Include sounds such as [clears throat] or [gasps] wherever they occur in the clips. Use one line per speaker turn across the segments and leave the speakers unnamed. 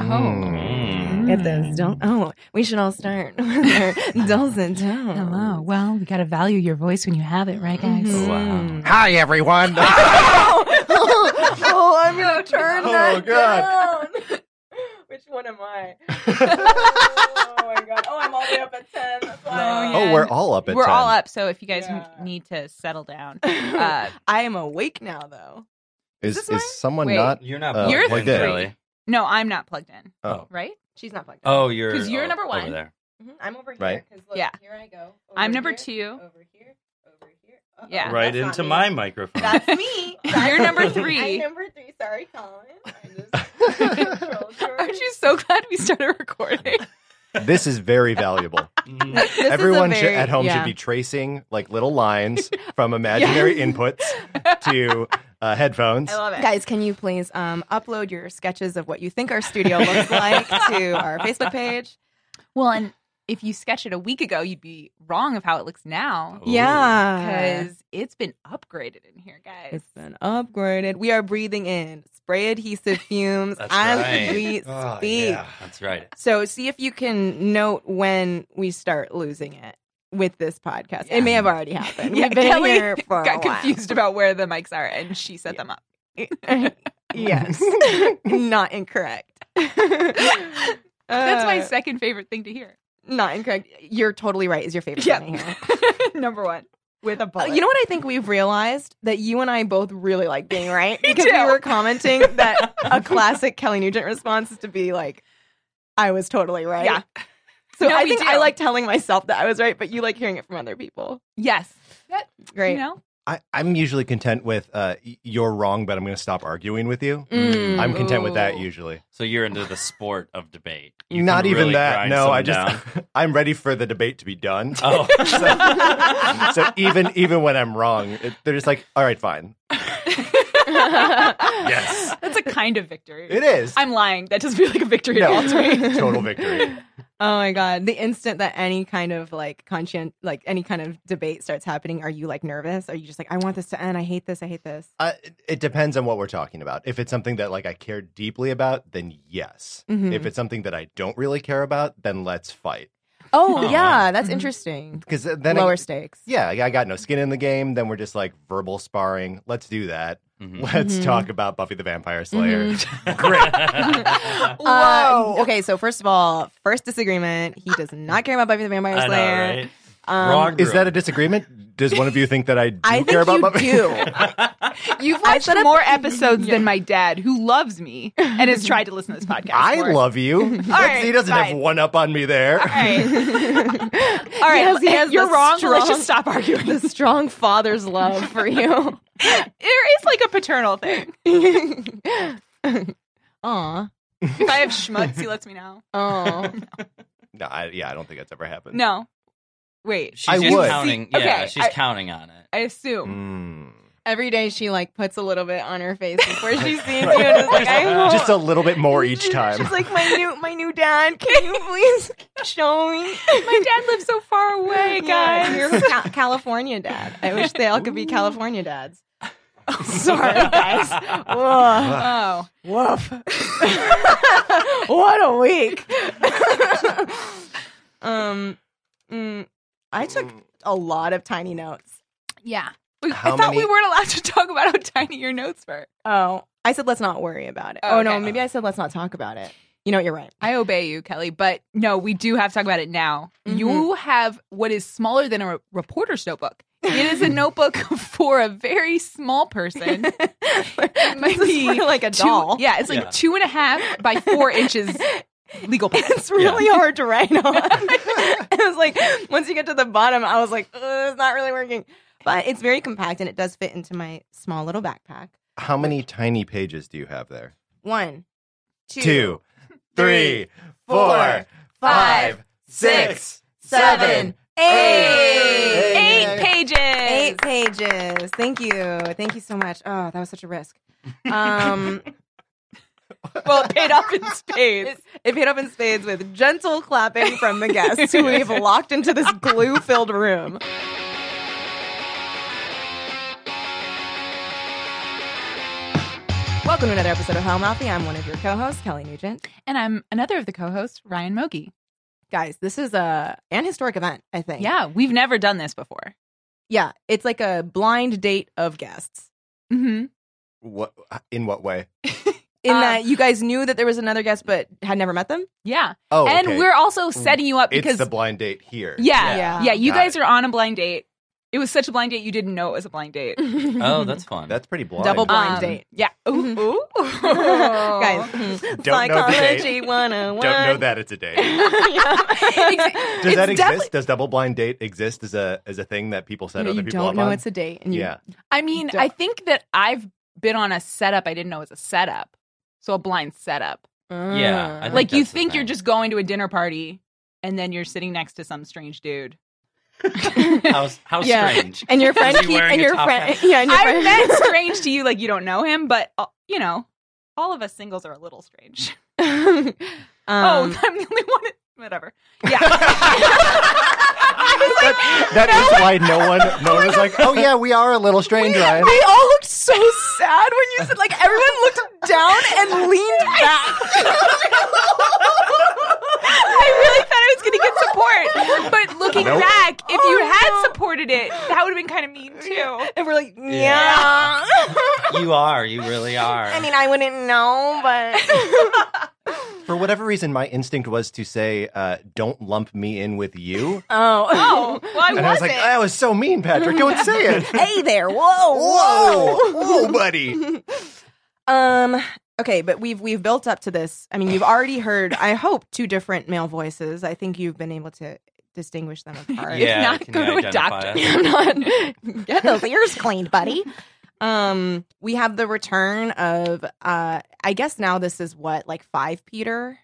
Oh.
home.
Mm.
Get
Hmm.
those. Don't. Oh, we should all start [laughs] with our dulls and tones.
Hello. Well, you got to value your voice when you have it, right, guys?
Mm-hmm.
Wow.
Hi,
[laughs]
everyone.
[laughs] oh, I'm gonna turn
Oh,
that
God.
down. [laughs] Which one am I? [laughs] oh my god. Oh, I'm all the way up at ten. That's why.
oh, we're all up at
We're
10.
all up, so if you guys
Yeah.
m- need to settle down,
[laughs] Uh,
uh,
I am awake now, though.
Is,
Is this
is,
mine?
someone
Wait.
not?
You're not
Uh,
plugged
You're
three.
in, Kelly.
no, I'm not plugged in,
Oh.
right? [laughs]
She's not plugged in.
Oh, you're
'Cause you're
oh,
number one.
Over there.
Mhm, I'm over here.
Right.
'cause look,
Yeah.
Here I go.
I'm number
here,
two.
Over here. Over here. [laughs] Uh-oh,
Yeah.
right
that's not
into
me.
my microphone.
[laughs] That's [laughs] me.
You're number
I'm
three.
number three. Sorry, Colin. I
[laughs]
just [laughs]
Oh.
control
Aren't
George.
you so glad we started recording?
This is very
[laughs]
valuable.
Mm.
[laughs] This is a
Everyone should-
very-
at home
yeah.
should be tracing like little
[laughs]
lines from imaginary inputs to uh, headphones.
I love it.
Guys, can you please um, upload your sketches of what you think our studio looks like to our Facebook page?
Well, and if you sketch it a week ago, you'd be wrong of how it looks now
Oh.
Ooh.
Yeah.
because it's been upgraded in here, guys.
It's
[laughs]
been upgraded. We are breathing in spray adhesive fumes
That's
as
right.
we speak.
Oh, yeah.
That's right.
So, see if you can note when we start losing it with this podcast. It may have
[laughs]
already happened.
Yeah,
We've been
Kelly
here for a
got
while.
[laughs] confused about where the mics are, and she set them up.
yes, not incorrect.
That's my
Uh,
second favorite thing to hear.
not incorrect. You're totally right. Is your favorite
Yeah.
thing I
[laughs]
hear.
Number one with a
Uh,
bullet.
you know what I think we've realized that you and I both really
[laughs]
like being right
Me
because
too.
we were
[laughs]
commenting that a classic Kelly Nugent response is to be like, "I was totally right."
Yeah.
So
No,
I
we
think
do.
I like telling myself that I was right, but you like hearing it from other people.
Yes. That,
Great.
You know?
I, I'm usually content with uh, y- you're wrong, but I'm going to stop arguing with you.
Mm.
I'm content with that
Ooh.
usually.
So you're into the sport of debate. You can
Not even
really
that.
grind
No, I
someone
[laughs]
[laughs]
just I'm ready for the debate to be done.
down. Oh.
so even even when I'm wrong, it, they're just like, all right, fine.
Yes.
[laughs] That's a kind of victory.
It is.
I'm lying. That doesn't feel like a victory at all
no,
to
[laughs]
me.
total victory.
[laughs] Oh my god! The instant that any kind of like conscient, like any kind of debate starts happening, are you like nervous? Are you just like, "I want this to end. I hate this. I hate this."
Uh, it- it depends on what we're talking about. If it's something that like I care deeply about, then yes.
Mhm.
If it's something that I don't really care about, then let's fight.
Oh, [laughs]
Oh,
yeah, that's interesting.
Because then
Lower
I,
stakes.
yeah, I got no skin in the game. Then we're just like verbal sparring. Let's do that.
Mhm.
Let's
Mhm.
talk about Buffy the Vampire Slayer. [laughs]
Great.
Uh,
[laughs] Um,
Whoa.
okay, so first of all, first disagreement. He does not care about Buffy the Vampire
I know,
Slayer.
right?
Um,
Wrong
Is that a
group.
disagreement? Does one of you think that I do
I think
care about
you
Buffy?
do.
You've
I
watched
set up-
more episodes than my dad, who loves me and has tried to listen to this podcast.
[laughs] I
more.
love you. That's- he
right,
doesn't have
fine.
one up on me there.
All right.
All right,
Yes, he has
you're
the
wrong.
strong- [laughs]
Let's just stop arguing. The strong father's love for [laughs] you.
There is like a paternal thing.
[laughs] Aw.
If I have schmutz, he lets me know.
Oh.
No, I, yeah, I don't think that's ever happened.
No. Wait.
She's
I
just
would.
counting.
See,
yeah,
okay,
she's
I-
counting on it.
I
Mm.
assume.
Every day she like puts a little bit on her face before
[laughs]
she sees you and is like, I hope.
Just a little bit more
[laughs]
each time.
She's like, my [laughs] new my new dad, can you please show me?
My dad lives so far away, guys.
You're Ca- California dad. I wish they all could be California dads. Sorry, guys.
Mm.
Whoa.
Oh.
Woof. [laughs] what a week. [laughs] um, mm, I took a lot of tiny notes.
Yeah. We, I
How
thought we
many-
weren't allowed to talk about how tiny your notes were.
Oh, I said let's not worry about it.
Oh,
Oh, no,
okay.
maybe I said let's not talk about it. You know what? You're right.
I obey you, Kelly, but no, we do have to talk about it now.
Mhm.
You have what is smaller than a re- reporter's notebook. It is
[laughs]
a notebook for a very small person.
it [laughs]
might be
like a
Two-
doll.
yeah, it's like
Yeah.
two and a half by
[laughs]
four inches legal pad.
It's really hard to write on. [laughs] it was like once you get to the bottom, I was like, "Ugh, it's not really working. But it's very compact and it does fit into my small little backpack.
How many tiny pages do you have there?
One, two,
Two, three,
four,
four,
five,
five,
six,
six,
seven,
seven,
eight.
eight.
Eight pages.
Eight pages. Thank you. Thank you so much. Oh, that was such a risk. Um,
Well, it paid off in spades.
it, it paid off in spades with gentle clapping from the guests who we've locked into this glue filled room. Welcome to another episode of Hell Mouthy. I'm one of your co-hosts, Kelly Nugent.
And I'm another of the co hosts, Ryan Mogi.
Guys, this is a an historic event, I think.
Yeah, we've never done this before.
Yeah. It's like a blind date of guests.
Mm-hmm.
What in what way?
In
Uh,
that you guys knew that there was another guest but had never met them?
Yeah.
Oh,
and
okay.
we're also setting you up
it's
because,
the blind date here.
yeah,
Yeah.
yeah, you
Got
guys
it.
are on a blind date. It was such a blind date, you didn't know it was a blind date.
[laughs] Oh, that's fun.
that's pretty blind.
Double blind.
Um,
date.
Yeah.
Mhm.
Ooh, ooh.
[laughs] [laughs] Guys,
Don't know the
psychology
date.
101.
Don't know
[laughs]
that it's a date.
Exa-
Does that
It's
exist?
definitely-
Does double blind date exist as a as a thing that people set
you
other people
don't
up
know
on?
it's a date. And you, [laughs]
yeah,
I mean,
Don't-
I think that I've been on a setup I didn't know was a setup. So a blind setup.
Yeah, I
Uh,
think
Like you
that's the
think you're
thing.
just going to a dinner party and then you're sitting next to some strange dude.
How, how
Yeah.
strange.
and your friend
Is he
keep,
wearing
and
a
your
top
friend
hat?
[laughs] yeah and your
I
friend
meant
[laughs]
strange to you, like you don't know him, but uh, you know, all of us singles are a little strange. [laughs]
um, [laughs]
oh, I'm the only one. Whatever. Yeah. [laughs] I was like,
that is why no one no one was like, oh yeah, we are a little strange, Ryan.
They all looked so sad when you said, like, everyone looked down [laughs] and leaned back.
I really thought I was going to get support, but looking
Nope.
back, if you
Oh,
had
no.
supported it, that would have been kind of mean too.
And we're like, yeah.
Yeah. you are. You really are.
I mean, I wouldn't know, [laughs] but.
For whatever reason, my instinct was to say, uh, "Don't lump me in with you,"
Oh,
Oh.
[laughs] well, I "Uh,
and I was
wasn't.
like, "That was so mean, Patrick. Don't say it."
[laughs] hey there. [laughs] Whoa.
Whoa,
Whoa.
whoa, buddy.
Um. Okay, but we've we've built up to this. I mean, you've already heard. I hope two different male voices. I think you've been able to distinguish
[laughs]
them apart.
Yeah,
not
can
go
you
to a
identify
doctor.
us?
I'm [laughs] not get those ears cleaned, buddy. Um, we have the return of uh, I guess now this is what like five Peter,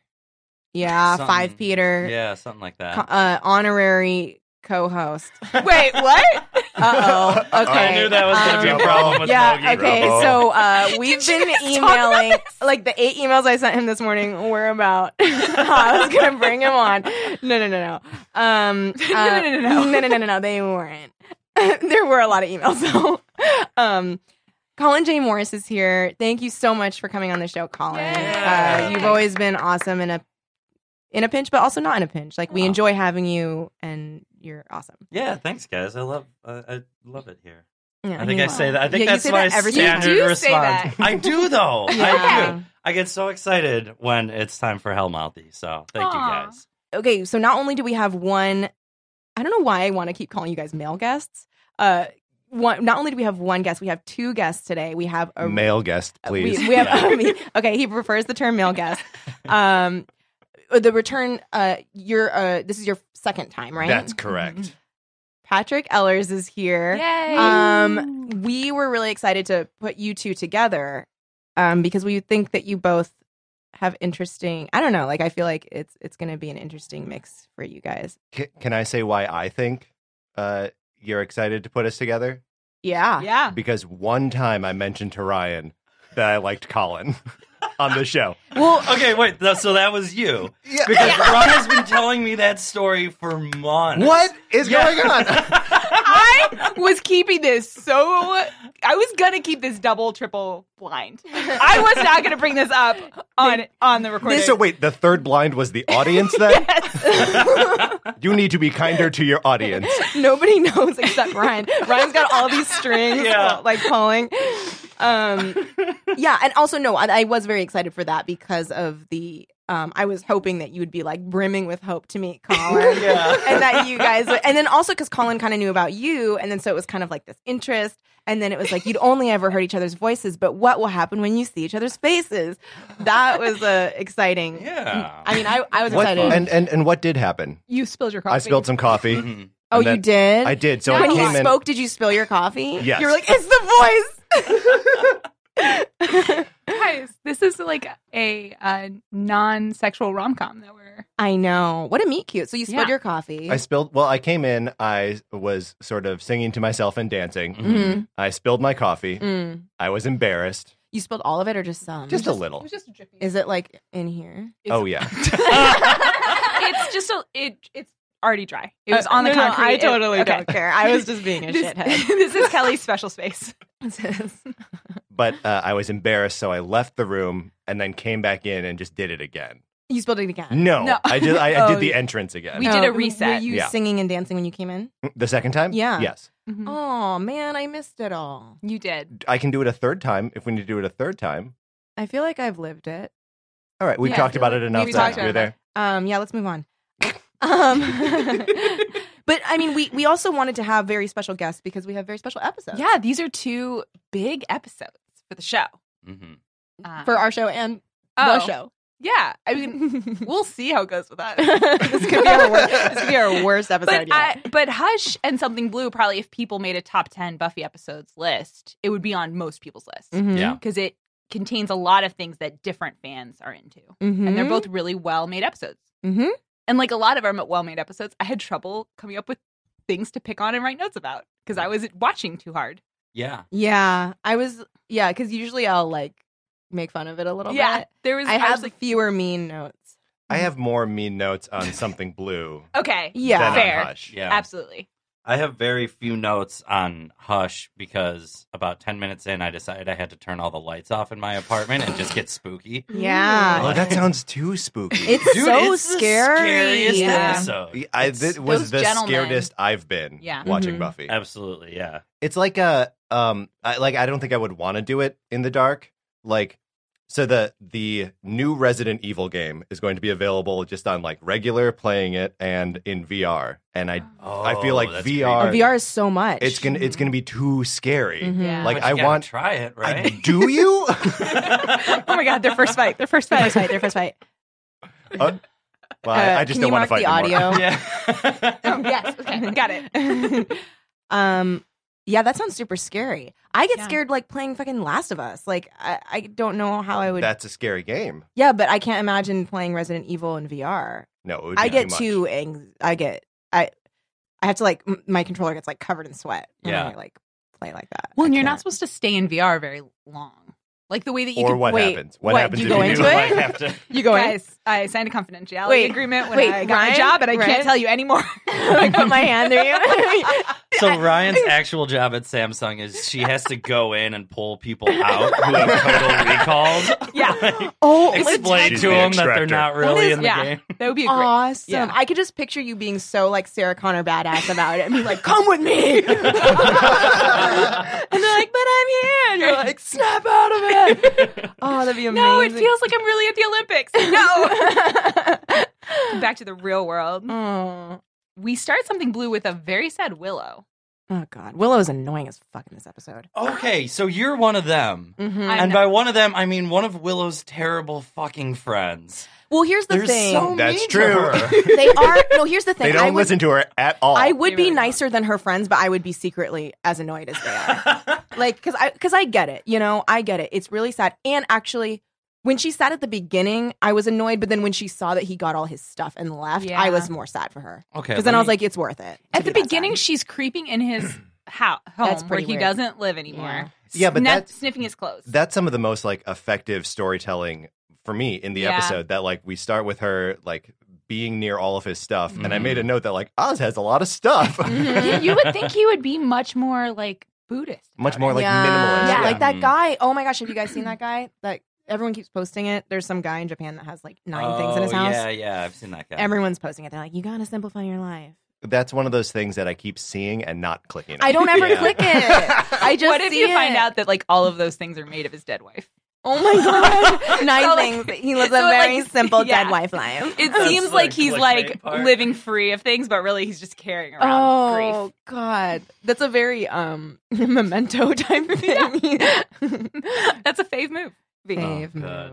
yeah,
Something.
five Peter,
Yeah, something like
co-
that.
uh, honorary
[laughs]
co-host.
[laughs] Wait, what?
Uh oh, okay.
I knew that was going to
Um,
be a problem with
yeah.
Mogi.
okay.
Bravo.
[laughs]
So uh, we've
you
been
guys talk
emailing. Like the eight emails I sent him this morning were about [laughs] how I was gonna bring him on. No, no, no, no. Um,
[laughs] No, no, no,
uh,
no.
no, no, no, no, no. They weren't. [laughs] there were a lot of emails though. [laughs] Um, Colin J. Morris is here. Thank you so much for coming on the show, Colin. Uh,
Yay.
you've always been awesome in a in a pinch, but also not in a pinch. Like we
Aw.
enjoy having you, and you're awesome.
Yeah, thanks, guys. I love, uh, I love it here.
Yeah,
I think I
you're
say
welcome.
that. I think
Yeah, you
that's
say
my
that every time.
standard
You do
response.
say that.
I do
[laughs]
though. I
Yeah.
do. I get so excited when it's time for Hellmouthy. So thank you
Aw.
guys.
okay, so not only do we have one, I don't know why I want to keep calling you guys male guests. Uh, one, not only do we have one guest, we have two guests today. We have a
Male guest,
we-
please.
We, have [laughs]
Yeah.
I mean, okay. He prefers the term
[laughs]
male guest. Um, the return. Uh, your uh, this is your second time, right?
That's correct.
Patrick Ellers is here.
Yay.
Um, we were really excited to put you two together um, because we think that you both have interesting. I don't know. Like, I feel like it's it's going to be an interesting mix for you guys.
Ca- can I say why I think uh, you're excited to put us together?
Yeah.
yeah.
Because one time I mentioned to Ryan that I liked Colin [laughs] on the show.
Well, okay, wait. th- So that was you
Yeah.
because Ron has been telling me that story for months.
What is
Yeah.
going on?
I was keeping this so. I was gonna keep this double, triple blind. I was not gonna bring this up on on the recording.
so wait, the third blind was the audience then?
Yes.
[laughs] You need to be kinder to your audience.
[laughs] Nobody knows except Ryan. Ryan's got all these strings,
Yeah.
[laughs] like pulling. Um, yeah, and also no, I, I was very excited for that because of the. Um, I was hoping that you would be like brimming with hope to meet
[laughs]
Colin,
Yeah.
[laughs] and that you guys, would- and then also because Colin kind of knew about you, and then so it was kind of like this interest, and then it was like you'd only ever heard each other's voices, but what will happen when you see each other's faces? That was uh, exciting.
[laughs] Yeah.
I mean, I, I was
What-
excited.
and, and and what did happen?
you spilled your coffee.
I spilled some
[laughs]
coffee.
Mhm.
oh,
and
you
that-
did.
I did. So
No,
I
when
he
came
you
in.
spoke, did you spill your coffee?
Yes.
You were like, it's
[laughs]
the voice.
Guys, this is like a uh, non-sexual rom-com that we're.
I know. What a meat cute. So you spilled
Yeah.
your coffee.
I spilled. Well, I came in. I was sort of singing to myself and dancing.
Mhm.
I spilled my coffee.
Mm.
I was embarrassed,
You spilled all of it or just some?
just a little.
Mm-hmm. just drippy. [laughs]
Is it like in here?
Oh yeah,
it's just a. It it's already dry. It was on the
no, no,
concrete.
I
It-
totally
okay. [laughs]
don't care. I was just being a
This,
shithead.
this is Kelly's special space.
This is-
but uh, I was embarrassed, so I left the room and then came back in and just did it again.
You spilled it again.
No,
No.
I just I, I
[laughs] Oh,
did the entrance again.
We did a
were-
reset.
Were you
Yeah.
singing and dancing when you came in?
the second time,
Yeah.
yes,
Mhm.
Oh man, I missed it all.
[laughs]
You did.
I can do it a third time if we need to do it a third time.
I feel like I've lived it.
All right, we've
Yeah,
talked
I feel
about
like
it enough.
we've
times.
talked
We're
about
there.
it.
Um, yeah, let's move on. [laughs] um,
[laughs]
but I mean, we we also wanted to have very special guests because we have very special
[laughs]
episodes.
Yeah, these are two big episodes for the show.
hmm
Um,
for our show and
oh,
the show. [laughs]
Yeah, I mean, [laughs] we'll see how it goes [laughs] with that.
this could be our worst, this could be our worst episode
But,
yet.
I, but Hush and Something Blue probably if people made a top 10 Buffy episodes list, it would be on most people's list
Mhm.
Yeah.
because it contains a lot of things that different fans are into.
Mhm.
And they're both really well made episodes.
Mhm.
And like a lot of our well made episodes, I had trouble coming up with things to pick on and write notes about because I was watching too hard.
Yeah.
Yeah, I was. Yeah, because usually I'll like make fun of it a little
yeah,
bit.
there was,
I
was
have
like,
fewer mean notes.
I have more mean notes on something
[laughs]
blue.
okay,
Yeah.
than on
Fair.
Hush.
Yeah.
absolutely.
I have very few notes on Hush because about 10 minutes in, I decided I had to turn all the lights off in my apartment and just get spooky.
Yeah.
Oh,
[laughs]
that sounds too spooky.
It's
Dude,
so
it's the
scary.
scariest
Yeah.
episode.
I,
It's-
this was
those
the
gentlemen.
scaredest I've been
Yeah.
watching
Mm-hmm.
Mhm.
Buffy.
Absolutely, yeah.
It's like a um I like I don't think I would want to do it in the dark. Like so the the new Resident Evil game is going to be available just on like regular playing it and in VR. And I
Oh,
I feel like
that's
VR
Oh, VR is so much.
it's gonna it's gonna be too scary.
Mhm.
Yeah.
Like
But
I
you gotta
want
try it,
I- [laughs]
right?
do
[laughs]
you?
[laughs] oh my God, their
[laughs]
first fight.
Their first fight. Their first fight. Their first fight.
well, I,
Uh,
I just
can
don't want
you
to
mark
fight
the
anymore. [laughs]
audio?
yeah.
Oh, yes, okay, got it.
[laughs] um, yeah, that sounds super scary. I get
Yeah.
scared like playing fucking Last of Us. Like I, I don't know how I would.
That's a scary game.
yeah, but I can't imagine playing Resident Evil in VR.
No, it would be
I get
too much.
too. Ang- I get. I. I have to like m- my controller gets like covered in sweat. When
Yeah.
I, like play like that.
[laughs] Well,
I
and you're not
can't.
supposed to stay in VR very long. Like the way that you
or
could
what
wait,
happens? What,
what,
happens
you
if
go
you [laughs]
into
do
it?
it?
I have to.
You go in.
Guys, I signed a confidentiality
Wait,
agreement when
wait,
I got my
Ryan?
job, and I
Ryan?
can't tell you [laughs] anymore.
[laughs] I put my hand
[laughs]
through you.
So Ryan's actual job at Samsung is she has to go in and pull people out
[laughs]
who have total recalls. [laughs]
Yeah.
oh,
Explain
She's
to
the
them that they're
extractor.
not
That
really
is-
in the
yeah.
game.
that would be a great.
Awesome.
Yeah.
I could just picture you being so like Sarah Connor badass about it and be like, come with me. [laughs] and they're like, but I'm here. And you're like, snap out of it. Oh, that'd be amazing.
no, it feels like I'm really at the Olympics. [laughs]
[laughs]
No. Back to the real world.
Oh.
We start something blue with a very sad Willow.
oh, God. Willow's annoying as fuck in this episode.
Okay, so you're one of them.
Mm-hmm.
I'm
And
not-
by one of them, I mean one of Willow's terrible
[laughs]
fucking friends.
Well, here's the
They're
thing.
so mean
That's
to
true. [laughs]
[laughs]
her.
they are. No, here's the thing.
They
I
don't
would,
listen to her at all.
I would
They
be
really don't.
nicer than her friends, but I would be secretly as annoyed as they are. like because i because i get it you know i get it it's really sad and actually when she sat at the beginning i was annoyed but then when she saw that he got all his stuff and left i
Yeah.
was more sad for her
okay,
because
let
then i was
me-
like it's worth it to
At the
be that
beginning,
[laughs] sad.
she's creeping in his
[clears throat]
house, home
That's
where
pretty
he
weird.
doesn't live anymore.
Yeah, but
Sna-
that's-
sniffing his clothes. [laughs]
that's some of the most like effective storytelling for me in the
Yeah.
episode that like we start with her like being near all of his stuff and i
Mm-hmm.
Mhm.
made a note that like oz has a lot of stuff
you, you would think he would be much more like Buddhist.
[laughs] much more like
yeah.
minimalist
yeah,
Yeah.
like that
Mhm.
guy oh my gosh have you guys seen that guy that everyone keeps posting it there's some guy in japan that has like nine things in his
Oh,
house
Yeah, yeah, I've seen that guy.
everyone's posting it they're like you gotta simplify your life
that's one of those things that i keep seeing and not clicking on.
i
[laughs]
don't ever
Yeah.
click it [laughs] i just
what if
see
you find
it.
out that like all of those things are made of his dead wife?
oh [laughs] my god nine
So, like-
things he lives
so,
a
like,
very simple
yeah.
dead wife life
It
That's
seems
the
like he's
clickbait
like
part.
living free of things, but really he's just carrying around
Oh God, that's a very um [laughs] memento [laughs] type of thing. [laughs]
grief. [gasps] That's a fave move.
Fave
Oh,
move.
God.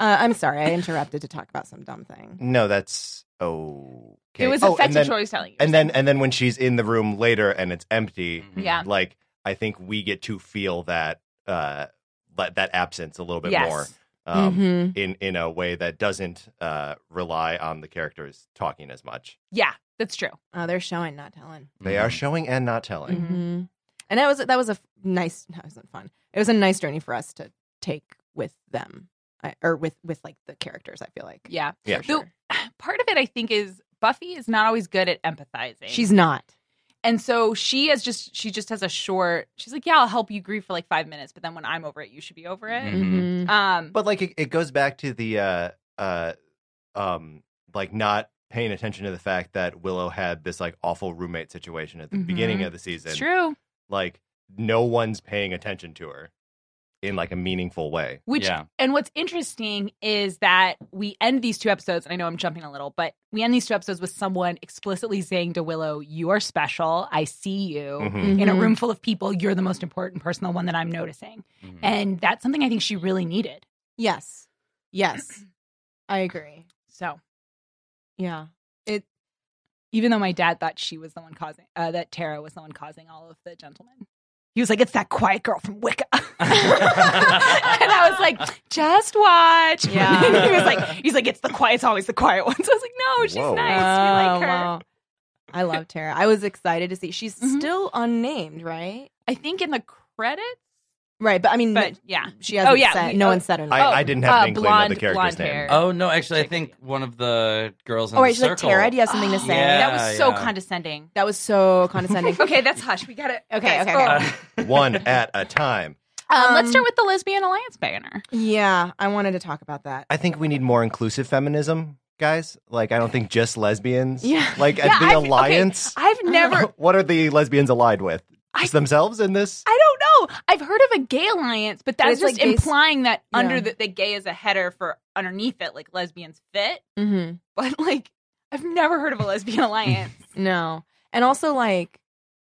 Uh, I'm sorry, I interrupted to talk about some dumb thing.
no that's oh okay.
It was
oh, and
effective
then,
storytelling.
and then and then when she's in the room later and it's empty
Mhm.
yeah,
like i think we get to feel that uh that, that absence a little bit
Yes.
more um
Mhm.
in in a way that doesn't uh, rely on the characters talking as much.
yeah, that's true.
Oh, they're showing, not telling.
They
Mm-hmm.
are showing and not telling.
Mhm.
Mhm. And that was that was a f- nice. That wasn't fun. It was a nice journey for us to take with them, I, or with with like the characters. I feel like
Yeah,
Yeah.
For sure.
part of it I think is Buffy is not always good at empathizing.
she's not.
And so she has just she just has a short. She's like, yeah, I'll help you grieve for like five minutes, but then when I'm over it, you should be over it. Um,
Mhm.
Mm-hmm. But like it, it goes back to the uh uh um like not paying attention to the fact that Willow had this like awful roommate situation at the beginning
Mhm.
of the season.
it's Mm-hmm. true.
Like no one's paying attention to her in like a meaningful way.
Which
yeah.
and what's interesting is that we end these two episodes, and I know I'm jumping a little, but we end these two episodes with someone explicitly saying to Willow, "You are special. I see you."
Mm-hmm.
Mhm.
In a room full of people, you're the most important person, the one that I'm noticing.
Mm-hmm.
Mhm.
And that's something I think she really needed.
Yes. Yes. [clears throat] I agree.
So,
Yeah.
even though my dad thought she was the one causing, uh, that Tara was the one causing all of the gentlemen, he was like, it's that quiet girl from Wicca. [laughs] and
[laughs]
I was like, just watch. [laughs]
Yeah.
And he was like, he's like, it's the quiet, it's always the quiet ones. [laughs] I was like, no, she's
Whoa.
nice. we like her.
wow. Oh, I love Tara. I was excited to see. She's
Mhm.
still unnamed, right?
I think in the credits,
Right, but I mean,
but yeah.
she hasn't.
Oh, yeah,
said,
we-
no
oh,
one said her name.
I,
Oh,
I didn't have
uh,
an inkling of the
blonde-
character's
blonde
name.
hair.
Oh no! Actually, I think one of the girls in
oh,
the
right, she's
circle.
like Tara. Do you have something to
Oh,
say?
Yeah,
that was so
yeah.
condescending.
That was [laughs] so condescending.
[laughs] Okay, that's hush. We got it.
Okay, okay,
go.
[laughs]
okay.
[laughs]
One at a time.
Um, let's
Um,
start with the lesbian alliance banner.
Yeah, I wanted to talk about that.
I think we need more inclusive feminism, guys. Like I don't think just lesbians.
Yeah.
[laughs] Like
Yeah,
the
I- okay,
alliance.
I've never
[laughs] what are the lesbians allied with?
I-
Just themselves in this?
I don't know. I've heard of a gay alliance, but that's
it's like
just
gay-
implying that
Yeah.
under the, the gay is a header for underneath it, like lesbians fit. [laughs]
Mm-hmm.
But like, I've never heard of a
[laughs]
lesbian alliance.
No, and also like,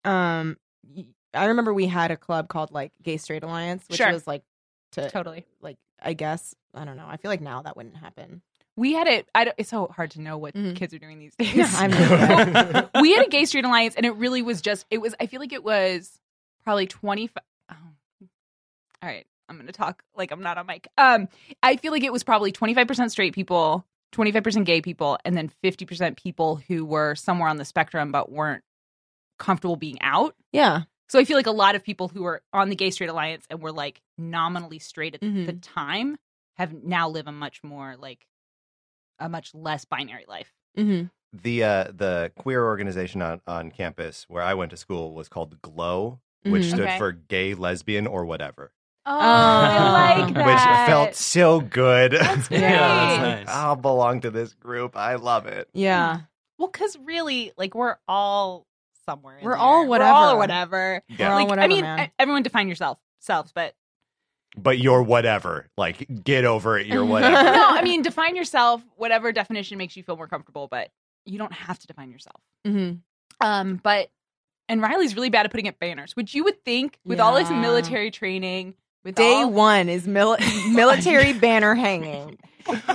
um, y- I remember we had a club called like Gay Straight Alliance, which
Sure.
was like to
totally.
like I guess I don't know. I feel like now that wouldn't happen.
We had it. I don't, it's so hard to know what
Mhm.
kids are doing these days.
Yeah,
[laughs]
I'm with
we had a gay street alliance, and it really was just. It was. I feel like it was probably twenty five. Oh. All right, I'm gonna talk like I'm not on mic. Um, I feel like it was probably twenty five percent straight people, twenty five percent gay people, and then fifty percent people who were somewhere on the spectrum but weren't comfortable being out.
Yeah,
So I feel like a lot of people who were on the gay straight alliance and were like nominally straight at the
Mm-hmm.
Mhm.
time have now live a much more like a much less binary life.
mm-hmm.
The uh, the queer organization on, on campus where I went to school was called GLOW, which stood
Mm-hmm. Okay.
for gay, lesbian, or whatever.
Oh,
I
[laughs]
like
Um,
Which felt so good.
great.
Yeah,
Like,
that's
[laughs]
nice.
I'll belong to this group. I love it.
yeah.
well because really, like we're all somewhere. in
We're
there.
all
We're all
whatever.
whatever.
Yeah.
We're all
Like,
whatever,
I mean,
man.
e- everyone define yourself selves, [laughs] but
But you're whatever. Like get over it,
[laughs]
you're whatever.
no, I mean, define yourself whatever definition makes you feel more comfortable, but you don't have to define yourself.
mm-hmm.
Um, but and Riley's really bad at putting up banners, which you would think with all his
Yeah.
military training, with
Day
all-
one is mil- [laughs] military banner hanging.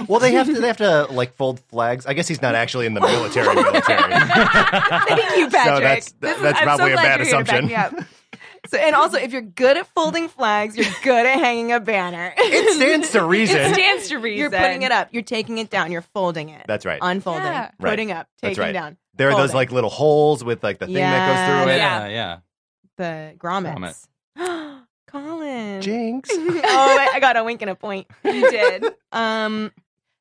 well they have to they have to like fold flags. I guess he's not actually in the military military.
Thank you, Patrick.
So that's
This is-
that's
I'm so
probably a
glad
bad
you're here to back
assumption.
me up.
So, and also, if you're good at folding flags, you're good at hanging a
[laughs]
banner.
It stands to reason.
It stands [laughs] to reason.
You're putting it up. You're taking it down. You're folding it.
That's right.
unfolding,
Yeah.
Right.
putting up,
That's
taking
right.
down.
There are those
Folding.
like little holes with like the thing that goes through it.
Yeah.
yeah, uh, yeah.
The grommets. [gasps] Colin.
Jinx.
[laughs]
[laughs]
oh, wait, I got a wink and a point.
You [laughs] did.
Um,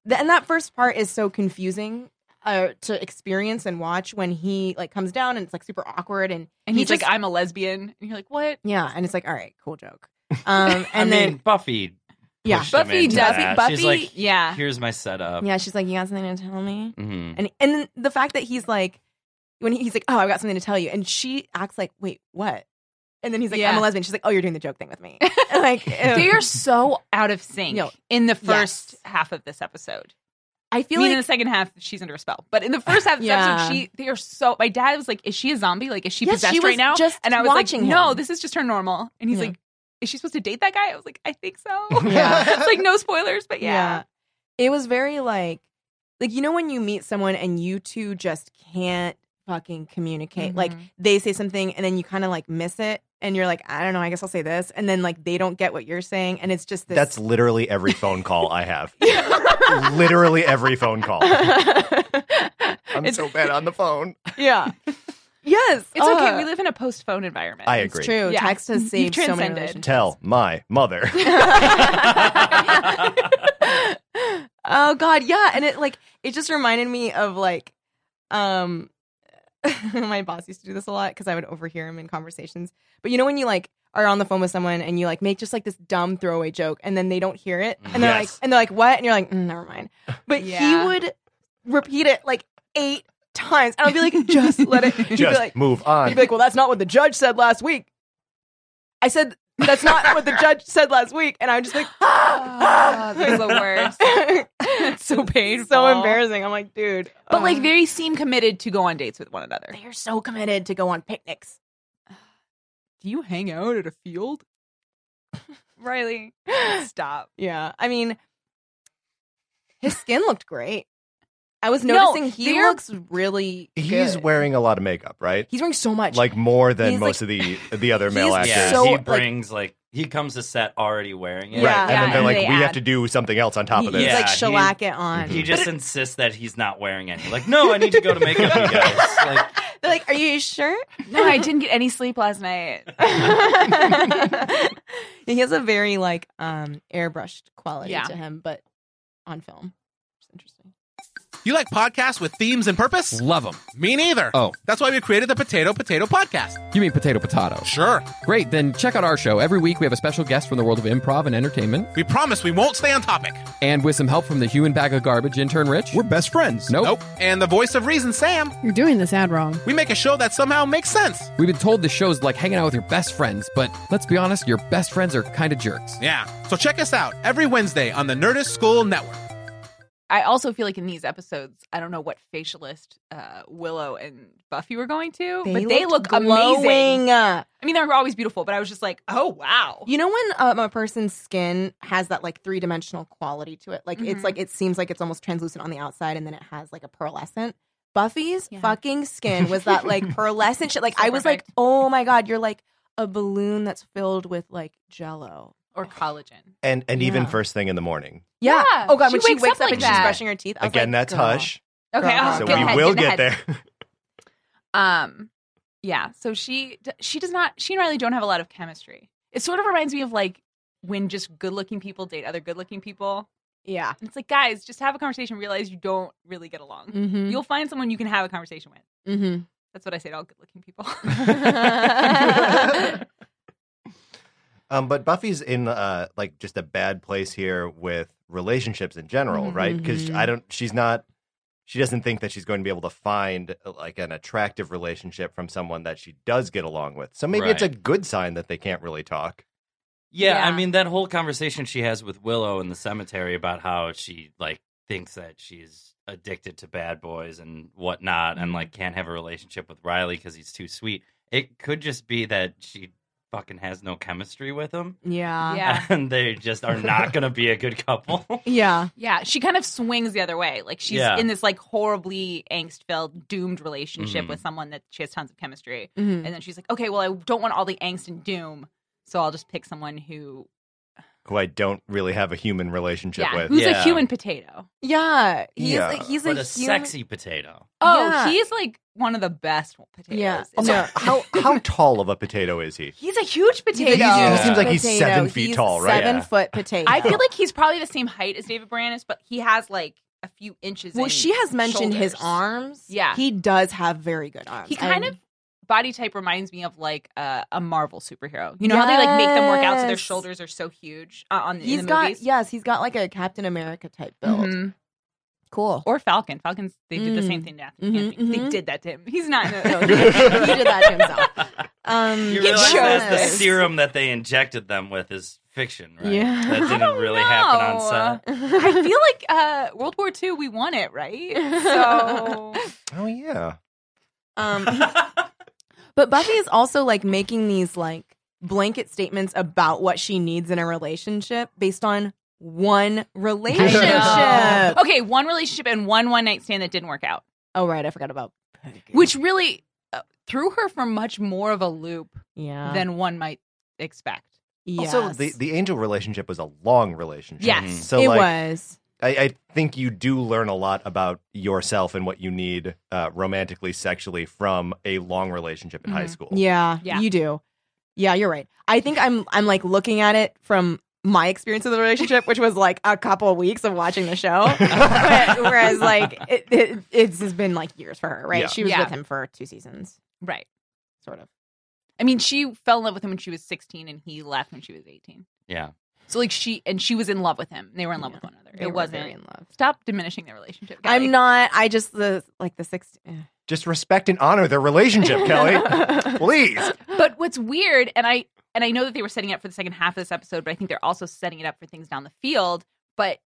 th- and that first part is so confusing uh, to experience and watch when he like comes down and it's like super awkward and
And he's
He just-
like, I'm a lesbian. And you're like, what?
yeah, and it's like all right, cool joke. Um,
I
and then
mean, Buffy.
Yeah.
pushed them
Buffy
into
does-
that.
Buffy-
She's like,
yeah.
Here's my setup.
yeah, she's like, you got something to tell me,
Mhm.
and and then the fact that he's like when he- he's like, oh, I've got something to tell you, and she acts like, wait, what? And then he's like, I'm
Yeah.
a lesbian. She's like, oh, you're doing the joke thing with me. [laughs] And, like,
They
[laughs]
are so out of sync
No.
in the first
Yes.
half of this episode.
I
I
feel
mean,
like
in the second half, she's under a spell. But in [sighs] the first half of this
Yeah.
episode, she they are so. My dad was like, "Is she a zombie? Like, is she
Yes,
possessed
she
right
was
now?"
just
and I was
watching
like, "No,
him.
this is just her normal." And he's
Yeah.
like, "Is she supposed to date that guy?" I was like, "I
[laughs]
think so." [laughs]
Yeah.
it's like no spoilers,
[laughs]
but yeah,
Yeah. It was very like like you know when you meet someone and you two just can't fucking communicate. Like
Mhm.
they say something and then you kind of like miss it and you're like, I don't know, I guess I'll say this and then like they don't get what you're saying and it's just this
That's [laughs]
[laughs]
literally every phone call I have. literally every phone call. I'm
It's-
so bad on the phone.
[laughs] yeah. Yes.
it's okay.
uh,
We live in a post phone environment. [laughs]
I
it's
agree.
true.
Yeah.
Text has [laughs]
You've
saved so many
transcended.
relationships.
Tell my mother.
oh god yeah and it like it just reminded me of like um [laughs] my boss used to do this a lot because I would overhear him in conversations. But you know when you like are on the phone with someone and you like make just like this dumb throwaway joke and then they don't hear it and they're
Yes.
like and they're like what and you're like "Mm, never [laughs] mind. But
Yeah.
he would repeat it like eight times and I'd be [laughs] like just let it. He'd be
Just
like,
move
You'd
on.
be like, well, that's not what the judge said last week. I said, that's not what the judge said last week. And I'm just like,
Oh, that's [laughs] the worst.
[laughs] [laughs] it's
so painful.
so embarrassing. I'm like, dude.
But like
um,
they seem committed to go on dates with one another.
they are so committed to go on picnics.
Do you hang out at a field? [laughs] Riley, stop.
Yeah. I mean, his skin looked great. I was noticing he
they're-
looks really
He's
good.
wearing a lot of makeup, right?
He's wearing so much.
Like more than
He's
most
like-
of the the other male
He's
actors.
Yeah,
so,
he
like-
brings like, he comes to set already wearing it.
Right.
Yeah.
and then
Yeah,
they're
and
like,
they
we have
add-
to do something else on top
he,
of
he's
this.
Yeah,
like
he-
shellac it on.
He just insists that he's not wearing any. Like, no, I need to
[laughs]
go to makeup, you guys. Like,
They're like, are you sure?
No, I didn't get any sleep last night.
[laughs] he has a very like um airbrushed quality
Yeah.
to him, but on film. It's interesting.
You like podcasts with themes and purpose?
Love them.
Me neither.
Oh.
That's why we created the Potato Potato Podcast.
You mean potato potato?
Sure.
Great, then check out our show. Every week we have a special guest from the world of improv and entertainment.
We promise we won't stay on topic.
And with some help from the human bag of garbage, intern Rich.
We're best friends.
nope.
Nope. And the voice of reason, Sam.
You're doing this ad wrong.
We make a show that somehow makes sense.
We've been told the show's like hanging out with your best friends, but let's be honest, your best friends are kind of jerks.
Yeah. So check us out every Wednesday on the Nerdist School Network.
I also feel like in these episodes, I don't know what facialist uh, Willow and Buffy were going to, but they look
looked glowing.
amazing.
Uh,
I mean, they're always beautiful, but I was just like, oh wow.
You know when um, a person's skin has that like three dimensional quality to it, like
Mhm.
it's like it seems like it's almost translucent on the outside, and then it has like a pearlescent. Buffy's
Yeah.
fucking skin was
[laughs]
that like pearlescent shit. Like
So
I was
perfect.
like, oh my god, you're like a balloon that's filled with like jello.
Or collagen.
And and even
Yeah.
first thing in the morning.
Yeah.
Yeah.
Oh god,
She
when she
wakes
wakes,
up
up,
like
and
that.
she's brushing her teeth. I was
Again,
like,
that's
girl.
hush.
Okay,
Girl.
oh,
so
good
we
head,
will
good
get
head.
there. [laughs]
Um, yeah. So she she does not. She and Riley don't have a lot of chemistry. It sort of reminds me of like when just good looking people date other good looking people.
Yeah.
And it's like, guys, just have a conversation. Realize you don't really get along.
Mm-hmm.
You'll find someone you can have a conversation with.
Mm-hmm.
That's what I say to all good looking
[laughs]
people. [laughs]
Um, but Buffy's in uh, like just a bad place here with relationships in general, right? Because
Mhm.
I don't, she's not, she doesn't think that she's going to be able to find uh, like an attractive relationship from someone that she does get along with. So maybe it's a
Right.
good sign that they can't really talk.
yeah, I
Yeah.
mean, that whole conversation she has with Willow in the cemetery about how she, like, thinks that she's addicted to bad boys and whatnot
Mm-hmm.
and, like, can't have a relationship with Riley because he's too sweet. It could just be that she fucking has no chemistry with him.
Yeah.
Yeah.
[laughs] And they just are not going to be a good [laughs] couple.
Yeah.
[laughs] yeah, she kind of swings the other way. Like she's
Yeah.
in this like horribly angst-filled, doomed relationship
Mhm.
with someone that she has tons of chemistry,
Mhm.
and then she's like, okay, well, I don't want all the angst and doom, so I'll just pick someone who,
Who I don't really have a human relationship
yeah,
with.
who's a
Yeah.
human potato.
Yeah. He's
Yeah.
Like, he's
but a
a human-
sexy potato. [laughs]
Oh,
Yeah.
he's like one of the best potatoes. [laughs]
Yeah.
It's
Also,
No.
how how tall of a potato is he?
He's a huge
He's a
potato.
He
Yeah.
seems like he's
potato.
seven feet
He's
tall, right?
Seven
Yeah.
foot potato.
I feel like he's probably the same height as David Brandis, but he has like a few inches.
Well,
in
she has mentioned his
shoulders.
arms.
Yeah.
He does have very good arms.
He kind
And-
of body type reminds me of like uh, a, a Marvel superhero. You know how they like make them work out so their
Yes.
shoulders are so huge uh, on the,
He's
in the
got
movies.
yes, he's got like a Captain America type build.
Mhm.
[laughs] Cool.
Or Falcon. Falcons they did the
Mm.
same thing to Anthony.
Mhm,
Anthony. They
mhm.
did that to him. He's not. in
No,
the-
he, [laughs] he did that to himself. Um,
You
He
realize
chose
that the
this.
[laughs]
serum that they injected them with is fiction, right?
Yeah.
[laughs]
That
I
didn't
don't
really happen
know.
on set.
I feel like uh, World War II, we won it, right?
[laughs]
So
Oh yeah.
um, but Buffy is also like making these like blanket statements about what she needs in a relationship based on one
[laughs]
relationship.
okay, one relationship and one one night stand that didn't work out,
oh right, I forgot about
which really uh, threw her for much more of a loop
yeah.
than one might expect.
Also, the,
Yes.
the angel relationship was a long relationship.
Yes.
So
it
like,
was.
I, I think you do learn a lot about yourself and what you need uh, romantically, sexually from a long relationship in high
Mhm.
school.
Mm-hmm. Yeah,
Yeah.
you do. Yeah, you're right. I think I'm I'm like looking at it from my experience of the relationship, which was like a couple of weeks of watching the show.
[laughs]
But- whereas, like, it, it, it's has been like years for her, right?
Yeah.
She was
Yeah.
with him for two seasons,
Right.
sort of.
I mean, she fell in love with him when she was 16 and he left when she was 18.
[laughs] Yeah.
So like she and she was in love with him. They were in love
Yeah.
with one another.
They
it
were
wasn't.
very in love.
Stop diminishing their relationship. Kelly.
I'm not. I just the like the eh. six.
Just respect and honor their relationship,
[laughs]
Kelly. Please.
But what's weird, and I and I know that they were setting it up for the second half of this episode, but I think they're also setting it up for things down the field. But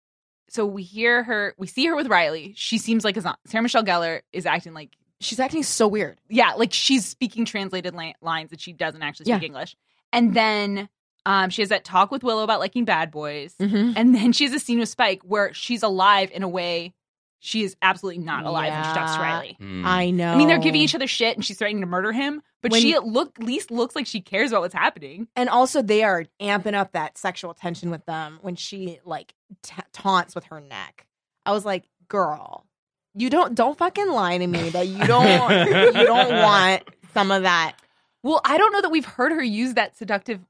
so we hear her, we see her with Riley. She seems like a zo- Sarah Michelle Gellar is acting like
She's acting so weird.
yeah, like she's speaking translated li- lines that she doesn't actually speak
Yeah.
English. And then um, she has that talk with Willow about liking bad boys,
Mm-hmm.
and then she has a scene with Spike where she's alive in a way she is absolutely not alive when she talks to
Yeah.
Riley.
Mm.
I know.
I mean, they're giving each other shit, and she's threatening to murder him. But
When-
she at look at least looks like she cares about what's happening.
and also they are amping up that sexual tension with them when she like ta taunts with her neck. I was like, girl, you don't don't fucking lie to me that you don't you don't want some of that.
Well, I don't know that we've heard her use that seductive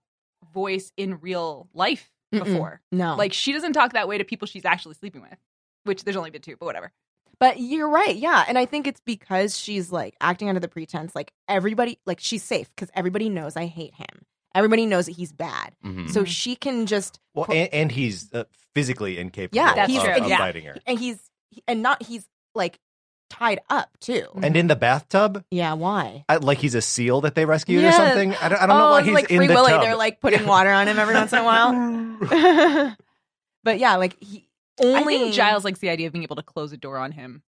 voice in real life
Mm-mm.
before.
No,
Like she doesn't talk that way to people she's actually sleeping with, which there's only been two, but whatever.
But you're right. Yeah. And I think it's because she's like acting under the pretense, like everybody, like she's safe because everybody knows I hate him. Everybody knows that he's bad.
Mhm.
So
Mhm.
she can just,
Well, and, and he's uh, physically incapable
Yeah,
that's
of,
true.
of
Yeah.
biting her.
and he's, and not, he's like tied up too.
Mm.
And in the bathtub,
yeah. Why?
I, like he's a seal that they rescued or
Yeah.
something. I don't, I don't know why
Oh, it's
he's
like
in
Free
the
Willy.
tub.
They're like putting water on him every once in a while.
[laughs]
[laughs] but yeah, like he only
I think Giles likes the idea of being able to close a door on him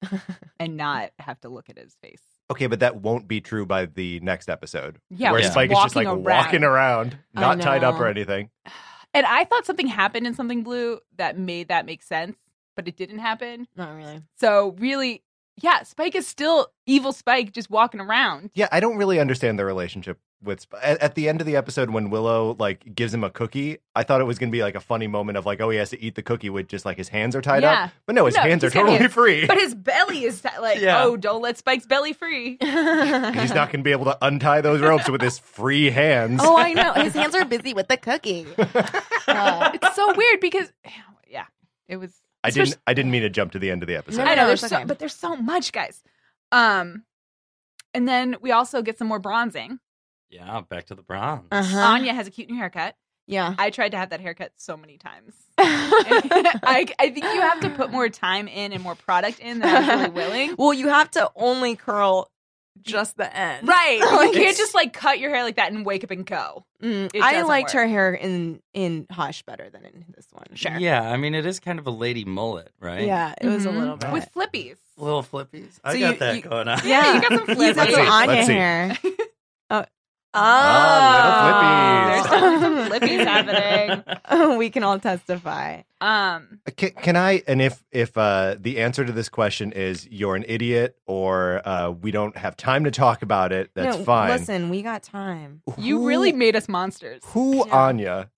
[laughs] and not have to look at his face.
okay, but that won't be true by the next episode.
Yeah,
where
just
Spike is just like
walking around.
walking around,
I
not tied up
know.
or anything.
And I thought something happened in something blue that made that make sense, but it didn't happen.
Not
[laughs]
really.
So really, yeah, Spike is still evil Spike just walking around.
Yeah, I don't really understand the relationship with. Sp- At, at the end of the episode, when Willow like gives him a cookie, I thought it was going to be like a funny moment of like, oh, he has to eat the cookie with just like his hands are tied
Yeah.
up. But no, his
No,
hands are
he's got
totally
hands.
free. [laughs]
But his belly is like,
Yeah.
oh, don't let Spike's belly free.
he's
[laughs]
not going to be able to untie those ropes with his free hands.
Oh, I know. His hands are busy with
[laughs]
the cookie. Uh,
it's so weird because [sighs] yeah it was
I didn't. I didn't mean to jump to the end of the episode.
No,
i know
no,
there's
it's
so,
okay.
but there's so much guys um and then we also get some more bronzing
Yeah, back to the bronze.
Uh-huh.
anya has a cute new haircut [laughs]
yeah. [laughs]
i tried to have that haircut so many times [laughs] I, I think you have to put more time in and more product in than i'm really willing
Well, you have to only curl just the
[laughs]
[laughs]
end.
right
Like,
you can't
it's-
just like cut your hair like that and wake up and go
Mm,
It
I
doesn't
liked
work.
her hair in in Hush better than in this one.
Sure.
Yeah, I mean it is kind of a lady mullet, right?
Yeah, it was
Mhm.
a little bit.
with flippies
Little flippies. I
So
got
you-
that
you-
going on.
Yeah, you got some
[laughs]
He's got
flippies.
some Anya
Let's see.
hair. Oh.
Ah,
there's definitely some flippies happening
[laughs]
Oh, [laughs] we can all testify.
um
Can, can I? And if if uh, the answer to this question is you're an idiot or uh, we don't have time to talk about it, that's
No,
fine.
Listen, we got time.
you
Who-
really made us monsters
who
Yeah.
Anya?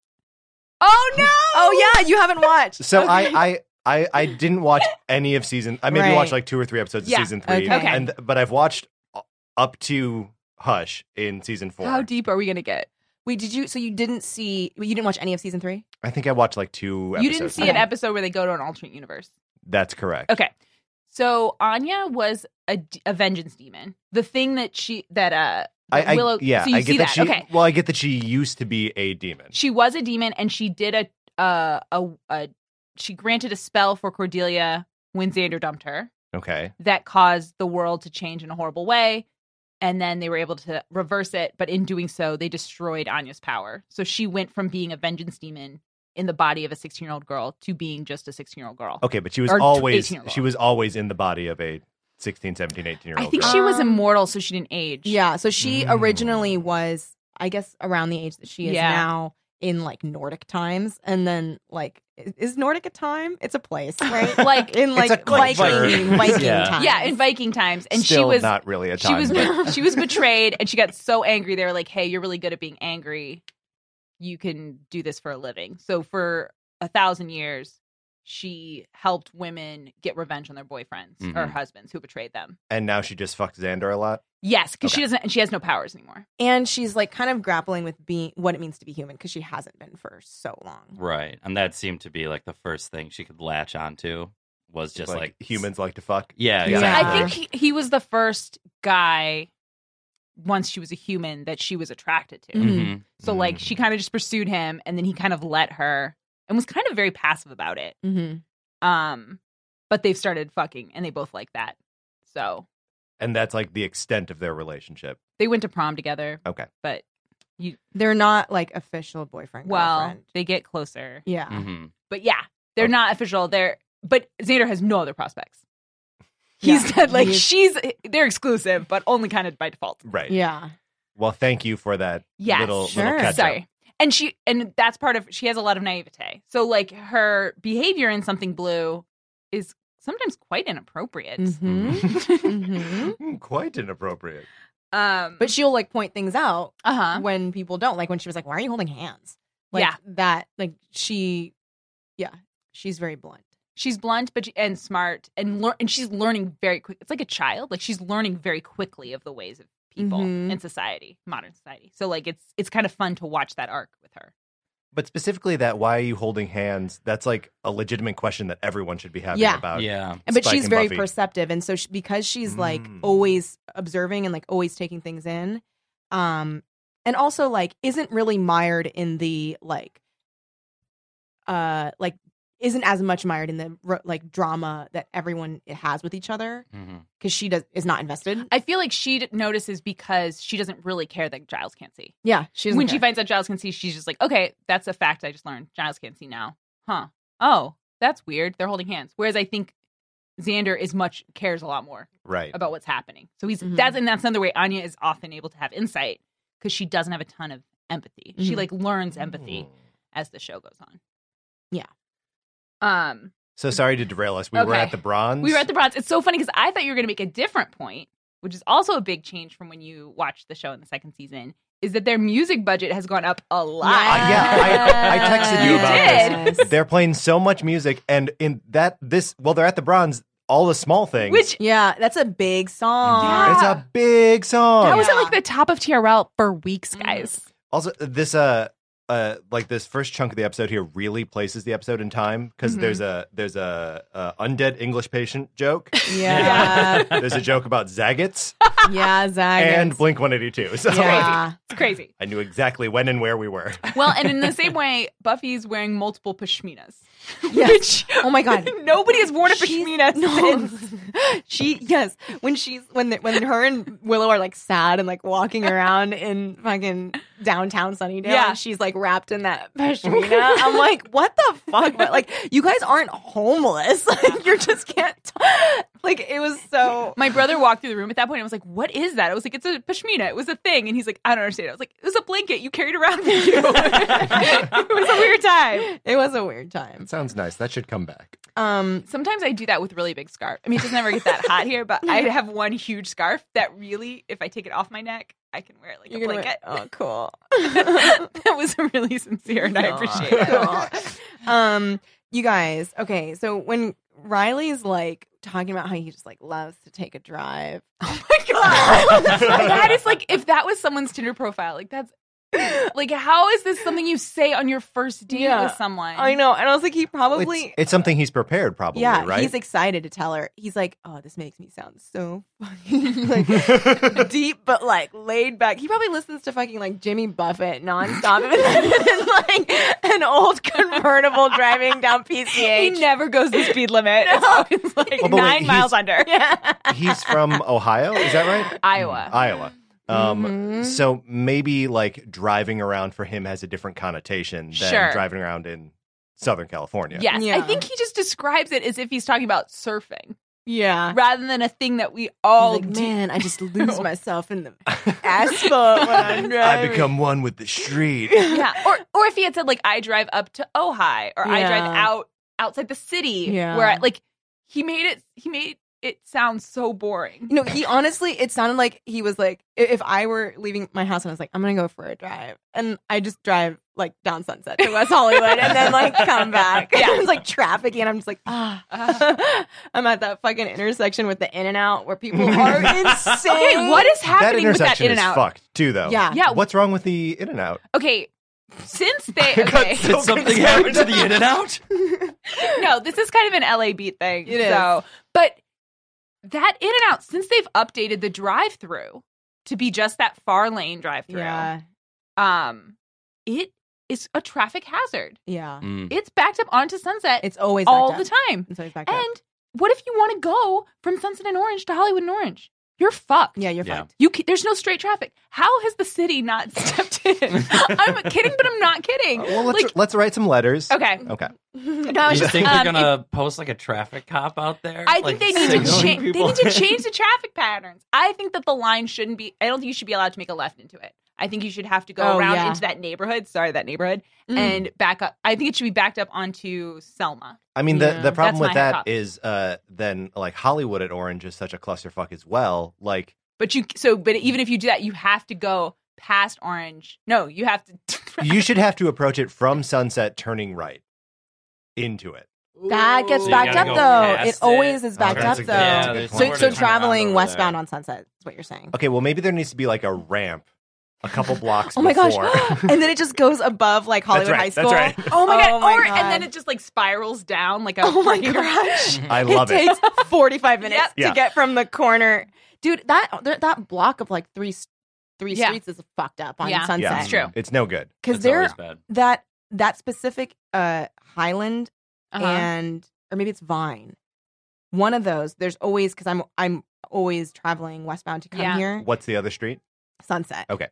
oh no
Oh yeah, you haven't watched.
So I, I I I didn't watch
[laughs]
any of season. I maybe
Right.
watched like two or three episodes
Yeah,
of season three,
okay.
and but I've watched uh, up to Hush in season four.
how deep are we gonna get
Wait, did you? So you didn't see? You didn't watch any of season three?
I think I watched like two.
You
episodes.
didn't see
Okay.
an episode where they go to an alternate universe.
That's correct.
Okay. So Anya was a, d- a vengeance demon. The thing that she that uh
I, I
Willow-
yeah.
so you
I get
see
that.
that.
she,
Okay.
Well, I get that she used to be a demon.
she was a demon and she did a uh a, a she granted a spell for Cordelia when Xander dumped her
Okay.
that caused the world to change in a horrible way. And then they were able to reverse it, but in doing so, they destroyed Anya's power. So she went from being a vengeance demon in the body of a 16 year old girl to being just a 16 year old girl.
Okay, but she was
Or tw-
always
18-year-old.
she was always in the body of a 16, 17, 18 year
I
old
think
girl.
she was
Um,
immortal, so she didn't age.
Yeah. So she
Mm.
originally was, I guess, around the age that she is
Yeah.
now in like Nordic times, and then like i- is Nordic a time? It's a place, right?
Like,
in
It's
like
a culture.
Viking, Viking
Yeah.
times.
Yeah, in Viking times, and
Still
she was
not really a
she
time.
was
but-
be- [laughs] she was betrayed, and she got so angry. They were like, "Hey, you're really good at being angry. You can do this for a living." So for a thousand years, she helped women get revenge on their boyfriends or
Mm-hmm.
Mhm.
husbands who betrayed them.
[laughs] And now she just fucks Xander a lot.
Yes, because she doesn't. and She has no powers anymore.
and she's like kind of grappling with being what it means to be human because she hasn't been for so long.
Right. And that seemed to be like the first thing she could latch onto was just like,
humans like to fuck.
Yeah,
Yeah.
exactly.
Uh-huh.
I think he, he was the first guy once she was a human that she was attracted to.
Mm-hmm.
Mhm.
Mhm.
So like
Mhm.
she kind of just pursued him, and then he kind of let her, and was kind of very passive about it.
Mm-hmm.
Um, but they've started fucking, and they both like that. So
And that's like the extent of their relationship.
they went to prom together.
Okay.
but
They're not like official boyfriend.
well,
girlfriend. Oh.
they get closer.
yeah.
Mhm.
But yeah, they're
Okay.
not official. They're but Xander has no other prospects.
[laughs]
He's
Yeah.
dead. Like
He's-
she's they're exclusive, but only kind of by default.
Right.
Yeah.
Well, thank you for that
Yes,
little,
sure.
little catch up.
Sorry. And she and that's part of she has a lot of naivete. So like her behavior in something blue is sometimes quite inappropriate.
[laughs] Mm-hmm.
[laughs] Mm-hmm.
Mhm.
Mm, Quite inappropriate.
Um
[laughs] But she'll like point things out
uh-huh.
when people don't like when she was like, "Why are you holding hands?" Like
Yeah.
that. Like she, yeah, she's very blunt.
She's blunt but she, and smart and lear- and she's learning very quick. It's like a child. Like she's learning very quickly of the ways of people
Mhm.
in society, modern society. So like it's it's kind of fun to watch that arc with her.
But specifically, that why are you holding hands? That's like a legitimate question that everyone should be having
Yeah.
about.
Yeah.
And- But
Spike
she's
and
very
Buffy.
perceptive, and so she, because she's like
Mm.
always observing and like always taking things in, um, and also like isn't really mired in the like, uh, like isn't as much mired in the ro- like drama that everyone has with each other
[laughs] Mhm.
because she does is not invested.
I feel like she d- notices because she doesn't really care that Giles can't see.
Yeah, she doesn't
when she
care.
finds out Giles can see, she's just like, okay, that's a fact I just learned. Giles can't see now. Huh. Oh, that's weird. They're holding hands. Whereas I think Xander is much cares a lot more
Right.
about what's happening. So he's
Mhm.
that's and that's another way Anya is often able to have insight because she doesn't have a ton of empathy. She
Mhm.
like learns empathy
Mm.
as the show goes on.
Yeah.
Um
So sorry to derail us. We were
Okay.
at the bronze.
we
[laughs]
were at the bronze. It's so funny because I thought you were going to make a different point, which is also a big change from when you watched the show in the second season. Is that their music budget has gone up a lot?
Uh, yeah, I- I texted you
You
about
did.
this.
They're playing so much music, and in that this, well, they're at the bronze. All the small things.
Which
Yeah, that's a big song.
Yeah.
it's a big song.
that was at
Yeah.
like the top of TRL for weeks, guys.
Also, this uh, uh, like this first chunk of the episode here really places the episode in time because
Mm-hmm.
Mhm.
there's a there's a, a undead English patient joke.
[laughs] Yeah,
[laughs] there's a joke about
[laughs]
Zagots
yeah, Zach.
and Blink 182. [laughs] So
yeah.
It's crazy.
I knew exactly when and where we were.
Well, and in the same way, Buffy's wearing multiple pashminas.
Yes. Oh my God.
[laughs] Nobody has worn a
She's-
pashmina
No.
since.
[laughs] she yes. When she's when the, when her and Willow are like sad and like walking around in fucking downtown Sunnydale,
Yeah.
and she's like wrapped in that pashmina.
[laughs]
I'm like, what the fuck? But like, you guys aren't homeless. [laughs] Like, you just can't. T- like, it was so.
My brother walked through the room at that point and was like, What is that? I was like, It's a pashmina. It was a thing. And he's like, I don't understand. I was like, It was a blanket you carried around with you. [laughs] it was a weird time.
It was a weird time.
That sounds nice. That should come back.
Um,
Sometimes I do that with really big scarf. I mean, it doesn't ever get that hot here, but I have one huge scarf that really, if I take it off my neck, I can wear it like
you
a
can
blanket.
oh, cool.
[laughs] that was really sincere, [laughs] and I
Oh. Aw,
appreciate it.
cool. [laughs] um, you guys, okay, so when Riley's like talking about how he just like loves to take a drive.
Oh [laughs] my
[laughs]
god, that is like if that was someone's Tinder profile, like that's like how is this something you say on your first date
Yeah,
with someone?
I know, and I was like, he probably.
It's, it's something he's prepared, probably.
yeah,
right.
he's excited to tell her. He's like, "Oh, this makes me sound so fucking
[laughs]
[laughs] like, [laughs] deep, but like laid back." He probably listens to fucking like Jimmy Buffett nonstop, [laughs] and then, like an old convertible driving down
He
PCH.
never goes the speed limit.
[laughs]
It's always like
Well, but wait,
nine
he's-
miles under.
he's from Ohio. Is that right?
Iowa.
Iowa. Um,
Mm-hmm.
Mhm.
So maybe like driving around for him has a different connotation than
Sure.
driving around in Southern California.
[laughs] Yes,
Yeah.
I think he just describes it as if he's talking about surfing.
yeah,
rather than a thing that we all
He's Uh, like,
do.
man, I just lose myself in the asphalt
[laughs]
when I'm
I
driving.
become one with the street.
[laughs] Yeah. Or or if he had said like I drive up to Ojai or I drive
Yeah.
out outside the city
Yeah.
where I, like he made it he made it sounds so boring.
No, he honestly, it sounded like he was like, i- if I were leaving my house and I was like, I'm gonna go for a drive, and I just drive like down Sunset to West Hollywood and then like come back. [laughs] Yeah, it's like traffic, and I'm just like, ah,
[laughs]
I'm at that fucking intersection with the In and Out where people are insane.
Okay, what is
that
happening with that
intersection
in
is
and out?
fucked too, though.
Yeah.
Yeah.
What's wrong with the in and out?
Okay.
[laughs]
Since they okay.
Did something happen to the in and [laughs] out?
[laughs] no, this is kind of an LA beat thing.
It is.
so, but that in and out since they've updated the drive-through to be just that far lane drive-through.
Yeah,
Um it is a traffic hazard.
yeah.
Mm.
It's backed up onto Sunset
It's always backed
all
up.
the time.
It's always backed up.
And what if you want to go from Sunset and Orange to Hollywood and Orange? You're fucked.
Yeah, you're
Yeah.
fucked.
You ca- there's no straight traffic. How has the city not [laughs] stepped in? I'm kidding, but I'm not
[laughs]
kidding.
Well, let's
Like-
let's write some letters.
Okay.
Okay.
[laughs] No, I was
you
just,
think
um,
they're gonna post like a traffic cop out there?
I think
Like,
they need to
signaling
change. They
people?
need to change
[laughs]
the traffic patterns. I think that the line shouldn't be. I don't think you should be allowed to make a left into it. I think you should have to go
Oh,
around
yeah.
into that neighborhood. Sorry, that neighborhood,
Mm.
and back up. I think it should be backed up onto Selma.
I mean,
Yeah.
the, the problem
That's my
with that
hiccup.
is uh, then like Hollywood at Orange is such a clusterfuck as well. Like,
But you so, but even if you do that, you have to go past Orange. No, you have to. [laughs]
you should have to approach it from Sunset, turning right into it.
That gets
So you
backed
gotta
up
go
though.
past
It always
it.
is backed
Okay.
up
That's
though.
a good- yeah, there's
so,
nowhere
so
to turn
traveling
around over
westbound
there.
on Sunset is what you're saying.
Okay, well maybe there needs to be like a ramp, a
[laughs]
couple blocks.
Oh my gosh!
before. [laughs]
[gasps]
[gasps] and then it just goes above like Hollywood
right,
High School.
that's right.
Oh my god!
Oh my
or
God.
and then it just like spirals down like a.
[laughs] Oh my
freaking-
[laughs] gosh!
Mm-hmm. I love it.
takes 45 minutes
Yep.
to
Yeah.
get from the corner. Dude, that th- that block of like three s- three
Yeah.
streets is fucked up on
Yeah. Yeah.
Yeah,
Sunset.
It's true.
It's no good.
Cuz
That's
there
always bad.
that that specific uh Highland
Uh-huh.
and or maybe it's Vine. One of those. There's always cuz I'm I'm always traveling westbound to come
Yeah.
here.
What's the other street?
Sunset.
Okay.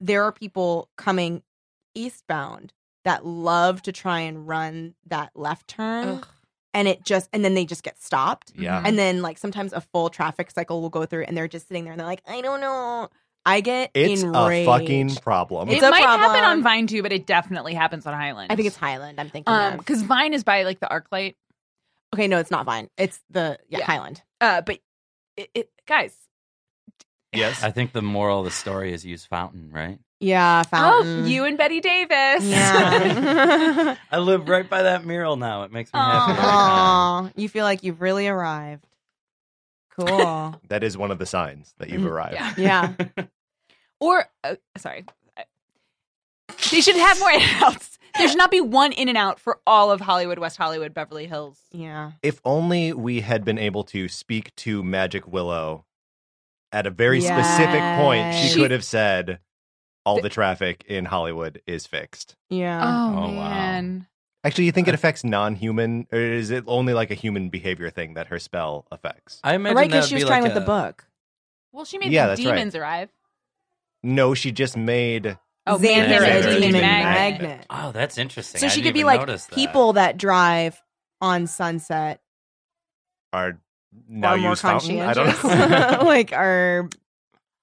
There are people coming eastbound that love to try and run that left turn
Ugh.
and it just and then they just get stopped.
Yeah.
And then like sometimes a full traffic cycle will go through and they're just sitting there and they're like, I don't know. I get
It's
enraged.
a fucking problem.
It's
it
a
might happen
problem.
on Vine too, but it definitely happens on Highland.
I think it's Highland. I'm thinking.
um
of.
because Vine is by like the ArcLight.
Okay, no, it's not Vine. It's the yeah,
Yeah.
Highland.
Uh, but it, it guys.
[laughs] yes.
I think the moral of the story is use fountain, right?
Yeah, Fountain.
Oh, [laughs] you and Betty Davis.
mm. Yeah.
I live right by that mural now. It makes me
Aw.
happy.
Aw, you feel like you've really arrived. Cool.
That is one of the signs that you've
Mm,
arrived.
yeah.
yeah.
[laughs] or uh, sorry, I- they should have more [laughs] in and outs. There should not be one in and out for all of Hollywood, West Hollywood, Beverly Hills.
Yeah.
If only we had been able to speak to Magic Willow at a very specific point, she
Yes.
could have said, all the traffic in Hollywood is fixed.
Yeah.
Oh, wow. man.
Actually, you think it affects non human, or is it only like a human behavior thing that her spell affects?
[laughs] I imagine
right,
that
because
would
she was
be
trying
like
with
a-
the book.
Well, she made
Yeah,
the
that's right.
demons arrive.
No, she just made.
Oh,
Xander,
man,
Xander,
a
a
demon,
demon
magnet.
magnet.
Oh, that's interesting.
So
I
she
didn't
could be
even
like
notice that.
people that drive on Sunset
Are now
are more
use fountain? I don't
conscientious.
[laughs]
[laughs]
know. [laughs]
like are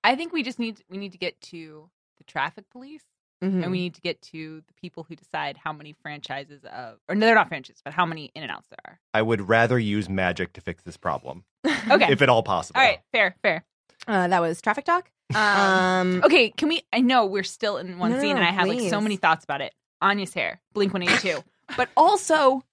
I think we just need we need to get to the traffic police,
mm-hmm. Hmm.
and we need to get to the people who decide how many franchises of or no, they're not franchises, but how many in and outs there
I would rather use magic to fix this problem,
are. Okay,
if at all possible.
all right, fair, fair.
uh, that was traffic talk.
Um,
Um,
Okay, can we? I know we're still in one
No, no,
scene,
no,
and I have like so
please.
many thoughts about it. Anya's hair, Blink One Eighty
[sighs]
Two, but also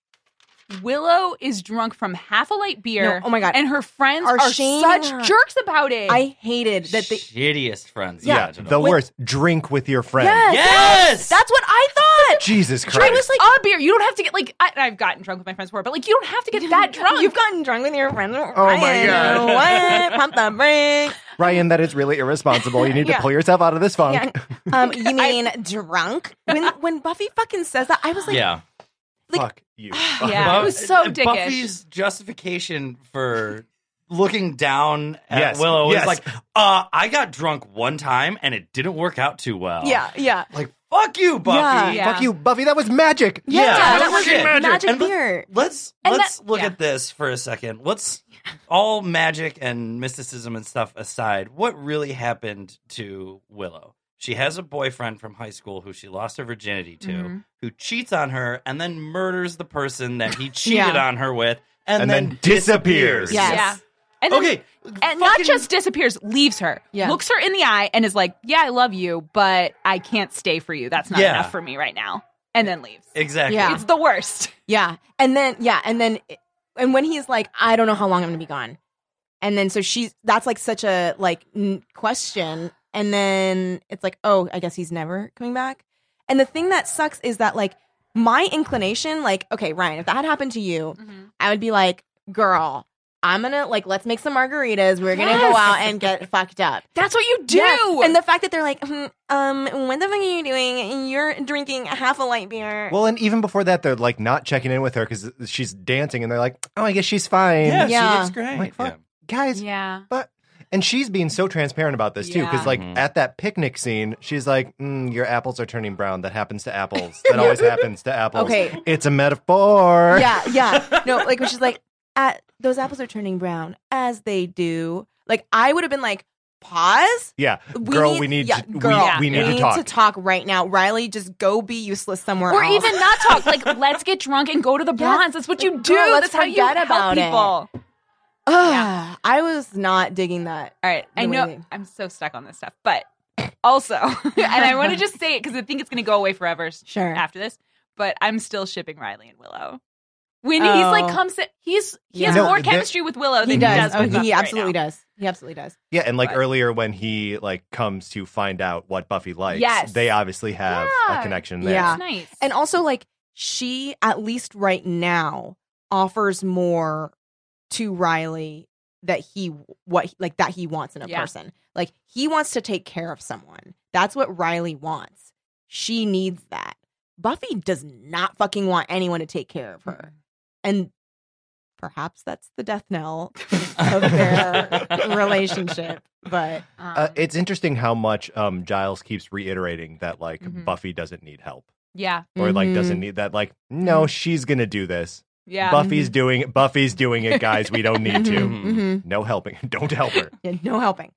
Willow is drunk from half a light beer,
no, oh my god,
and her friends
Are
are,
shaming her.
such jerks about it.
I hated that they.
shittiest friends.
Yeah,
imaginable.
the worst. Drink with your friend.
Yes,
Yes!
that's what I [laughs] thought.
Jesus
I
Christ.
was like a beer. You don't have to get like I, I've gotten drunk with my friends before, but like you don't have to get that drunk.
[laughs] uh, You've gotten drunk with your friends.
Oh my
[laughs]
God.
What? Pump the brakes.
Ryan, that is really irresponsible. You need
Yeah.
to pull yourself out of this funk.
Yeah.
[laughs]
Um,
[laughs]
you mean drunk? When when Buffy fucking says that, I was like,
yeah. uh,
like-
Fuck you.
Yeah. it was so dickish.
Buffy's justification for looking down at
Yes,
Willow
yes.
is like, uh, I got drunk one time and it didn't work out too well.
yeah, yeah,
Like, fuck you, Buffy.
Yeah.
Fuck you, Buffy. That was magic.
yeah.
Yeah,
that
no
was
shit.
magic
And-
beer.
Let's
And
let's
that-
look
yeah.
at this for a second.
[laughs]
Let's all magic and mysticism and stuff aside, what really happened to Willow? She has a boyfriend from high school who she lost her virginity to,
Mhm.
who cheats on her and
[laughs]
then murders the person that he cheated on her with and,
And then disappears.
Yes.
Yeah. And then-
Okay.
and not
fucking-
just disappears, leaves her,
Yeah.
looks her in the eye, and is like, "Yeah, I love you, but I can't stay for you. That's not
Yeah.
enough for me right now." And then leaves.
Exactly.
Yeah.
It's the worst.
Yeah. And then yeah, and then and when he's like, I don't know how long I'm gonna be gone. And then so she's that's like such a like n- question. And then it's like, oh, I guess he's never coming back. And the thing that sucks is that like my inclination, like, okay, Ryan, if that had happened to you,
Mm-hmm.
I would be like, girl, I'm gonna like let's make some margaritas. We're gonna go
Yes.
out and get fucked up.
That's what you [laughs] do.
Yes. And the fact that they're like, hmm, um, what the fuck are you doing? You're drinking half a light beer.
Well, and even before that, they're like not checking in with her because she's dancing, and they're like, "Oh, I guess she's fine."
Yeah,
Yeah.
she looks great.
Like, fuck.
Yeah.
Guys,
yeah.
but and she's being so transparent about this too, because
Yeah.
like
Mhm.
at that picnic scene, she's like, mm, "Your apples are turning brown. That happens to apples. That always happens to apples.
Okay.
it's a [laughs] metaphor."
Yeah, yeah. No, like when she's like, at, those apples are turning brown as they do. Like I would have been like, pause.
yeah.
We
girl,
need-
we need,
yeah,
we-
girl,
we, need
we
to
need
talk.
to talk right now, Riley. Just go be useless somewhere,
Or
[sighs] else. [laughs]
even not talk. Like, let's get drunk and go to the Bronx. That's what you do.
Girl, let's
That's how you
forget
help
about it.
people.
Ugh, I was not digging that.
All right. I
The
know
waiting.
I'm so stuck on this stuff, but also, [laughs] and I want to just say it because I think it's going to go away forever s-
Sure.
after this, but I'm still shipping Riley and Willow. When he's
Oh.
like, come sit, he's, he has
Yeah. No,
more
that-
chemistry with Willow than
he
he
does.
does,
Oh,
with Buffy
he
right
absolutely
now.
does. He absolutely does.
Yeah, and like
But-
earlier when he like comes to find out what Buffy likes,
Yes.
they obviously have a
Yeah.
connection there.
Yeah.
It's nice. Um,
And also, like, she, at least right now, offers more to Riley that he, what, like, that he wants in a
Yeah.
person. Like, he wants to take care of someone. That's what Riley wants. She needs that. Buffy does not fucking want anyone to take care of her. And perhaps that's the death knell of their relationship. But
Um,
Uh, it's interesting how much um, Giles keeps reiterating that like
Mm-hmm.
Mhm.
Buffy doesn't need help
yeah.
or like
Mhm.
doesn't need that like
Mm-hmm.
no she's gonna do this
Yeah.
Buffy's doing Buffy's doing it guys we don't need to
Mhm.
Mhm.
no helping [laughs] don't help
[laughs]
her
Yeah, no helping.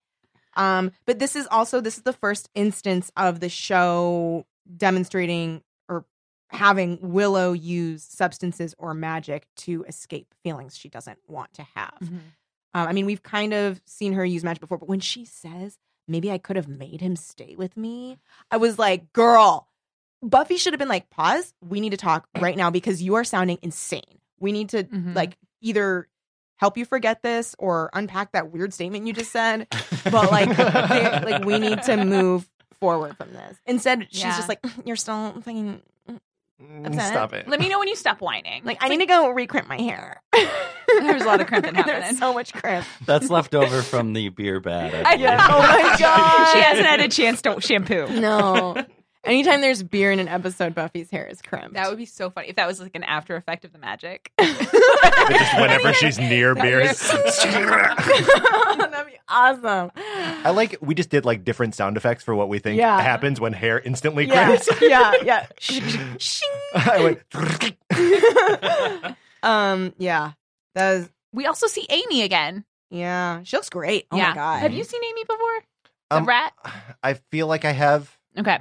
Um, but this is also this is the first instance of the show demonstrating or having Willow use substances or magic to escape feelings she doesn't want to have.
Mm-hmm.
Um, I mean, we've kind of seen her use magic before, but when she says, "Maybe I could have made him stay with me," I was like, "Girl, Buffy should have been like, pause. We need
[clears throat]
to talk right now because you are sounding insane. We need to
Mhm.
like either." Help you forget this or unpack that weird statement you just
[laughs]
said but like, there- like we need to move forward from this. Instead, she's
Yeah.
just like, "You're still fucking
Mm, [laughs]
Upset.
stop it
Let me know when you stop whining.
like I need to go recrimp my hair."
There's a lot of crimping happening.
[laughs] There's so much crimp.
[laughs] That's left over from the beer
[laughs]
bad.
I
episode.
know.
Oh my god,
she hasn't had a chance to shampoo.
No, anytime there's beer in an episode, Buffy's hair is crimped.
That
[laughs]
would be so funny if that was like an after effect of the [laughs] magic.
But just
[laughs]
whenever she's near beers [laughs]
That'd be awesome.
I like we just did like different sound effects for what we think
Yeah.
happens when hair instantly
yeah, [laughs]
cramps [laughs]
yeah, yeah. Shing, [laughs]
I went [sighs]
shing. um, yeah, that was
We also see Amy again.
yeah. She looks great. Oh
yeah.
my god.
Have you seen Amy before? The
Um,
rat.
I feel like I have
Okay.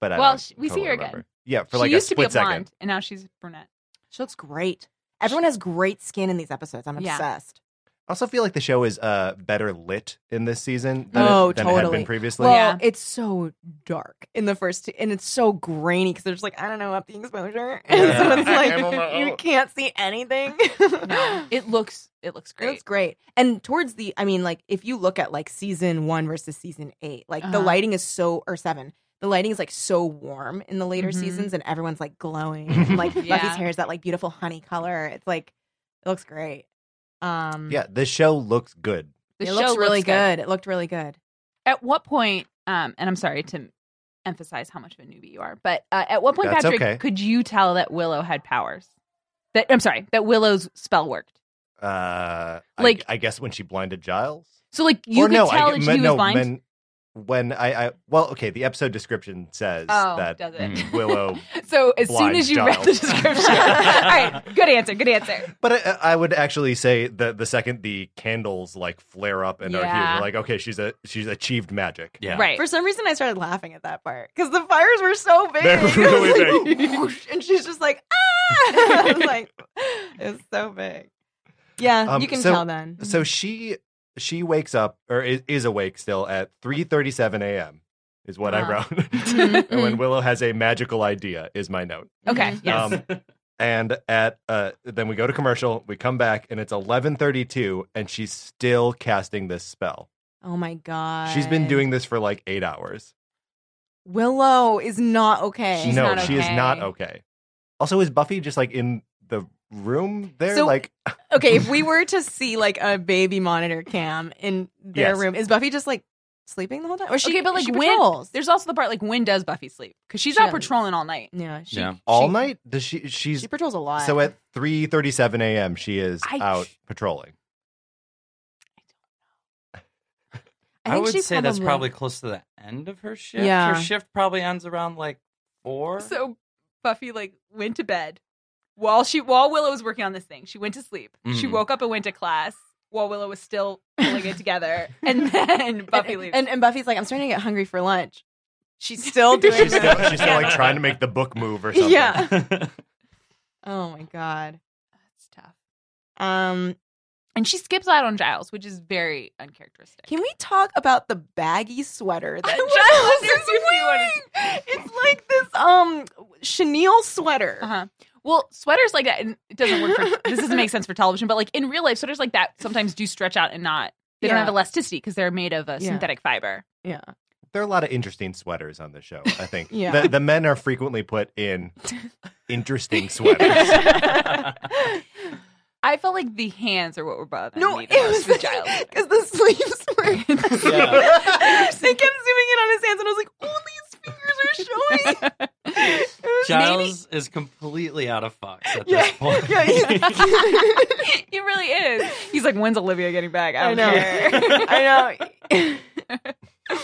but I
Well,
don't
sh- we see
totally
her again.
remember. Yeah, for like
she used
a
to be
split
a blonde,
second.
and now she's brunette.
She looks great. Everyone has great skin in these episodes. I'm
Yeah.
obsessed.
I also feel like the show is uh better lit in this season than,
Oh,
it, than it had
totally.
been previously.
Well,
Yeah.
it's so dark in the first, and it's so grainy because they're just like, I don't know, up the exposure. [laughs]
Yeah.
so it's
I don't
like,
know.
you can't see anything.
[gasps]
[laughs]
No, it looks it looks great.
It's great. And towards the, I mean, like, if you look at like season one versus season eight, like the
Uh-huh.
lighting is so, or seven, the lighting is like so warm in the later
Mm-hmm.
Mhm.
seasons and everyone's like glowing.
[laughs]
And, like,
Yeah.
Buffy's hair is that like beautiful honey color. It's like, it looks great. Um,
yeah, the show looks good.
the
it
show
looks really
looks
good. It looked really good.
At what point? Um, and I'm sorry to emphasize how much of a newbie you are, but uh, at what point,
That's
Patrick,
okay.
could you tell that Willow had powers? That I'm sorry, that Willow's spell worked.
Uh like
Like-
I, guess when she blinded Giles.
So like you
or
could
no,
tell
I,
that
gu-
she
men-
was
no,
blind.
men- when I, I well, okay, the episode description says
Oh,
that Mm.
[laughs] does it?
Willow
[laughs] so as soon
blind
as you read
Giles.
the description, all right, good answer, good answer.
But I, I would actually say that the second the candles like flare up and are huge,
Yeah.
we're like, okay, she's a she's achieved magic.
Yeah.
Right.
For some reason, I started laughing at that part because the fires
[laughs]
were so big. [laughs]
They were
It was
really
like, whoosh, and she's just like, [laughs] ah! I was like, it was so big. Yeah,
Um,
you can
so-
tell then.
So she she wakes up or is, is awake still at 3:37 a.m. is what I
Wow. [laughs]
wrote. [laughs] and when Willow has a magical idea is my note.
Okay. Yes.
Um, and at uh, then we go to commercial. We come back and it's 11:32, and she's still casting this spell.
Oh my god.
She's been doing this for like eight hours.
Willow is not okay.
She's
no,
not
she is
okay.
not okay. Also, is Buffy just like in the room there?
So-
like,
okay, if we were to see like a baby monitor cam in their
Yes.
room, is Buffy just like sleeping the whole time? Or she
okay, but like
she
when
patrols?
there's also the part like when does Buffy sleep? Because she's
She
out
doesn't.
patrolling all night.
yeah, she,
Yeah.
all
she-
night? Does she? She's
She patrols a lot.
so at 3:37 a.m. She is
I-
out patrolling.
I,
I,
think
would
she
say that's probably close to the end of her shift.
Yeah.
Her shift probably ends around like four.
So Buffy like went to bed while she while Willow was working on this thing. She went to sleep. She
Mhm.
woke up and went to class while Willow was still pulling it together, and [laughs] then Buffy leaves.
And, and Buffy's like, I'm starting to get hungry for lunch. She's still doing
She's still,
this.
she's still like trying to make the book move or something.
Yeah. Oh my god.
That's tough.
Um,
And she skips out on Giles, which is very uncharacteristic.
can we talk about the baggy sweater that
I
Giles
wonder if
is
you wanna-
wearing? It's like this um chenille sweater.
Uh-huh. Well, sweaters like that, and it doesn't work for, this
[laughs]
doesn't make sense for television, but like in real life, sweaters like that sometimes do stretch out and not, they
Yeah.
don't have elasticity because they're made of a
Yeah.
synthetic fiber.
[laughs] Yeah.
There are a lot of interesting sweaters on the show. I think
Yeah.
the, the men are frequently put in interesting sweaters.
I felt like the hands are what were bothering
No,
me.
it
the most
was
with
[laughs]
Giles.
because the sleeves [laughs] were. they kept zooming in [laughs] on his hands, and I was like, "Oh, these fingers are
[laughs]
showing." It
[laughs]
was
Giles is completely out of fucks at
Yeah.
this point.
[laughs] Yeah, yeah.
he really is. He's like, when's Olivia getting back? I
I
don't
know.
[laughs] care.
[laughs] I know.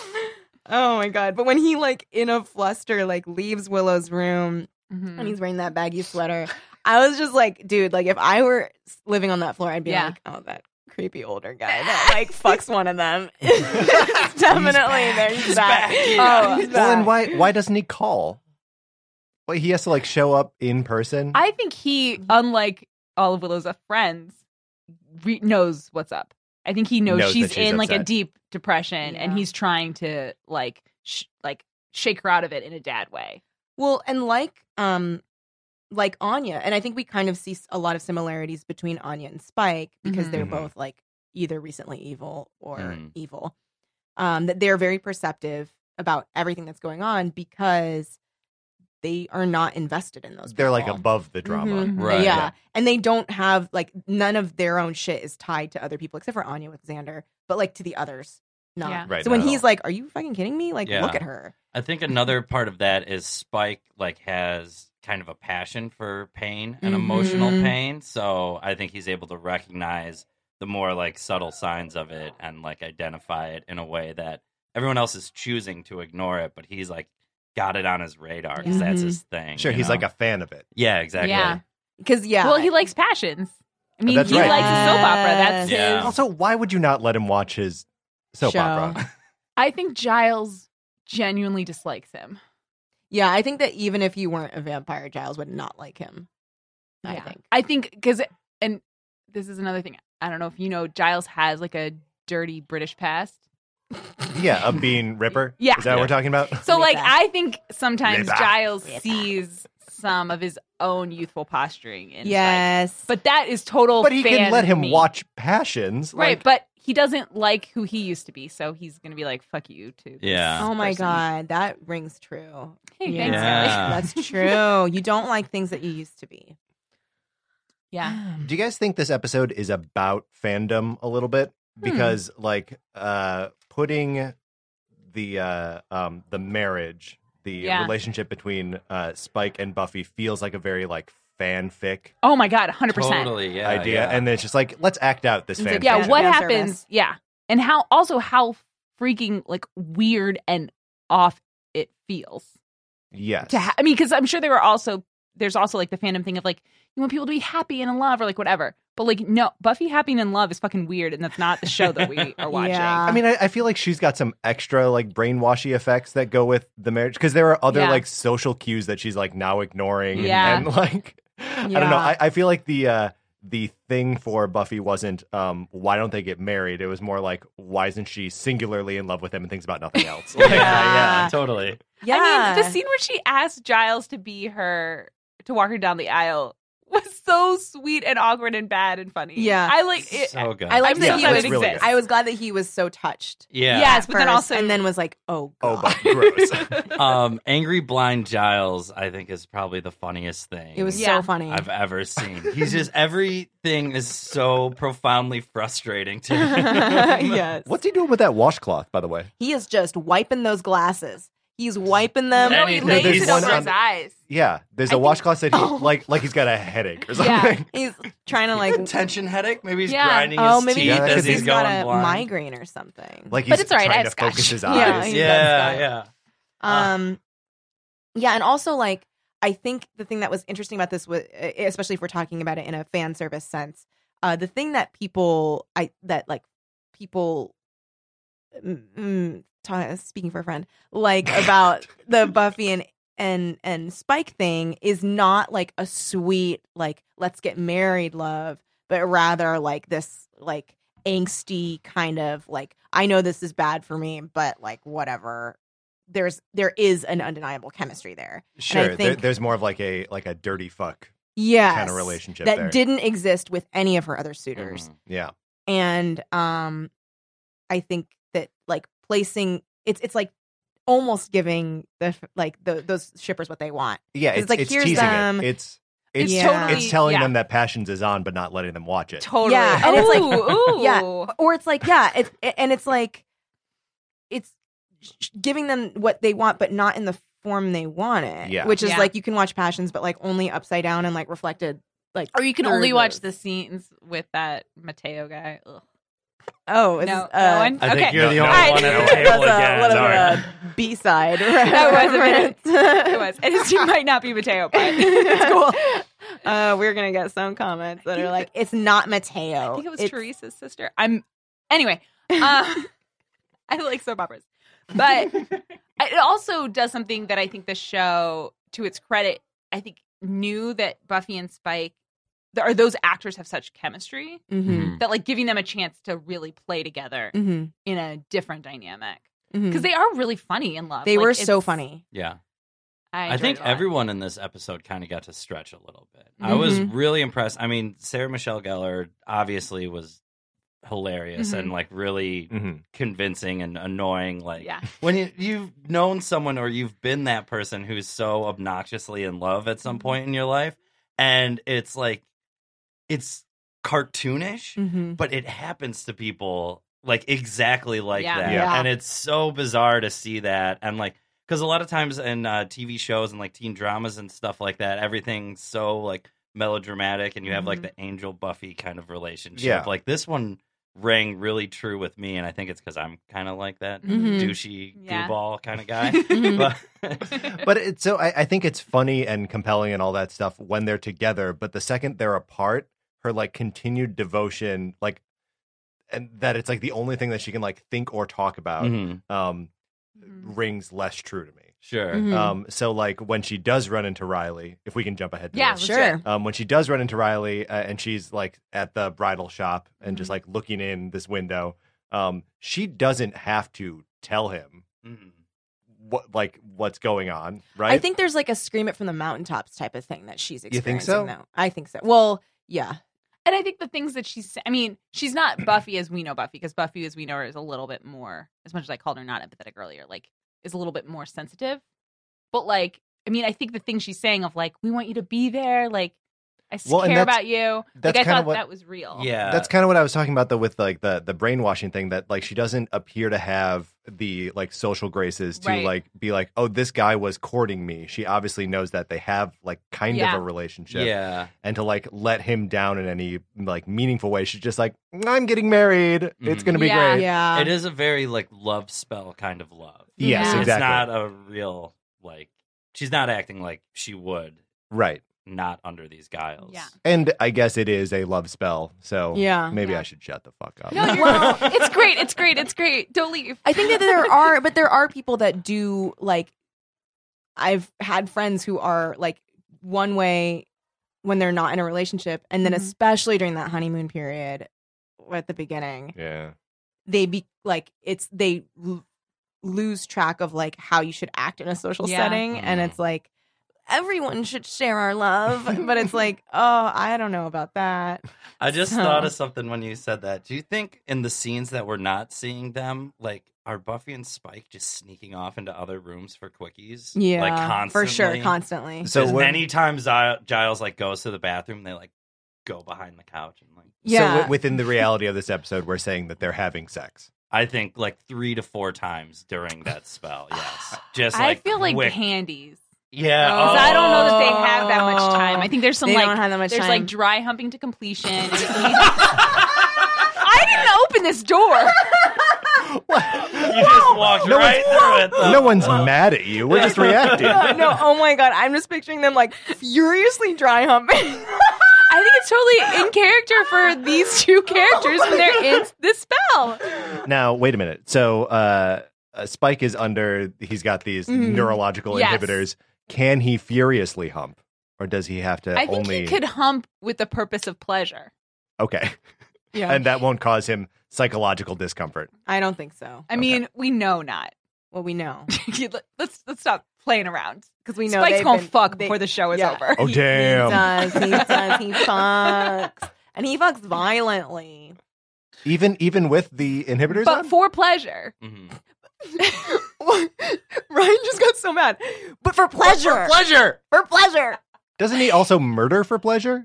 oh my god! But when he like in a fluster like leaves Willow's room and
Mhm.
he's wearing that baggy sweater, I was just like, dude, like if I were s- living on that floor, I'd be
Yeah.
like, oh that. Creepy older guy that like fucks one of them. [laughs] Definitely, there's
He's
that.
back.
Oh, he's
well,
back.
and why why doesn't he call? Well, he has to like show up in person.
I think he, unlike all of Willow's friends, re- knows what's up. I think he knows,
Knows that
she's,
she's
in like a
upset.
deep depression, and
Yeah.
he's trying to like sh- like shake her out of it in a dad way.
Well, and like um like Anya, and I think we kind of see s- a lot of similarities between Anya and Spike because
Mhm.
they're
Mhm.
both like either recently evil or
Mm.
Mhm.
evil. Um that they're very perceptive about everything that's going on because they are not invested in those.
They're like
people.
above the drama.
Mm-hmm.
Mhm.
Right.
Yeah.
Yeah.
And they don't have like none of their own shit is tied to other people except for Anya with Xander, but like to the others. Not.
Yeah.
Right,
So when
not at
he's
all.
like, Are you fucking kidding me? Like
Yeah.
look at her.
[laughs] I think another part of that is Spike like has kind of a passion for pain and emotional
Mhm.
pain, so I think he's able to recognize the more like subtle signs of it and like identify it in a way that everyone else is choosing to ignore it, but he's like got it on his radar because that's
Mhm.
his thing.
sure,
you
he's
know?
like a fan of it.
yeah, exactly.
Yeah.
Because yeah.
Well, he likes passions. I mean,
That's
he
right.
likes a soap opera. That's
Yeah.
his.
Also, why would you not let him watch his soap
[laughs]
Show.
opera?
I think Giles genuinely dislikes him.
Yeah, I think that even if you weren't a vampire, Giles would not like him. I
Yeah.
think.
I think because and this is another thing. I don't know if you know Giles has like a dirty British past.
yeah, of being Ripper.
Yeah.
is that what we're
Yeah.
talmaybe about?
So
Ripper.
like I think sometimes
Ripper.
Giles
Ripper.
sees some of his own youthful posturing in Spike.
yes,
But that is total
But he
fan
can let him
me.
watch Passions.
Right,
like-
but he doesn't like who he used to be, so he's going to be like fuck you too.
Yeah.
oh my
person.
god, that rings true.
Hey,
Yeah.
thanks.
Yeah.
guys.
[laughs]
That's true. you don't like things that you used to be.
[laughs] yeah.
[gasps]
Do you guys think this episode is about fandom a little bit?
Hmm.
Because like uh putting the uh um the marriage, the
Yeah.
relationship between uh Spike and Buffy feels like a very like fanfic
Oh my god, 100%.
Totally, yeah.
idea.
yeah.
And then it's just like, let's act out this
It's like,
fanfic.
yeah
Yeah.
what
Fan
happens
service.
yeah and how also how freaking like weird and off it feels
Yes.
to ha- i mean because i'm sure there are also there's also like the fandom thing of like you want people to be happy and in love or like whatever but like no buffy happy and in love is fucking weird and that's not the show that we [laughs] are watching
Yeah.
I mean, I, I feel like she's got some extra like brainwashy effects that go with the marriage because there are other
Yeah.
like social cues that she's like now ignoring. and- [laughs]
Yeah.
And, like, I don't know.
Yeah.
I, I feel like the uh the thing for Buffy wasn't um, why don't they get married? It was more like why isn't she singularly in love with him and thinks about nothing
[laughs]
else?
[laughs]
Oh
yeah,
Like,
yeah, totally.
Yeah.
I mean, the scene where she asked Giles to be her to walk her down the aisle was so sweet and awkward and bad and funny.
Yeah.
I like it.
so good.
I like
I'm
that
so
he
glad
was.
it
really
exists.
good.
I was glad that he was so touched.
yeah.
Yes, but then
first,
also-
and then was like, oh,
Oh,
God.
but gross.
[laughs]
Um, Angry Blind Giles, I think, is probably the funniest thing.
it was
Yeah.
so funny.
[laughs]
I've ever seen. He's just everything is so profoundly frustrating
[laughs]
to him.
[laughs] yes,
What's he doing with that washcloth, by the way?
he is just wiping those glasses. He's wiping them.
no,
That
he
is-
lays
there's
it over
one
his
on-
eyes.
Yeah, there's a
I think-
washcloth that he
[laughs] Oh.
like like he's got a headache or
Yeah.
something.
He's trying to
Like
like.
tension headache. Maybe he's
Yeah.
grinding his
Oh, maybe
teeth
Yeah,
as
because
he's,
he's
going
got a
blind.
migraine or something.
Like he's
But it's all right, I
trying to
have scotch.
focus his eyes.
Yeah, he
Yeah,
does that.
yeah.
Um, yeah, and also like I think the thing that was interesting about this was, e-, especially if we're talking about it in a fan service sense, uh, the thing that people I that like people, mm, mm, ta- speaking for a friend, like about the Buffy and and and Spike thing is not like a sweet like let's get married love, but rather like this like angsty kind of like I know this is bad for me, but like whatever. There's there is an undeniable chemistry there.
Sure, there-
think-
there's more of like a like a dirty fuck
Yes.
kind of relationship
that
there.
didn't exist with any of her other suitors
Mhm.
yeah,
and um i think that like placing it's it's like almost giving the like the, those shippers what they want
yeah,
It's
it's,
like,
it's
here's
teasing
them.
it. It's
It's
it's
Yeah.
totally
it's telling
yeah,
them that passions is on, but not letting them watch it.
totally.
Yeah, and it's like-
ooh, [laughs] ooh.
Yeah. or it's like yeah it's and it's like it's giving them what they want but not in the form they want it
Yeah.
which is
Yeah.
like you can watch passions but like only upside down and like reflected like
Or you can
third
only watch
of-
the scenes with that Mateo guy. Ugh.
oh
No,
it's,
no
uh,
one.
I think
Okay.
you're
No,
the
no,
only
I- [laughs]
one
[laughs]
at
no,
the table
uh,
that's a
again.
little
Sorry.
bit of a b-side
That was a bit-
reference.
It was. And it might not be Mateo, but
[laughs] it's cool. [laughs] Uh, we're gonna get some comments that
I think
are like, "It's not Mateo."
I think it was
It's-
Teresa's sister. I'm anyway. Um, [laughs] I like soap operas,
[laughs]
but it also does something that I think the show, to its credit, I think knew that Buffy and Spike, th- or those actors, have such chemistry
Mhm. [laughs]
Mhm.
that like giving them a chance to really play
Hmm.
together
Mhm.
in a different dynamic
Mhm.
because they are really funny in love. uh,
they
Like,
were
it's-
so funny.
Yeah.
I,
I
enjoyed
think
it a lot.
everyone in this episode kind of got to stretch a little bit. I was
Mm-hmm.
Mhm.
really impressed. I mean, Sarah Michelle Gellar obviously was hilarious
Mhm.
and like really
hmm
[laughs] convincing and annoying. Like
Yeah.
when you, you've known someone or you've been that person who's so obnoxiously in love at
Mm-hmm.
some point in your life, and it's like it's cartoonish,
Mhm.
but it happens to people like exactly like
Yeah.
that
Yeah.
and it's so bizarre to see that and like because a lot of times in uh, tv shows and like teen dramas and stuff like that everything's so like melodramatic and you have like
Mhm.
the angel buffy kind of relationship
Yeah.
like this one rang really true with me and i think it's because i'm kind of like that
Mhm.
douchey
Mm-hmm. Yeah. Mm-hmm. [laughs]
gooball kind of guy
Mhm.
but [laughs]
But it's so I, I think it's funny and compelling and all that stuff when they're together, but the second they're apart, her like continued devotion, like and that it's like the only thing that she can like think or talk about
Mhm.
um
Mhm.
rings less true to me.
sure
Mhm.
Um so like when she does run into Riley, if we can jump ahead to
Yeah,
this.
let's do
Sure.
it.
Um, when she does run into Riley uh, and she's like at the bridal shop and
Mm-hmm.
just like looking in this window, um, she doesn't have to tell him
Mm-hmm.
Mhm.
what like what's going on, right?
I think there's like a scream it from the mountaintops type of thing that she's
You think
experiencing.
so?
Though. I think so. Well, yeah.
And I think the things that she's, I mean, she's not Buffy as we know Buffy, because Buffy as we know her is a little bit more, as much as I called her not empathetic earlier, like, is a little bit more sensitive. But, like, I mean, I think the thing she's saying of, like, we want you to be there, like, I s-
Well, and
care
that's-
about you.
that's
like, I
kinda
thought
what-
that was real.
yeah
that's kind of what I was talking about though with like the the brainwashing thing that like she doesn't appear to have the like social graces to
Right.
like be like, oh, this guy was courting me. She obviously knows that they have like kind
Yeah.
of a relationship,
yeah
and to like let him down in any like meaningful way, she's just like, I'm getting married. It's
Mhm.
gonna be
Yeah.
great.
yeah.
it is a very like love spell kind of love
Yes, exactly.
Yeah.
It's not a real like she's not acting like she would
Right.
not under these guiles.
Yeah.
And I guess it is a love spell, so
Yeah.
maybe
Yeah.
I should shut the fuck up.
[laughs]
No, you're,
Well-
it's great. It's great. It's great. Don't leave.
I think that
[laughs]
[laughs]
there are, but there are people that do like. I've had friends who are like one way when they're not in a relationship, and then
Mhm.
especially during that honeymoon period at the beginning,
Yeah.
they be like it's they l- lose track of like how you should act in a social
Yeah.
setting, and
Mhm.
it's like everyone should share our
[laughs]
love, but it's like oh, I don't know about that.
I just
So-
thought of something when you said that. Do you think in the scenes that we're not seeing them, like are Buffy and Spike just sneaking off into other rooms for quickies?
Yeah,
like constantly.
for sure, constantly.
So
So
when-
anytime Zy- Giles like goes to the bathroom, they like go behind the couch and like.
So
Yeah,
w- within the reality of this episode, we're saying that they're having
[laughs]
sex.
I think like three to four times during that spell. Yes, just
I
like
feel like
quick.
handies.
yeah.
Oh.
Because I don't know that they have that much time. I think there's some
they
like
don't have that much
there's
time.
like dry humping to
[laughs]
completion. and it's- I didn't open this door.
you just walked
No
right through it.
[laughs]
Though.
No one's mad at you. We're just reacting.
[laughs]
Yeah, [laughs] no, oh my god, I'm just picturing them like furiously dry humping. [laughs]
I think it's totally in character for these two characters when they're
[laughs]
in the spell.
Now, wait a minute. So, uh, uh, Spike is under. He's got these
Mhm.
neurological
Mm-hmm. Yes.
inhibitors. Can he furiously hump, or does he have to
I think
only?
he could hump with the purpose of pleasure.
[laughs] Okay,
Yeah,
and that won't cause him psychological discomfort.
I don't think so.
I mean, we know not.
Well, we
[laughs]
know
let's let's stop playing around.
because we know
Spike's
they've
gonna
been-
fuck
they-
before the show is
yeah.
over.
Oh
He-
damn!
uh,
He does. He does. He fucks, and he fucks violently.
Even even with the inhibitors,
But
on?
for pleasure.
Mhm.
Ryan just got so mad, but for pleasure, for pleasure, for pleasure.
doesn't he also murder for pleasure?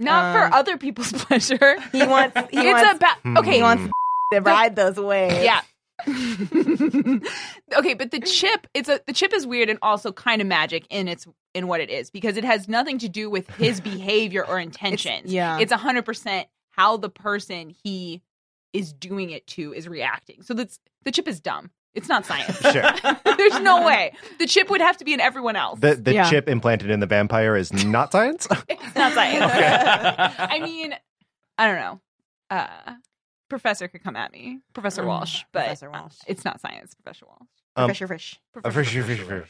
Not
Um,
for other people's [laughs] pleasure.
He wants. He
it's
wants
about okay.
Hmm.
He
Mm.
wants to ride those waves.
Yeah. [laughs] okay, but the chip, it's a the chip is weird and also kind of magic in its in what it is because it has nothing to do with his behavior or intentions.
yeah.
It's 100% how the person he is doing it to is reacting. So that's the chip is dumb. It's not science.
Sure.
There's no way. The chip would have to be in everyone else.
The the
Yeah.
chip implanted in the vampire is not science.
[laughs] it's not science. I
[laughs] [laughs] Okay.
mean, I don't know. Uh, professor could come at me. Professor
Mm,
Walsh, but
Professor Walsh.
it's not science, Professor Walsh.
Um,
Professor Frisch.
Uh, for sure, for sure.
Um,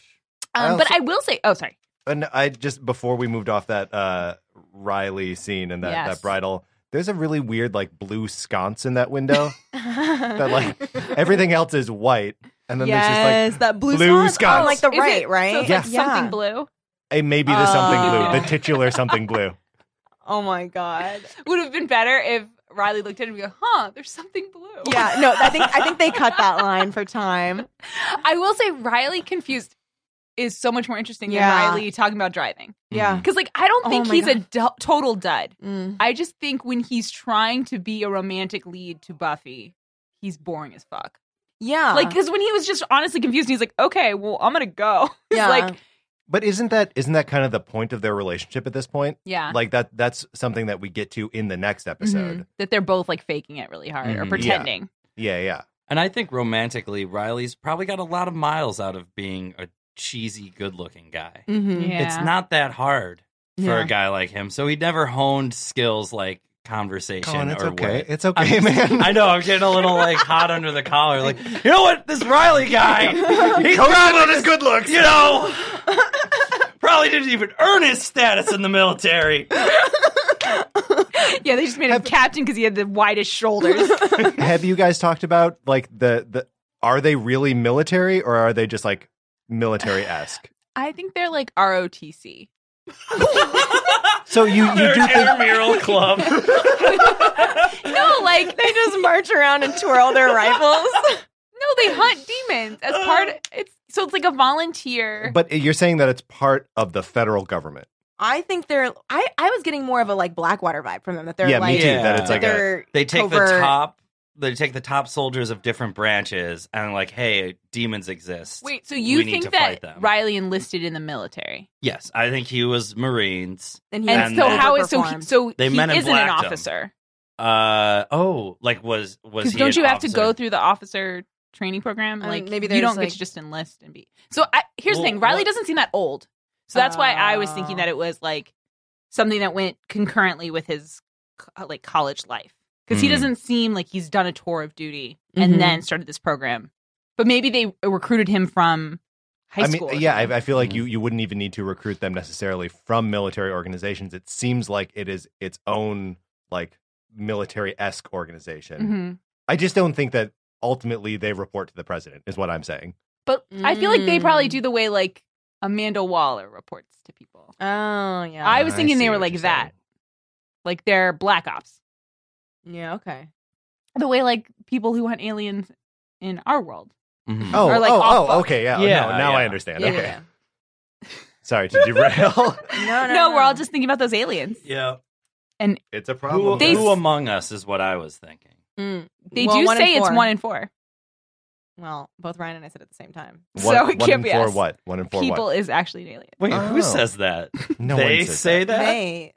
I
but
also-
I will say, oh, sorry.
[laughs] And I just before we moved off that uh, Riley scene and that,
Yes.
that bridal, there's a really weird like blue sconce in that window. that like everything else is white, and then there's just
yes, that blue,
blue
sconce on,
sconce.
like the
Is
right,
it-
right?
So it's
Yeah.
like something blue.
like hey, maybe the something
Oh.
blue, the titular something blue.
Oh my god.
Would have been better if Riley looked at it and go, huh, there's something blue.
Yeah, no, I think I think they cut that line for time.
I will say Riley confused is so much more interesting
Yeah.
than Riley talking about driving.
Yeah.
Because, like, I don't
Oh
think
my
he's a du- total dud.
Mm.
I just think when he's trying to be a romantic lead to Buffy, he's boring as fuck.
Yeah.
Like, because when he was just honestly confused, he's like, okay, well, I'm going to go. [laughs] It's
Yeah.
like,
But isn't that isn't that kind of the point of their relationship at this point?
yeah.
Like that that's something that we get to in the next episode.
Mhm. That they're both like faking it really hard or
Mhm. Yeah.
pretending.
Yeah, yeah.
And I think romantically, Riley's probably got a lot of miles out of being a cheesy, good-looking guy.
Mhm.
It's not that hard for
Yeah.
a guy like him. So he never honed skills like conversation
Colin, it's
or
okay.
wit.
It's okay, [laughs] man.
I know I'm getting a little like hot under the collar. Like, you know what? This Riley guy,
[laughs]
he's probably
on his good [laughs] looks.
you know, probably didn't even earn his status in the military.
Yeah, they just made him captain because he had the widest
[laughs]
shoulders.
Have you guys talked about like the the are they really military or are they just like military esque?
I think they're like ROTC.
So you you
Their
do think
intramural club. [laughs]
No, like
They just march around and twirl their rifles.
no, they hunt demons as
Uh.
part. It's so it's like a volunteer.
but you're saying that it's part of the federal government.
[laughs] I think they're I I was getting more of a like Blackwater vibe from them that they're
yeah,
like
me too.
Yeah.
That it's like a,
they're
They take the
covert.
top. They take the top soldiers of different branches and like, hey, demons exist.
Wait, so you
we need to
think
fight
that
them.
Riley enlisted in the military?
Yes, I think he was Marines.
and, he
And,
And
so
then-
how is so he,
overperformed.
so
They
he
men in
isn't an
blacked him.
officer?
Uh oh, like was was
Because
he?
don't
an
you have to
officer?
go through the officer training program?
Um,
Like
maybe
you
there's,
don't
like-
get to just enlist and be. So I, here's the
Well,
thing: Riley
what-
doesn't seem that old, so that's why I was
Oh.
thinking that it was like something that went concurrently with his co- like college life because he
Mm.
doesn't seem like he's done a tour of duty
Mhm.
Mm-hmm.
and then started this program. But maybe they recruited uh, him from high
I mean,
school.
yeah, I, I feel like you you wouldn't even need to recruit them necessarily from military organizations. It seems like it is its own like military esque organization.
hmm
I just don't think that ultimately they report to the president. Is what I'm saying.
But I feel like they probably
Mm.
do the way like Amanda Waller reports to people.
Oh yeah.
I was thinking
see
they were
what
like
you're
that.
saying.
Like they're black ops.
yeah. Okay.
The way like people who hunt aliens in our world.
Mhm.
Oh,
Or, like,
oh,
off
oh,
book.
okay, yeah,
Yeah,
no, now I
yeah.
understand.
Yeah,
okay,
yeah,
sorry to [laughs] derail.
yeah.
No,
No, no,
we're all just thinking about those aliens.
yeah.
it's a
Who,
problem.
They-
who among us is what I was thinking.
Mm.
They
Well,
do
one in
say it's
four.
one in four.
Well, both Ryan and I said at the same time.
One-
so
one
it can't
in
be
four
us.
what? One in four
People
what?
is actually an alien.
Wait,
Oh.
who says that?
[laughs] No
they
one says
say that.
They.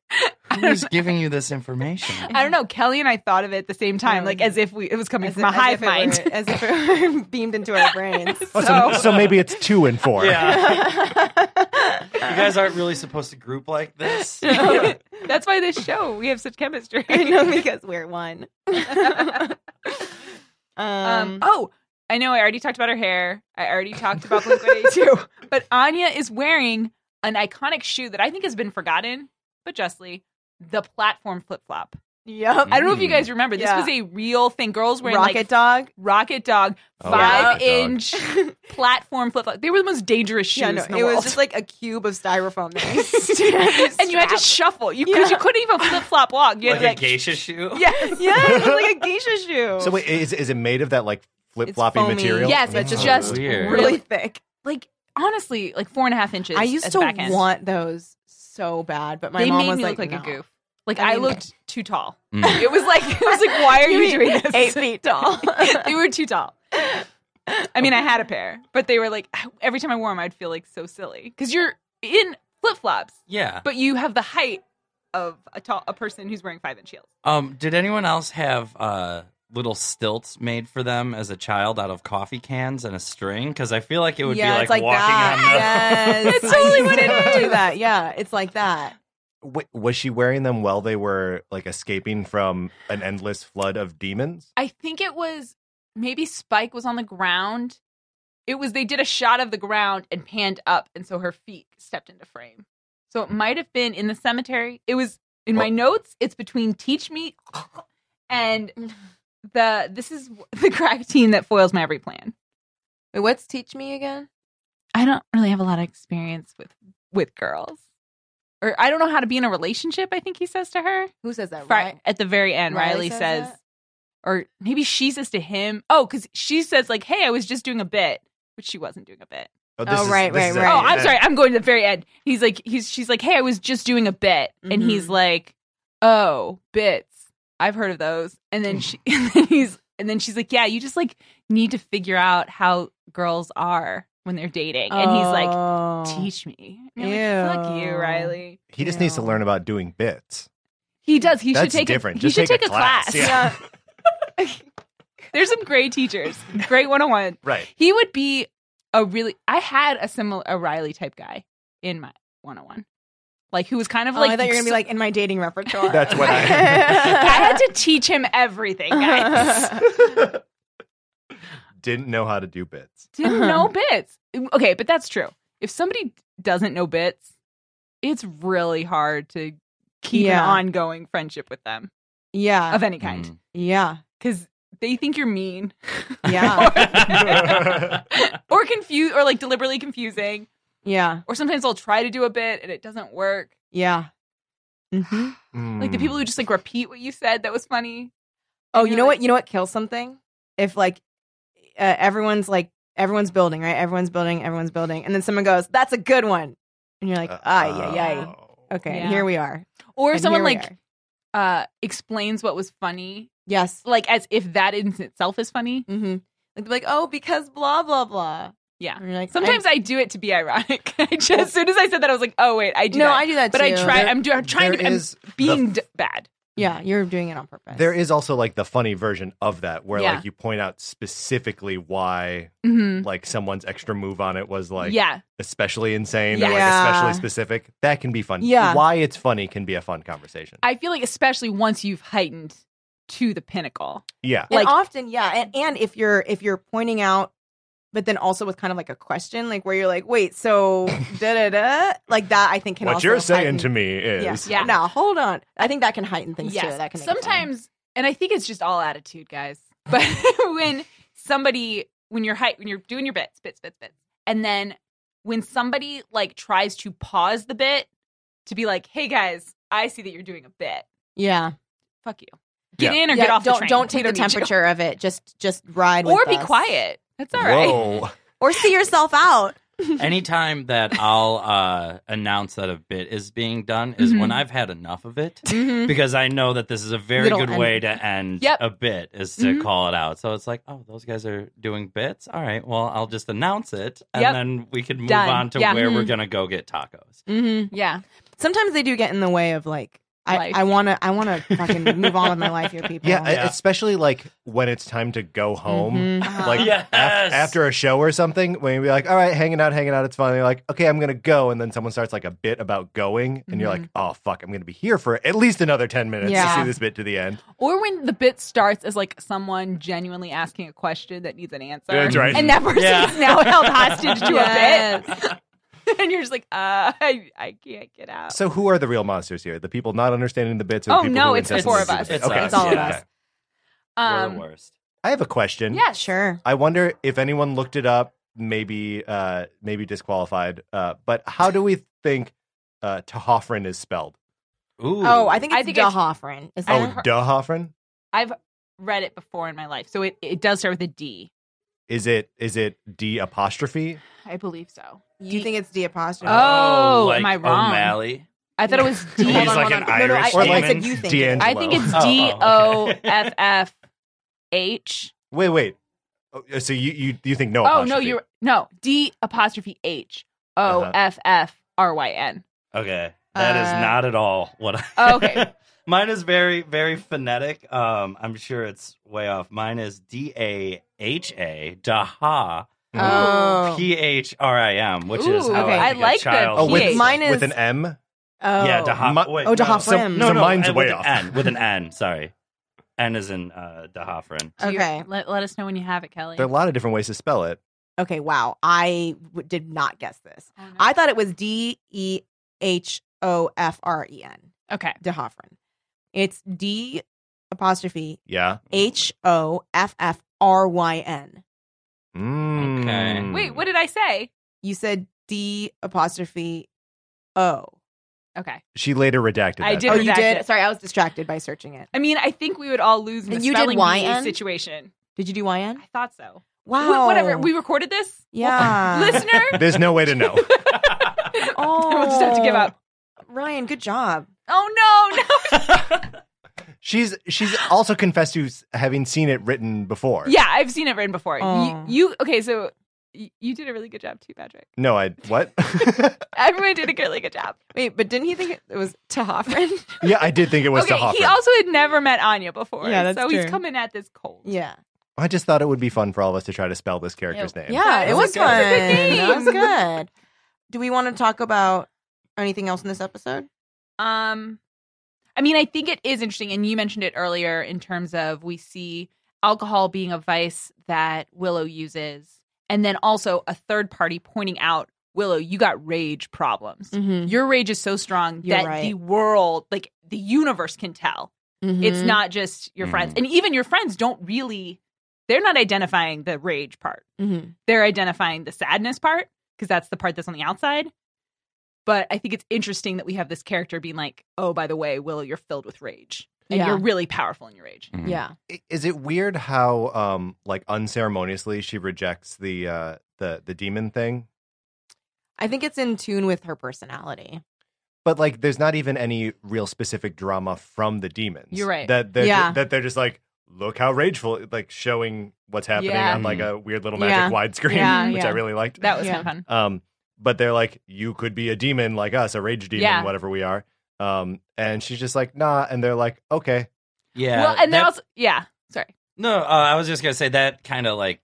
Who's giving you this information?
I don't know. Kelly and I thought of it at the same time,
Yeah,
like
we-
as if we it was coming
Um, as
from
if-
a
as
hive
if it
mind. [laughs]
were- [laughs] as if it were beamed into our brains.
Oh, so,
So-
so maybe it's two and four.
[laughs]
Yeah.
[laughs]
You guys aren't really supposed to group [laughs]
[laughs]
like this.
No. That's why this show we have such chemistry.
[laughs] I
[laughs]
know because we're one. [laughs]
Um, oh, I know. I already talked about her hair. I already talked
[laughs]
about Blink One Eighty Two. But Anya is wearing an iconic shoe that I think has been forgotten, but justly, the platform flip flop.
yep.
I don't know if you
Mm.
guys remember. This
Yeah.
was a real thing. Girls wearing
Rocket
like
Dog. [laughs]
rocket dog,
Oh,
five
Rocket Dog.
inch platform flip flop. They were the most dangerous shoes.
Yeah, no,
in the
it
world.
was [laughs] just like a cube of
[laughs]
styrofoam. [laughs] that
and you had [laughs] to shuffle. You because
Yeah.
you couldn't even flip flop walk. You had
Like a
to like
geisha shoe?
[laughs] yes,
yeah, it was like a geisha shoe.
So wait, is is it made of that like flip
It's
floppy
foamy.
material?
yes, it's
Oh,
just
weird.
really
really thick.
like honestly like four and a half inches.
I used
at
to
the back end.
want those so bad, but my
they
mom
made
was
me
like,
look like
"No."
a goof. Like I,
I mean- [laughs]
looked too tall.
Mm.
[laughs] It was like it was like why are you,
mean
doing this? [laughs]
Eight feet [laughs] tall.
they were too tall. I mean, I had a pair, but they were like every time I wore them, I'd feel like so silly because you're in flip flops,
Yeah.
but you have the height of a tall a person who's wearing five inch heels.
Um, did anyone else have uh, little stilts made for them as a child out of coffee cans and a string? Because I feel like it would
yeah,
be like,
it's like
walking
that.
on the.
[laughs]
Yes,
That's
[laughs]
totally what it
I used to Do
is.
that. Yeah, it's like
[laughs]
that.
Wa- was she wearing them while they were like escaping from an endless flood of demons?
I think it was maybe Spike was on the ground. It was they did a shot of the ground and panned up, and so her feet stepped into frame. So it might have been in the cemetery. It was in my notes. It's between Teach Me [laughs] and the this is [laughs] the crack team that foils my every plan.
Wait, what's teach me again?
I don't really have a lot of experience with with girls, or I don't know how to be in a relationship. I think he says to her.
Who says that?
Fri-
Right.
at the very end,
Riley
Riley,
says
says,
that?
or maybe she says to him, oh, because she says like, "Hey, I was just doing a bit," which she wasn't doing a bit.
Oh, right, right,
a-
right.
Oh, I'm sorry, I'm going to the very end. He's like, he's she's like, "Hey, I was just doing a bit," and he's
Mhm.
like, "Oh, bits, I've heard of those." And then
[laughs]
she, [laughs] and then he's, and then she's like, "Yeah, you just like need to figure out how girls are when they're dating," and he's like.
Oh.
Teach me. And I'm like, Fuck you,
Ew.
Riley.
He just needs to
Yeah.
learn about doing bits.
He does. He
That's
should take
different.
A, he
Just
should
take a
take,
class. Yeah.
Yeah.
[laughs] There's some great teachers. Great 101. [laughs]
Right.
He would be a really I had a similar a Riley type guy in my 101. Like who was kind of
Oh,
like
I thought you were gonna be like in my dating repertoire.
That's
[laughs]
what I-
[laughs] I had to [laughs] teach him everything,
Uh-huh. [laughs]
guys.
[laughs] Didn't know how to do bits.
Didn't know bits. Mm, Okay, but that's true. If somebody doesn't know bits, it's really hard to keep
Yeah.
an ongoing friendship with them
yeah,
of any kind
Mm.
yeah,
cuz they think you're mean [laughs]
yeah,
[laughs]
or confused or like deliberately confusing
yeah,
or sometimes they'll try to do a bit and it doesn't work.
yeah. Mm-hmm.
Like the people who just like repeat what you said that was funny.
Oh,
And
you
you're
know
like-
what? You know what kills something? If like uh, everyone's like everyone's building, right? Everyone's building, everyone's building, and then someone goes, "That's a good one," and you're like, "Ah, yeah, yeah." Okay,
Yeah.
here we are.
Or
And
someone
here we
like
are.
uh explains what was funny,
yes,
like as if that in itself is funny.
mm-hmm. like they'll be like, "Oh, because blah blah blah."
Yeah.
And you're like,
Sometimes I, do it to be ironic. [laughs] I just, as soon as I said that, I was like, "Oh wait, I
I,
do."
no,
that.
I do that,
but
too.
I try.
There-
I'm, do, I'm trying to.
There
I'm
is the
being d- bad.
yeah, you're doing it on purpose.
There is also like the funny version of that where
Yeah.
like you point out specifically why
Mhm.
like someone's extra move on it was like
yeah,
especially insane or like
Yeah.
especially specific. That can be fun.
Yeah.
Why it's funny can be a fun conversation.
I feel like especially once you've heightened to the pinnacle.
yeah.
and
like-
often yeah and, and if you're if you're pointing out but then also with kind of like a question, like where you're like, wait,
[coughs]
so da da da, like that. I think can
what
also
you're saying
heighten-
to me is
[laughs] yeah,
Yeah.
Now hold on, I think that can heighten things
Yes.
too. That can make it fun.
sometimes, and I think it's just all attitude, guys. [laughs] But when somebody, when you're hi- when you're doing your bits, bits, bits, bits, and then when somebody like tries to pause the bit to be like, "Hey guys, I see that you're doing a bit.
yeah,
Fuck you. Get in or [laughs] get
Yeah,
off.
Don't
the train.
don't
We
take the
need you."
temperature of it. Just just ride
or
with
be
us.
quiet. That's all right. [laughs]
whoa.
or see yourself out.
[laughs] Anytime that I'll uh, announce that a bit is being done is when
Mhm.
I've had enough of it.
Mm-hmm.
Mhm.
Because I know that this is a very
Little
good
end.
way to end
Yep.
a bit is to
Mhm.
call it out. So it's like, oh, those guys are doing bits. All right, well, I'll just announce it, and
Yep.
then we can move
Done.
on to
Yeah. Mm-hmm.
where we're
Mhm.
gonna go
[laughs]
get tacos.
Mm-hmm.
Yeah.
Sometimes they do get in the way of like I
Life.
I want to
[laughs]
I want to fucking move on with my life here, people.
Yeah,
Oh,
e,
Yeah.
especially like when it's time to go home.
Mhm.
Like
Uh-huh.
af-
Yes.
after a show or something, when you're like, all right, hanging out, hanging out, it's fun. And you're like, okay, I'm going to go. And then someone starts like a bit about going. And you're like,
Mm-hmm.
oh, fuck, I'm going to be here for at least another 10 minutes
Yeah.
to see this bit to the end.
Or when the bit starts as like someone genuinely asking a question that needs an answer.
That's right.
And that person
Yeah.
is now held hostage
[laughs]
to
Yes.
[laughs]
a bit. [laughs] and you're just like, uh, I, I can't get out.
So who are the real monsters here? The people not understanding the bits? Or the
Oh,
people
no,
who
it's the
intentionally
four of
do the
us.
bit?
It's
okay.
us, It's all of yeah. us.
Okay.
Um,
we're the worst.
I have a question.
yes.
Sure.
I wonder if anyone looked it up, maybe uh, maybe disqualified. Uh, but how do we think uh, Tehoffrin is spelled?
Ooh.
Oh, I think
I
it's
think it's-
Dahofrin. Is
I
Oh,
that?
heard-
Dehoffrin?
I've read it before in my life. So it, it does start with a D.
Is it is it D apostrophe?
I believe so.
Do you think it's D apostrophe?
Oh,
like
am I wrong?
O'Malley.
I thought it was D.
He's
Hold on,
like
hold
an
on. No, no, I-
Irish
I,
demon.
said you think. it is.
D'Angelo.
I
[laughs]
think it's
Oh,
D
oh,
O
okay.
F F H.
Wait, wait. Oh, So you you you think no?
Oh, no,
apostrophe.
you're no. D apostrophe H O F F R Y N.
Okay. that is
Uh,
not at all what I
Oh, okay.
[laughs] Mine is very, very phonetic. Um, I'm sure it's way off. Mine is D A H A Daha
Mm.
Oh.
P H R I M, which is
Ooh,
how
okay.
I,
I
think
like
a
the
child
Oh,
says
with
it.
Mine is
with an M.
Oh.
yeah Daha.
My-
wait,
Oh,
no,
Dahafrim.
some- No,
So
no,
mine's
uh,
way
with
off.
An N, with an N. Sorry, N is in uh, Dahafrin.
Do you-
Okay.
let, let us know when you have it, Kelly.
There are a lot of different ways to spell it.
Okay. Wow. I w- did not guess this.
Oh, no.
I thought it was D E H O F R E N.
okay.
Dahofrin. It's D apostrophe
Yeah.
H O F F R Y N.
Mm.
Okay.
Wait, what did I say?
You said D apostrophe O.
Okay.
She later redacted.
I
that.
did
Oh, you
redact
did.
it.
Sorry, I was distracted by searching it.
I mean, I think we would all lose in the
You did
spelling bee
YN?
situation.
Did you do Y N?
I thought so.
Wow.
Wh- whatever. We recorded this.
[laughs] Yeah.
Listener.
[laughs] There's no way to know.
Oh.
we'll just have to give up.
Ryan, good job.
[laughs] Oh no, no.
[laughs] she's she's also confessed to s- having seen it written before.
Yeah, I've seen it written before.
Oh.
You, you okay? So y- you did a really good job too, Patrick.
No, I what? [laughs]
Everyone did a really good job.
Wait, but didn't he think it was Tahofrin?
yeah, I did think it was
okay,
Tehoffrin.
he also had never met Anya before.
Yeah, that's
so he's
true.
coming at this cold.
[laughs] yeah.
I just thought it would be fun for all of us to try to spell this character's name.
Yeah, it
That
was
was
fun.
a good-
That
that
[laughs] was
was a good
good. Do we want to talk about anything else in this episode?
Um, I mean, I think it is interesting, and you mentioned it earlier in terms of we see alcohol being a vice that Willow uses, and then also a third party pointing out, Willow, you got rage problems.
Mm-hmm.
Your rage is so strong
You're
that
right.
the world, like the universe, can tell.
Mm-hmm.
It's not just your friends.
Mhm.
And even your friends don't really, they're not identifying the rage part.
Mm-hmm.
They're identifying the sadness part because that's the part that's on the outside. But I think it's interesting that we have this character being like, oh, by the way, Willow, you're filled with rage. And
Yeah.
you're really powerful in your rage.
Yeah.
I- Is it weird how um like unceremoniously she rejects the uh the the demon thing?
I think it's in tune with her personality.
But like there's not even any real specific drama from the demons.
You're right.
That they're
Yeah.
that they're just like look how rageful like showing what's happening
Yeah.
on like a weird little
Yeah.
magic widescreen,
Yeah,
[laughs] which
yeah.
I really liked.
That was
Yeah.
kind of fun.
Um, but they're like, you could be a demon like us, a rage demon,
Yeah.
whatever we are. Um, and she's just like, nah. And they're like, okay.
Yeah.
well, and
that-
then also, yeah, sorry.
No, uh, I was just gonna say that kind of like,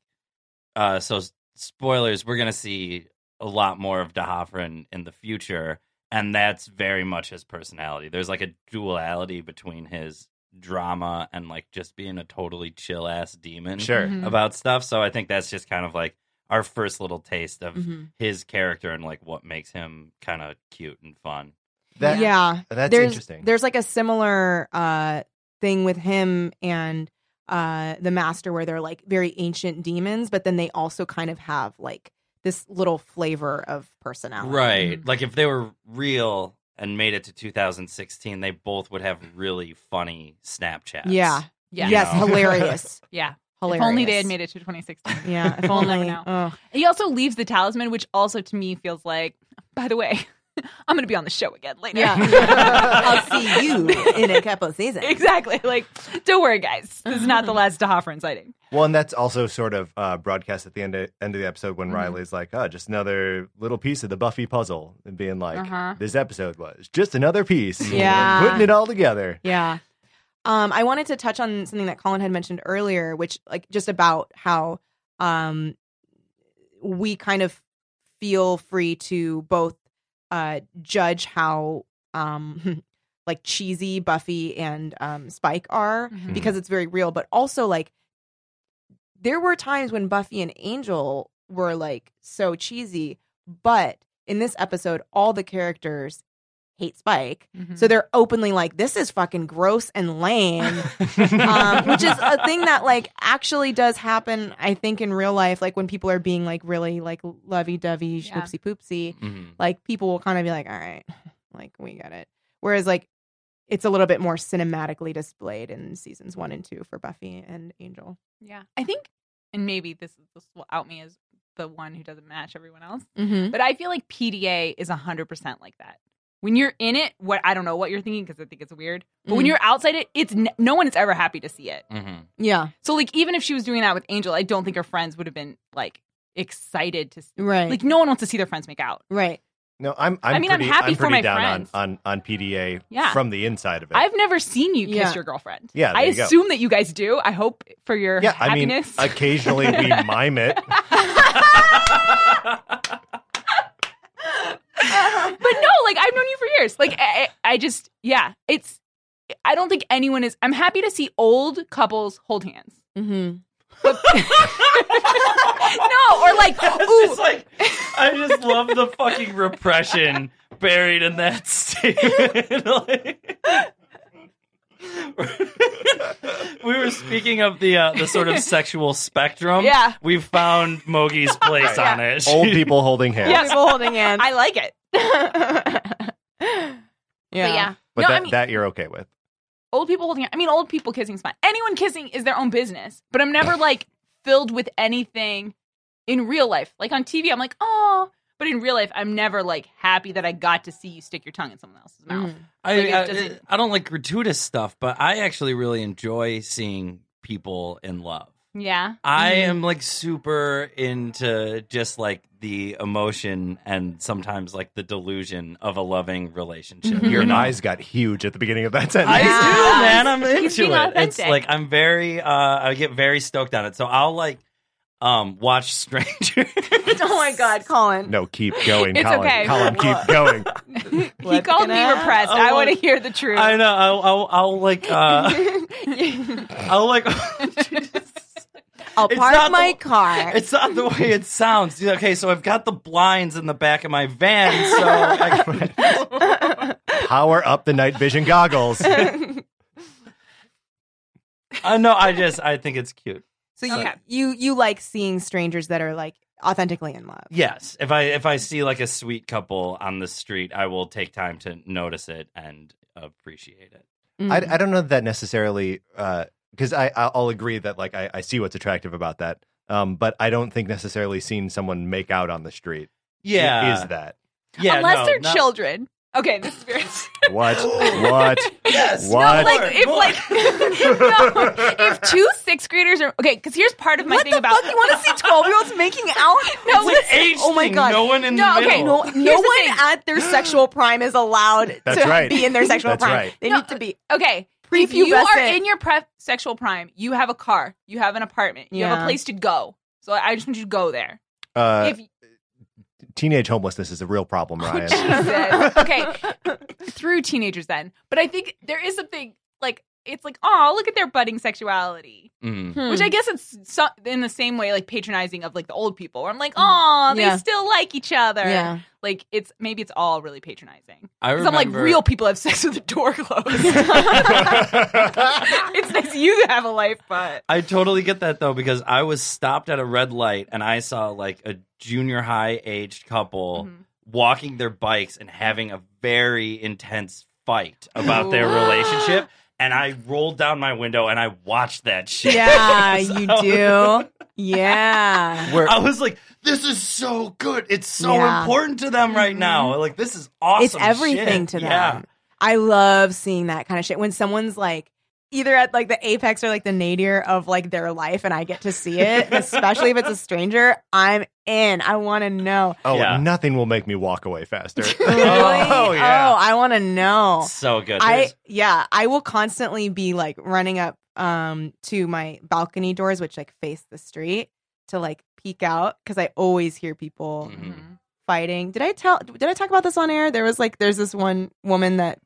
uh, so s- spoilers. We're gonna see a lot more of DeHoffrin in the future, and that's very much his personality. There's like a duality between his drama and like just being a totally chill ass demon
Sure. Mm-hmm.
Mhm.
Mm-hmm.
about stuff. So I think that's just kind of like, our first little taste of
Mhm.
his character and like what makes him kind of cute and fun.
That,
yeah.
That's
there's,
interesting.
There's like a similar uh, thing with him and uh, the master where they're like very ancient demons, but then they also kind of have like this little flavor of personality.
Right. Like if they were real and made it to 2016, they both would have really funny Snapchats. [laughs]
Yeah.
Yeah.
Yes.
You know.
Hilarious.
Yeah.
Hilarious.
[laughs] If only they had made it to 2016.
Yeah. If
[laughs] We'll never
only.
know.
Oh.
He also leaves the talisman, which also to me feels like, by the way, [laughs] I'm going to be on the show again later. [laughs]
Yeah. [laughs] I'll see you in a couple seasons.
exactly. Like, don't worry, guys. This is not
[laughs]
the last Dahafran sighting.
Well, and that's also sort of uh, broadcast at the end of, end of the episode when
Mhm.
Riley's like, "Oh, just another little piece of the Buffy puzzle," and being like,
Uh-huh.
"This episode was just another
[laughs]
piece." We're
Yeah.
putting it all together.
Yeah. Um, I wanted to touch on something that Colin had mentioned earlier, which like just about how um we kind of feel free to both uh judge how um [laughs] like cheesy Buffy and um Spike are
Mhm.
because it's very real, but also like there were times when Buffy and Angel were like so cheesy, but in this episode all the characters hate Spike
Mm-hmm.
so they're openly like, this is fucking gross and lame, um, which is a thing that like actually does happen, I think, in real life. Like when people are being like really like lovey dovey,
Yeah.
schloopsy poopsy,
Mhm.
like people will kind of be like, all right, like we get it. Whereas like it's a little bit more cinematically displayed in seasons one and two for Buffy and Angel.
yeah. I think, and maybe this, this will out me as the one who doesn't match everyone else,
Mm-hmm.
but I feel like PDA is 100% like that. When you're in it, what I don't know what you're thinking because I think it's weird. But when
Mm-hmm.
Mhm.
you're outside it, it's n- no one is ever happy to see it.
Mhm.
Yeah,
So like even if she was doing that with Angel, I don't think her friends would have been like excited to see.
right,
Like no one wants to see their friends make out.
right.
No, I'm. I'm
I mean, I'm
pretty,
happy for
pretty
my
down
friends.
on on on PDA
Yeah.
from the inside of it.
I've never seen you kiss
Yeah.
your girlfriend.
Yeah, there
I
you go.
assume that you guys do. I hope for your
yeah, I mean,
happiness. [laughs]
occasionally we mime it.
[laughs] but no, like I've known you for years. Like I, I I just yeah, it's. I don't think anyone is. I'm happy to see old couples hold hands.
Mm-hmm.
[laughs]
But- [laughs] no, or like
It's
ooh,
just like I just love the fucking repression buried in that statement. [laughs] Like- [laughs] we were speaking of the uh, the sort of sexual spectrum.
Yeah.
we found Mogi's place
Yeah.
on it.
Old people holding hands.
Yeah.
People holding hands. [laughs]
I like it.
yeah.
But yeah,
But
no,
that,
I mean,
that you're okay with.
old people holding i mean old people kissing is fine anyone kissing is their own business but i'm never like filled with anything in real life like on tv i'm like oh but in real life i'm never like happy that i got to see you stick your tongue in someone else's mouth
I,
Like, it
I,
doesn't-
I don't like gratuitous stuff, but I actually really enjoy seeing people in love.
yeah
I
Mm-hmm.
am like super into just like the emotion and sometimes like the delusion of a loving relationship.
Mhm.
Your
you know?
eyes got huge at the beginning of that sentence.
[laughs] I
Yeah.
do, man. I'm
He's
into
being
it. It's
authentic.
like I'm very. uh I get very stoked on it. So I'll like um watch [laughs]
[laughs]
Stranger.
[laughs] oh my God, Colin.
no, keep going,
It's
Colin.
okay.
Colin,
[laughs]
keep going.
he called me
gonna-
repressed
Oh,
i want to
well,
hear the truth [laughs]
I know. I'll, I'll, I'll like. uh I'll like.
[laughs]
I'll
It's
park
not
my
the-
car.
[laughs] It's not the way it sounds. Okay, so I've got the blinds in the back of my van, so [laughs] I can
Power up the night vision
[laughs]
goggles.
I know. Uh, I just I think it's cute.
so you,
Okay.
you you like seeing strangers that are like authentically in love.
Yes, if I if I see like a sweet couple on the street, I will take time to notice it and appreciate it.
I,
Mm.
I don't know that necessarily because I I I'll agree that like I, I see what's attractive about that. Um, but I don't think necessarily seeing someone make out on the street
Yeah,
is that
yeah,
unless
no,
they're
not-
children okay this is
[laughs]
weird
what what
Yes,
What?
like
More,
if
more.
like [laughs]
[laughs]
no, if two sixth graders are okay because here's part of my
what
thing
the
about
fuck? You want to
[laughs]
see twelve year olds making out?
No,
It's an age
Oh my
thing,
God.
No one in
No,
the
okay,
middle.
No,
Here's
no
the
one
thing.
at their sexual prime is allowed
That's
to
right.
be in their sexual
That's
prime.
right.
They
No,
need to be.
Okay. If you are
Prepubescent.
in your pre- sexual prime, you have a car, you have an apartment, you have a
Yeah.
place to go. So I just want you to go there.
uh,
if
teenage homelessness is a real
Oh,
problem, Ryan.
[laughs]
[laughs]
Jesus. okay, through teenagers then, but I think there is something like it's like, oh, look at their budding sexuality,
Mm.
Hmm.
which I guess it's so, in the same way like patronizing of like the old people. Where I'm like, oh, they
Mm. Yeah.
still like each other.
Yeah.
Like it's maybe it's all really patronizing.
I
'Cause
remember
I'm like, real people have sex with the door
[laughs]
closed. it's nice you have a life, but
I totally get that though because I was stopped at a red light and I saw like a junior high aged couple
Mhm.
walking their bikes and having a very intense fight about their
Ooh.
relationship and I rolled down my window and I watched that shit.
Yeah, you do. Yeah.
[laughs]
Where
I was like, this is so good. It's so
Yeah. Mm-hmm.
important to them right now. Like this is awesome.
it's everything
shit.
to them.
Yeah.
I love seeing that kind of shit when someone's like either at like the apex or like the nadir of like their life and I get to see it, especially if it's a stranger, I'm in. I want to know.
[laughs] Oh,
Yeah.
nothing will make me walk away faster.
Really?
[laughs] Oh, yeah.
Oh, I want to know.
So good.
I yeah, I will constantly be like running up um to my balcony doors which like face the street to like peek out cuz I always hear
Hmm.
people
Mhm.
fighting. Did I tell? Did I talk about this on air? There was like, there's this one woman that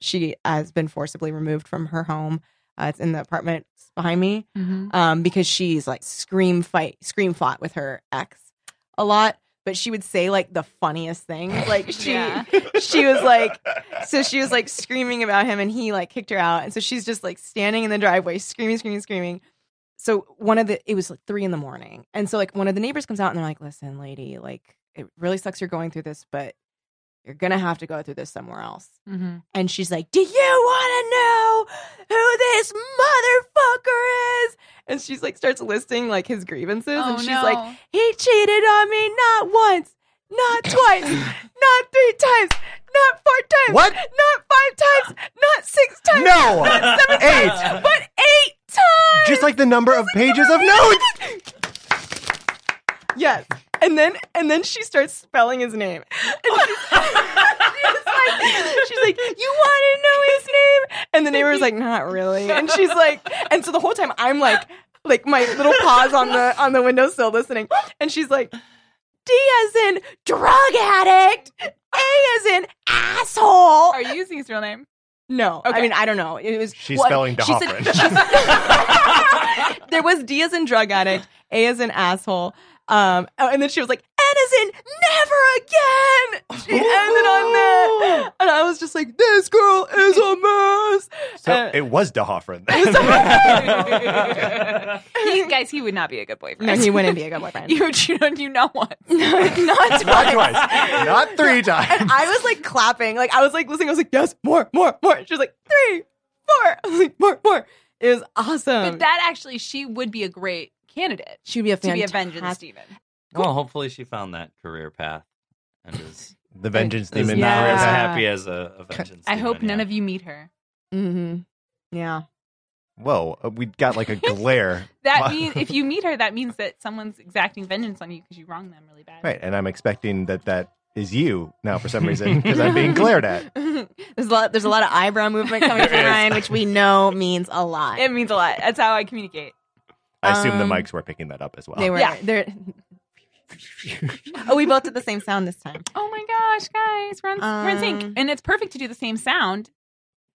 she has been forcibly removed from her home. Uh, it's in the apartment behind me
Mm-hmm.
Mhm.
um, because she's like scream fight, scream fought with her ex a lot. But she would say like the funniest thing. Like she,
Yeah.
[laughs] she was like, so she was like screaming about him, and he like kicked her out, and so she's just like standing in the driveway, screaming, screaming, screaming. So one of the it was like three in the morning, and so like one of the neighbors comes out and they're like, "Listen, lady, like it really sucks you're going through this, but you're gonna have to go through this somewhere else."
Mm-hmm.
Mhm.
And she's like, Do you want to know who this motherfucker is? And she's like, starts listing like his grievances.
Oh,
and she's
no.
like, He cheated on me not once,
[laughs]
not twice, not three times, not four times,
What?
not five times, not six
[laughs]
times,
no, eight.
but eight times.
Just like the number of pages of notes.
[laughs] Yes. And then and then she starts spelling his name. And she's, [laughs] she's like, she's like, you want to know his name? And the neighbor's like, not really. And she's like, and so the whole time I'm like, like my little paws on the on the windowsill listening. And she's like, D as in drug addict. A as in asshole.
are you using his real [laughs] name?
No, I
Okay.
mean I don't know. It was
She's
well,
spelling
[laughs] she said-
Dahofrin.
[laughs] there was D as in drug addict, A as in asshole. Um, oh, and then she was like, N as in never again. She ended on that, and I was just like, this girl is a mess.
So
Uh,
it was Dahofrin.
[laughs]
He, guys, he would not be a good boyfriend.
no, he wouldn't be a good
[laughs]
boyfriend.
You you don't you know [laughs] what?
[laughs] not
[laughs]
twice.
[laughs] Not twice, not three times.
I was like clapping, like I was like listening. I was like, yes, more, more, more. She was like, three, four. I was like, more, more. It was awesome.
But that actually, she would be a great candidate
she would be a
to be a
fantastic.
vengeance demon.
[laughs] Well, hopefully she found that career path and is,
The vengeance
is
demon.
now
Yeah.
as
Chris.
happy as a, a vengeance.
I hope
demon,
none
yeah.
of
[laughs]
you meet her.
Mm-hmm. Yeah.
Whoa, uh, we got
[laughs]
like a glare.
That
Wow.
means if you meet her, that means that someone's exacting vengeance on you because you wronged them really bad.
[laughs] Right, and I'm expecting that that is you now for some reason because I'm being glared at.
[laughs] there's a lot. There's a lot of eyebrow movement coming
Uh,
from
There is.
Ryan, which we know means a lot.
It means a lot. That's how I communicate.
I assume the
Um,
mics were picking that up as well.
They were.
Yeah.
They're, oh, we both did the same sound this time.
Oh my gosh, guys, we're on, we're in
Um.
sync, and it's perfect to do the same sound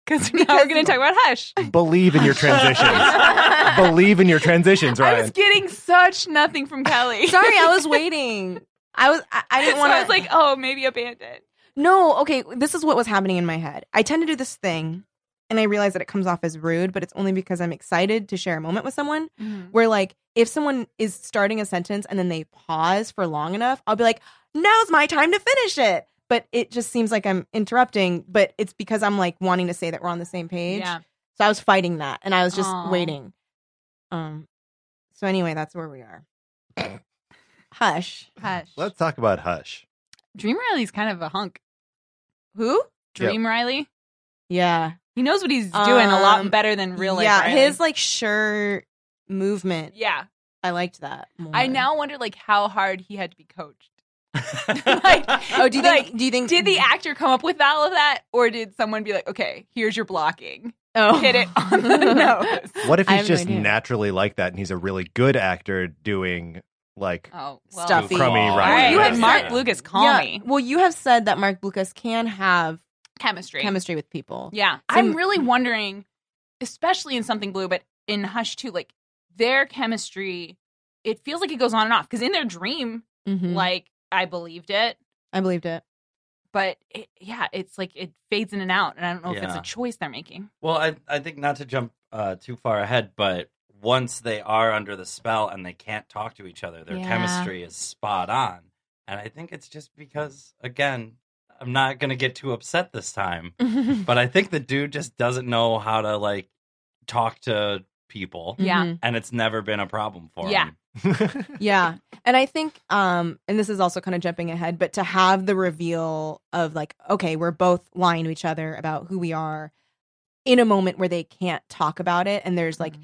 Uh, because now we're going to talk about Hush.
Believe in your
[laughs]
transitions. Believe in your transitions,
[laughs] I was
Ryan.
getting such nothing from [laughs] Kelly.
[laughs] Sorry, I was waiting. I was. I, I didn't
So
want
I was like, oh, maybe abandoned.
no. Okay, this is what was happening in my head. I tend to do this thing, and I realize that it comes off as rude, but it's only because I'm excited to share a moment with someone.
Mm-hmm.
Where like, if someone is starting a sentence and then they pause for long enough, I'll be like, "Now's my time to finish it." But it just seems like I'm interrupting. But it's because I'm like wanting to say that we're on the same page.
Yeah.
So I was fighting that, and I was just
Aw.
waiting. Um. So anyway, that's where we are. [coughs] Hush.
Hush.
Let's talk about Hush.
Dream Riley's kind of a hunk.
Who?
Dream Riley.
Yeah.
He knows what he's doing a lot
Um,
better than real life.
Yeah.
Riley.
His like sure movement.
yeah.
I liked that. more.
I now wonder like how hard he had to be coached. like,
Oh, do you think?
like,
do you think?
did the actor come up with all of that, or did someone be like, okay, here's your blocking,
oh.
hit [laughs] it on the
[laughs]
nose?
What if
I
he's
have no
just
idea.
naturally like that and he's a really good actor doing like
Uh,
Oh,
Stuffy.
crummy
All
All
Ryan?
right,
You had
yeah.
Mark
Mark Lucas call
Yeah.
me
Well, you have said that Mark Lucas can have
chemistry.
chemistry with people.
Yeah,
Some-
I'm really wondering especially in something blue, but in Hush too, like their chemistry, it feels like it goes on and off. Because in their dream,
Mhm.
like I believed it,
I believed it. [laughs]
but it, yeah, it's like it fades in and out, and I don't know if it's
Yeah.
a choice they're making.
Well, I I think not to jump uh, too far ahead, but once they are under the spell and they can't talk to each other, their
Yeah.
chemistry is spot on. And I think it's just because, again, I'm not gonna get too upset this time, but I think the dude just doesn't know how to like talk to people,
Yeah.
Mhm.
and it's never been a problem for
Mm. Yeah.
him.
yeah. And I think um and this is also kind of jumping ahead, but to have the reveal of like okay, we're both lying to each other about who we are in a moment where they can't talk about it and there's like
Mm-hmm.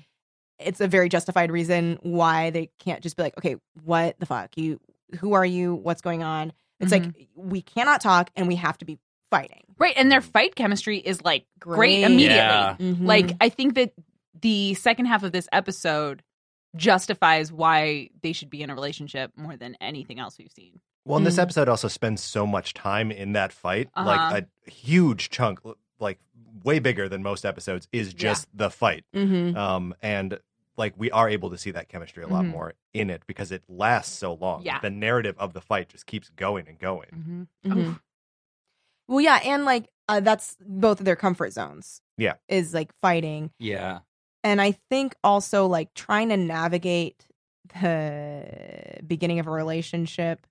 it's a very justified reason why they can't just be like, okay, what the fuck? You who are you? What's going on? It's like
Mm-hmm.
we cannot talk and we have to be fighting.
Right, and their fight chemistry is like great,
Great. Mm-hmm.
immediately.
Yeah.
Like I think that the second half of this episode justifies why they should be in a relationship more than anything else we've seen.
[laughs] Well, and this
Mm.
episode also spends so much time in that fight.
Uh-huh.
Like a huge chunk, like way bigger than most episodes, is just the fight.
mm-hmm.
Um, and like we are able to see that chemistry a lot
Mhm.
more in it because it lasts so long.
Yeah. Mm-hmm.
The narrative of the fight just keeps going and going.
Mhm. Well, yeah, and like uh, that's both of their comfort zones.
Yeah.
is like fighting,
Yeah,
and I think also like trying to navigate the beginning of a relationship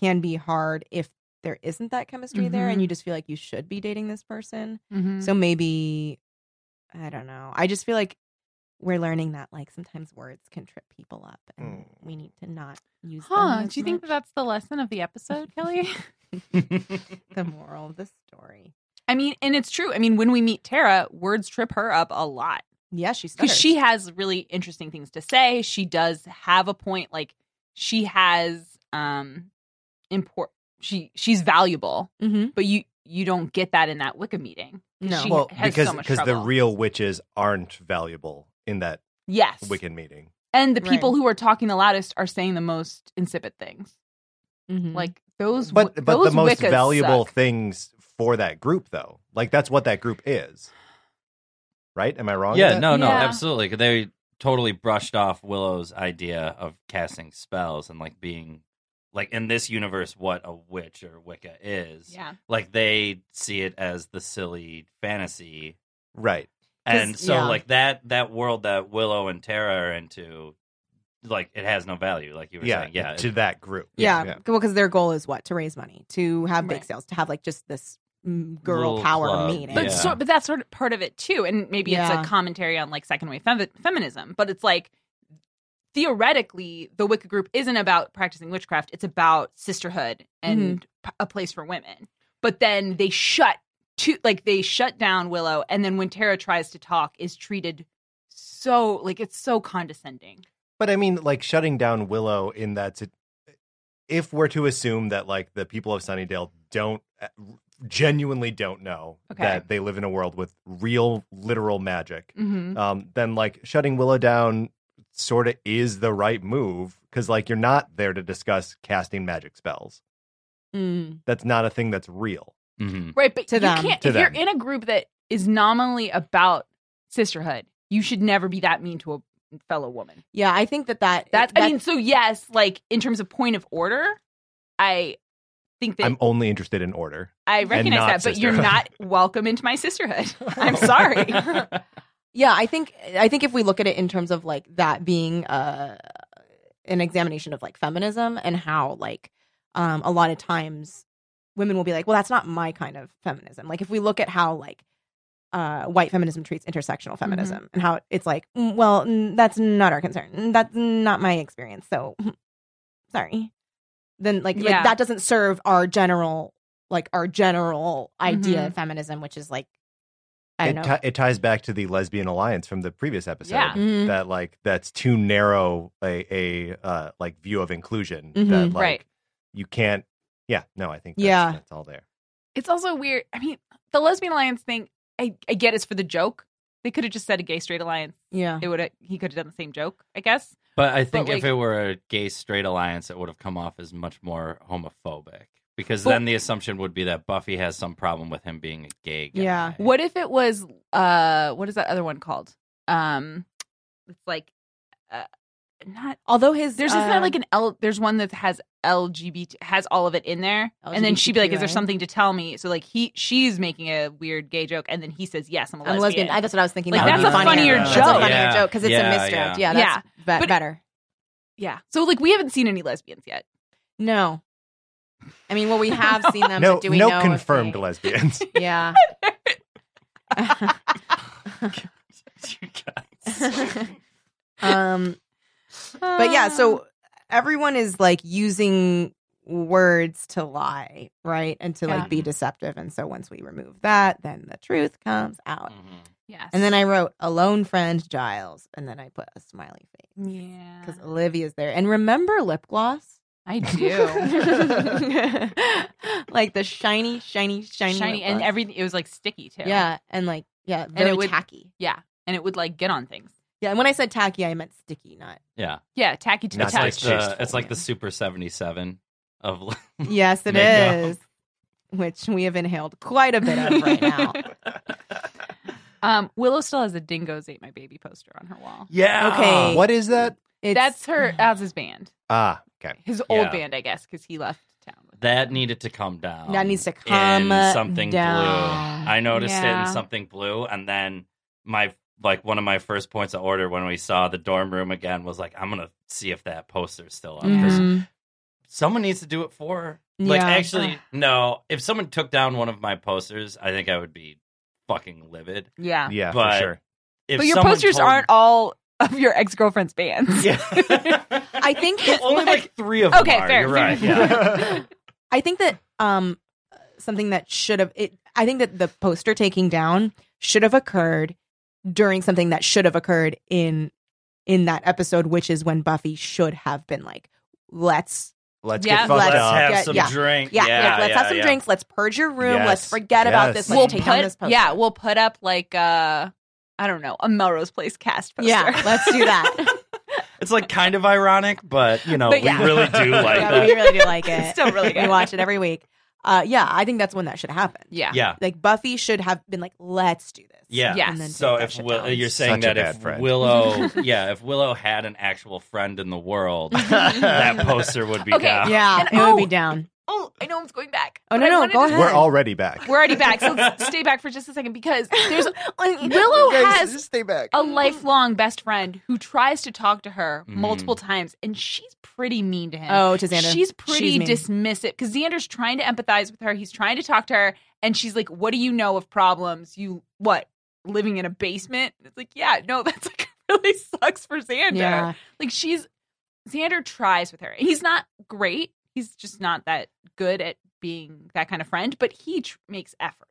can be hard if there isn't that chemistry there, and you just feel like you should be dating this person.
Mm.
So maybe I don't know. I just feel like we're learning that like sometimes words can trip people up, and
Mm.
we need to not use. them
Huh?
as
Do you think
much.
that's the lesson of the [laughs] episode, Kelly?
[laughs]
the moral of the story?
I mean, and it's true. I mean, when we meet Tara, words trip her up a lot
Yeah, she stutters.
because she has really interesting things to say. She does have a point. Like she has um import. She she's valuable,
Mm-hmm.
but you you don't get that in that Wicca meeting. 'Cause
No.
she
well,
has
because
so much
because the
trouble.
real witches aren't valuable in that
yes,
Wiccan meeting.
and the people
Right.
who are talking the loudest are saying the most insipid things.
Mm-hmm.
Like those,
But
Wi-
but the
those
most
Wiccas
valuable
suck.
things for that group though. Like that's what that group is. Right? Am I wrong?
yeah,
with that?
no, no,
Yeah.
absolutely. 'Cause They totally brushed off Willow's idea of casting spells and like being like in this universe what a witch or Wicca is.
Yeah,
Like they see it as the silly fantasy.
Right.
And
'Cause-
so
yeah.
like that that world that Willow and Tara are into, like it has no value, like you were
Yeah,
saying. Yeah.
to that group.
Yeah,
Yeah.
well, because their goal is what to raise money, to have bake
Right.
sales, to have like just this mm, girl
Little
power
club,
meeting.
but
Yeah.
sort, but that's sort of part of it too, and maybe
Yeah.
it's a commentary on like second wave femi- feminism. But it's like theoretically, the Wicca group isn't about practicing witchcraft; it's about sisterhood and
Mm-hmm.
p- a place for women. But then they shut to like they shut down Willow, and then when Tara tries to talk, is treated so like it's so condescending.
But I mean, like shutting down Willow in that. sit- if we're to assume that like the people of Sunnydale don't eh, genuinely don't know
Okay.
that they live in a world with real literal magic,
Mm-hmm.
um, then like shutting Willow down sort of is the right move because like you're not there to discuss casting magic spells.
Mm.
That's not a thing that's real.
Mhm.
Right, but
To
you
them.
can't
To
if
them.
you're in a group that is nominally about sisterhood, you should never be that mean to a fellow woman.
Yeah, I think that that
That's,
that-
I mean, so yes, like in terms of point of order, I think that
I'm only interested in order.
I recognize
not
that, but you're not
sisterhood.
welcome into my sisterhood. [laughs] I'm sorry.
[laughs]
[laughs]
yeah, I think I think if we look at it in terms of like that being uh, an examination of like feminism and how like um, a lot of times women will be like, well, that's not my kind of feminism. Like if we look at how like uh, white feminism treats intersectional feminism and how it's like, mm, well, mm, that's not our concern. Mm, That's not my experience. So [laughs] sorry. Then like,
Yeah.
like that doesn't serve our general like our general idea
Mhm.
of feminism, which is like I
It,
don't know.
ti- it ties back to the lesbian alliance from the previous episode.
Yeah.
Mhm.
that like that's too narrow a, a uh, like view of inclusion that
Mhm.
like
Right.
you can't yeah no i think that's,
Yeah.
that's all there
It's also weird. I mean, the lesbian alliance thing, I, I get it's for the joke. They could have just said a gay straight alliance.
Yeah.
It would he could have done the same joke, I guess.
But I think
But,
if
like-
it were a gay straight alliance, it would have come off as much more homophobic because
But-
then the assumption would be that Buffy has some problem with him being a gay guy.
Yeah.
What if it was uh what is that other one called? Um it's like uh, not
Although his
there's
uh,
just not like an L there's one that has LGBT has all of it in there. And then she'd be like, Is there
LGBTQIA?
something to tell me? So like he she's making a weird gay joke and then he says, Yes, I'm a
I'm
lesbian.
lesbian. I, that's what I was thinking.
Like,
that would
that's
be
a funnier
That's
joke.
a funnier
Yeah.
joke because it's
Yeah,
a misdirect.
yeah.
Yeah, that's be-
But-
better.
yeah. So like we haven't seen any lesbians yet.
No, I mean, well, we have seen them.
[laughs] no,
Um, but do we
no
know if
confirmed
they-
lesbians.
[laughs] Yeah.
You
[laughs]
guys.
um, but yeah, so everyone is like using words to lie, right, and to
Yeah.
like be deceptive. And so once we remove that, then the truth comes out.
Mhm.
Um, Yes.
And then I wrote alone friend Giles, and then I put a smiley face
Yeah.
because Olivia's there. And remember lip gloss?
I
[laughs] like the shiny, shiny, [laughs] shiny,
shiny,
lip
and
gloss.
everything it was like sticky too.
yeah, and like yeah, very
it would-
tacky.
And it would like get on things.
Yeah, and when I said tacky, I meant sticky, [laughs] not
Yeah.
Yeah, tacky to the
Not That's like
touch.
It's like the,
tasteful,
it's like the
yeah.
Super 77 of
Yes, it
Makeup.
is. Which we have inhaled quite a bit of right now.
Um, Willow still has a "Dingoes Ate My Baby" poster on her wall.
[laughs] yeah.
Okay.
Uh, what is that?
[laughs]
It's,
That's
[sighs]
her as his band,
Ah, okay.
his old
Yeah.
band, I guess, because he left town. With
That needed to come down.
that needs to come
in Um, something blue. I noticed it
Yeah.
in something blue, and then my like one of my first points of order when we saw the dorm room again was like, I'm gonna see if that poster's still up. 'cause
Mhm.
Someone needs to do it for her. Like
Yeah.
actually, no. If someone took down one of my posters, I think I would be fucking livid.
Yeah,
Yeah,
But-
for sure.
If
but your
someone
posters
told-
aren't all of your ex girlfriend's
[laughs]
bands.
[laughs] Yeah.
I think his-
only like three of them.
Okay,
are.
fair,
You're
fair.
right.
[laughs]
Yeah.
[laughs] I think that um something that should have it I think that the poster taking down should have occurred during something that should have occurred in in that episode, which is when Buffy should have been like, let's
Let's
Yeah,
get fucked
let's
Let's
up.
have
Yeah,
some
yeah.
drink.
yeah,
yeah
like, let's
yeah,
have some
yeah.
drinks, let's purge your room, let's
Yes.
forget about
Yes.
this, let's
we'll
take
put
down this poster.
yeah, we'll put up like uh, I don't know, a Melrose Place cast poster.
[laughs] Yeah,
[laughs]
let's do that.
It's like kind of ironic, but you know,
But yeah.
we really do [laughs] like
yeah,
that.
we really
[laughs]
do like
It's
it.
still really
We
good.
watch it every week. Uh, yeah, I think that's when that should happen.
yeah,
yeah.
Like Buffy should have been like, let's do this.
Yeah.
Yes.
And then
So
take that
if
shit
Will,
down.
you're saying
Such a
that if
bad friend.
Willow, yeah, if Willow had an actual friend in the world, that poster would be
Okay,
down.
yeah,
And-
it would
oh!
be down.
Oh, I know I'm going back. but
Oh, no,
I
no,
wanted
go
to-
ahead. [laughs]
We're already back.
[laughs] We're already back, so
[laughs]
let's stay back for just a second because there's
Willow
Willow has
stay back.
Oh, [laughs]
a lifelong best friend who tries to talk to her
Mhm.
multiple times, and she's pretty mean to him.
Oh, to Xander.
She's pretty
mean.
dismissive because Xander's trying to empathize with her. He's trying to talk to her, and she's like, "What do you know of problems? You what living in a basement?" It's like, yeah, no, [laughs] that's like really sucks for Xander.
Yeah.
Like she's Xander tries with her, and he's not great. He's just not that good at being that kind of friend, but he tr- makes effort.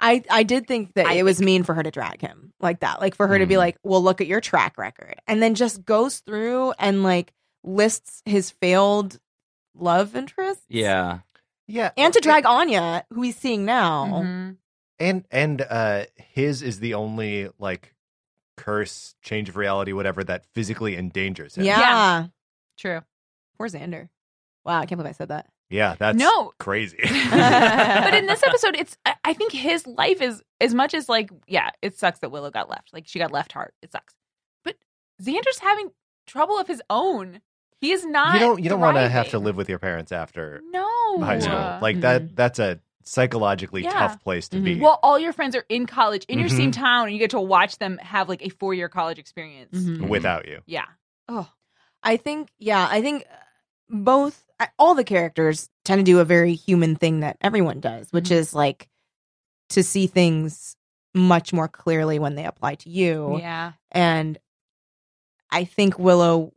I, I did think that
I
it was mean for her to drag him like that. Like for her to be
Mm.
like, well, look at your track record. And then just goes through and like lists his failed love interests.
Yeah.
Yeah,
And to drag Anya, who he's seeing now.
Mhm.
and and uh, his is the only like curse, change of reality, whatever that physically endangers him.
Yeah.
Yeah. True.
Poor Xander. Wow, I can't believe I said that.
yeah, that's
No. [laughs]
crazy.
but in this episode, it's I- I think his life is as much as like yeah, it sucks that Willow got left. Like she got left hard. It sucks. But Xander's having trouble of his own. He is
[laughs]
not.
you don't you don't want to
thriving.
have to live with your parents after
no
high school.
Yeah.
Like
Mhm.
that that's a psychologically
Yeah. Mm-hmm.
tough place to
Mhm.
be.
Well, all your friends are in college in your
Mhm.
same town, and you get to watch them have like a four year college experience.
Mm-hmm.
Mhm.
without you.
Yeah. Oh,
I think, yeah, I think uh, both I- all the characters tend to do a very human thing that everyone does, which
Mhm.
is like to see things much more clearly when they apply to you.
yeah.
And I think Willow,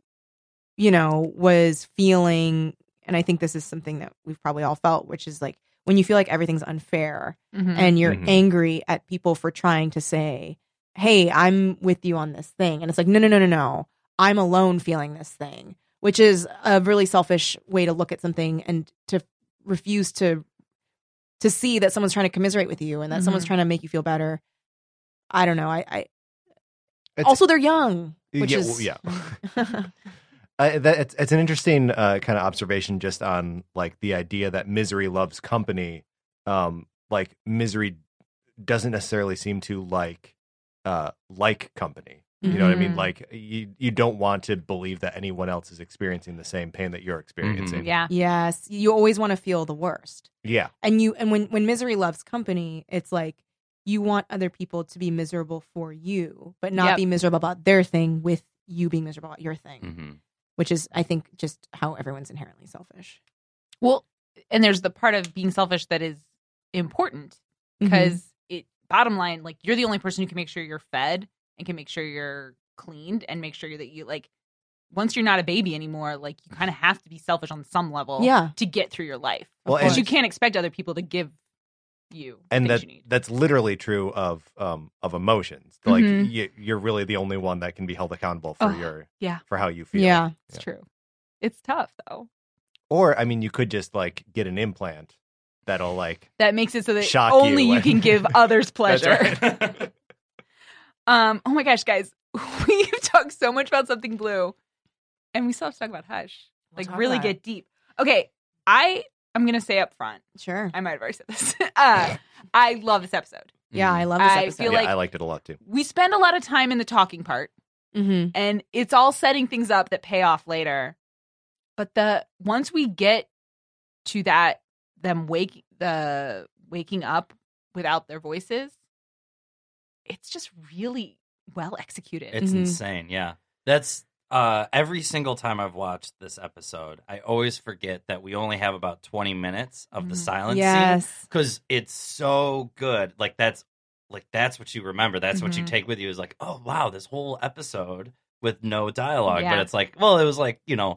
you know, was feeling, and I think this is something that we've probably all felt, which is like when you feel like everything's unfair
Mm-hmm.
Mm-hmm.
and you're
Mhm.
angry at people for trying to say, "Hey, I'm with you on this thing." And it's like, "No, no, no, no, no. I'm alone feeling this thing." Which is a really selfish way to look at something and to refuse to to see that someone's trying to commiserate with you and that someone's
Mhm.
trying to make you feel better. I don't know. I, I
It's-
also they're young, which
yeah,
is
well, yeah. I, that, it's, it's an interesting uh, kind of observation just on like the idea that misery loves company. Um, like misery doesn't necessarily seem to like uh, like company. You know what I mean?
Mhm.
Like you you don't want to believe that anyone else is experiencing the same pain that you're experiencing.
Mm-hmm. Yeah.
[laughs] Yes, you always want to feel the worst.
Yeah.
and you and when when misery loves company it's like you want other people to be miserable for you but not
Yep.
be miserable about their thing with you being miserable about your thing
hmm
which is i think just how everyone's inherently selfish
Well, and there's the part of being selfish that is important
Mm-hmm.
because it bottom line like you're the only person who can make sure you're fed and can make sure you're cleaned and make sure that you like once you're not a baby anymore like you kind of have to be selfish on some level
Yeah.
to get through your life
Well,
because
and,
you can't expect other people to give you
and
things
that
you need.
that's literally true of um of emotions. Like
Mhm.
you, you're really the only one that can be held accountable for
Oh,
your
yeah.
for how you feel.
it's true it's tough though
Or I mean, you could just like get an implant that'll like
that makes it so that
Shock you
only you,
and- [laughs]
can give others
That's
pleasure
[laughs]
[laughs]
right.
Um. Oh my gosh, guys, [laughs] we've talked so much about something blue, and we still have to talk about Hush.
We'll
like,
talk
really
about
get deep. Okay, I am gonna say up front.
sure
[laughs] I might have already said this. uh, I love this episode.
yeah i love this
I
episode
feel
yeah,
like-
I liked it a lot too.
We spend a lot of time in the talking part,
Mhm.
and it's all setting things up that pay off later. But the once we get to that, them wake the waking up without their voices, it's just really well executed.
It's
Mhm.
insane. Yeah. That's uh, every single time I've watched this episode, I always forget that we only have about 20 minutes of the
Mhm.
silence scene
yes
because it's so good. Like, that's like that's what you remember. That's what you
Mhm.
take with you is like, oh, wow, this whole episode with no dialogue. But
Yeah.
it's like, well, it was like, you know,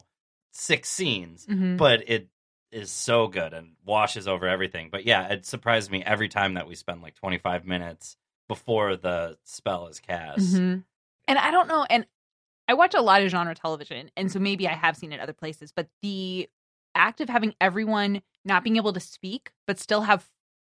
six scenes,
Mhm.
but it is so good and washes over everything. But yeah, it surprised me every time that we spend like 25 minutes before the spell is cast.
Mhm. And I don't know. And I watch a lot of genre television, and so maybe I have seen it other places. But the act of having everyone not being able to speak but still have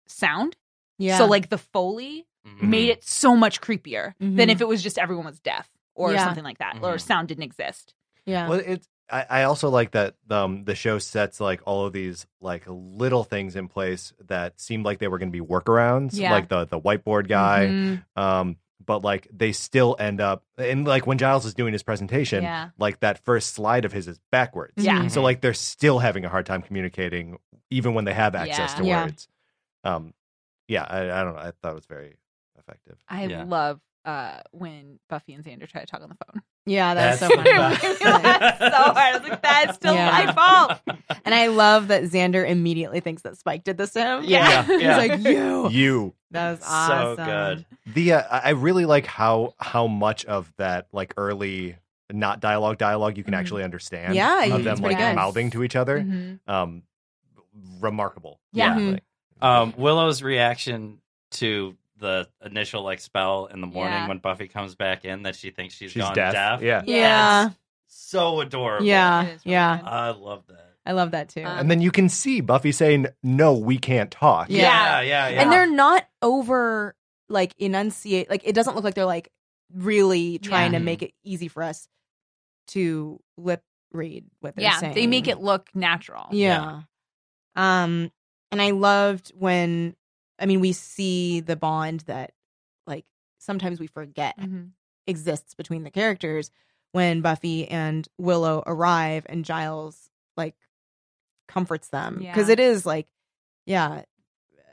sound,
yeah
so like the foley [laughs]
Mhm.
made it so much creepier than
Mhm.
if it was just everyone was deaf or
Yeah.
something like that, or
Mhm.
sound didn't exist.
yeah
Well, it's I, I also like that um, the show sets like all of these like little things in place that seemed like they were going to be workarounds,
Yeah.
like the the whiteboard guy.
Mhm.
Um, but like they still end up and like when Giles is doing his presentation,
Yeah. Mm-hmm.
like that first slide of his is backwards.
Mm-hmm.
Yeah.
So like they're still having a hard time communicating, even when they have access
Yeah.
to
Yeah.
words. Um, yeah, I, I don't know. I thought it was very effective.
I
Yeah.
love uh, when Buffy and Xander try to talk on the phone.
yeah that's,
That's
[laughs]
so funny
the
I really laughed so hard. I was like, that's [laughs] still
Yeah.
my
[laughs]
fault.
and i love that xander immediately thinks that spike did this to him
Yeah.
[laughs] he's
Yeah.
like you
You
that was
So
awesome
good.
the uh, I I really like how how much of that like early not dialogue dialogue you can
Mhm.
actually understand.
Mm-hmm. Yeah,
of
you-
them like
it's pretty good. Mm-hmm.
mouthing to each other.
Mhm.
Um, remarkable.
Yeah.
Mhm.
Like,
Um, Willow's reaction to the initial like spell in the morning
Yeah.
when Buffy comes back in that she thinks she's,
she's
gone
deaf.
deaf.
Yeah,
yeah
So adorable.
It
yeah
is really
yeah
good.
I love that.
i love that too
Um,
and then you can see Buffy saying, "No, we can't talk."
Yeah.
Yeah, yeah, yeah.
and they're not over like enunciate like it doesn't look like they're like really trying
Yeah.
to make it easy for us to lip read what they're
Yeah,
saying
they make it look natural.
yeah. um and i loved when i mean we see the bond that like sometimes we forget
Mhm.
exists between the characters when buffy and willow arrive and giles like comforts them because
Yeah.
it is like yeah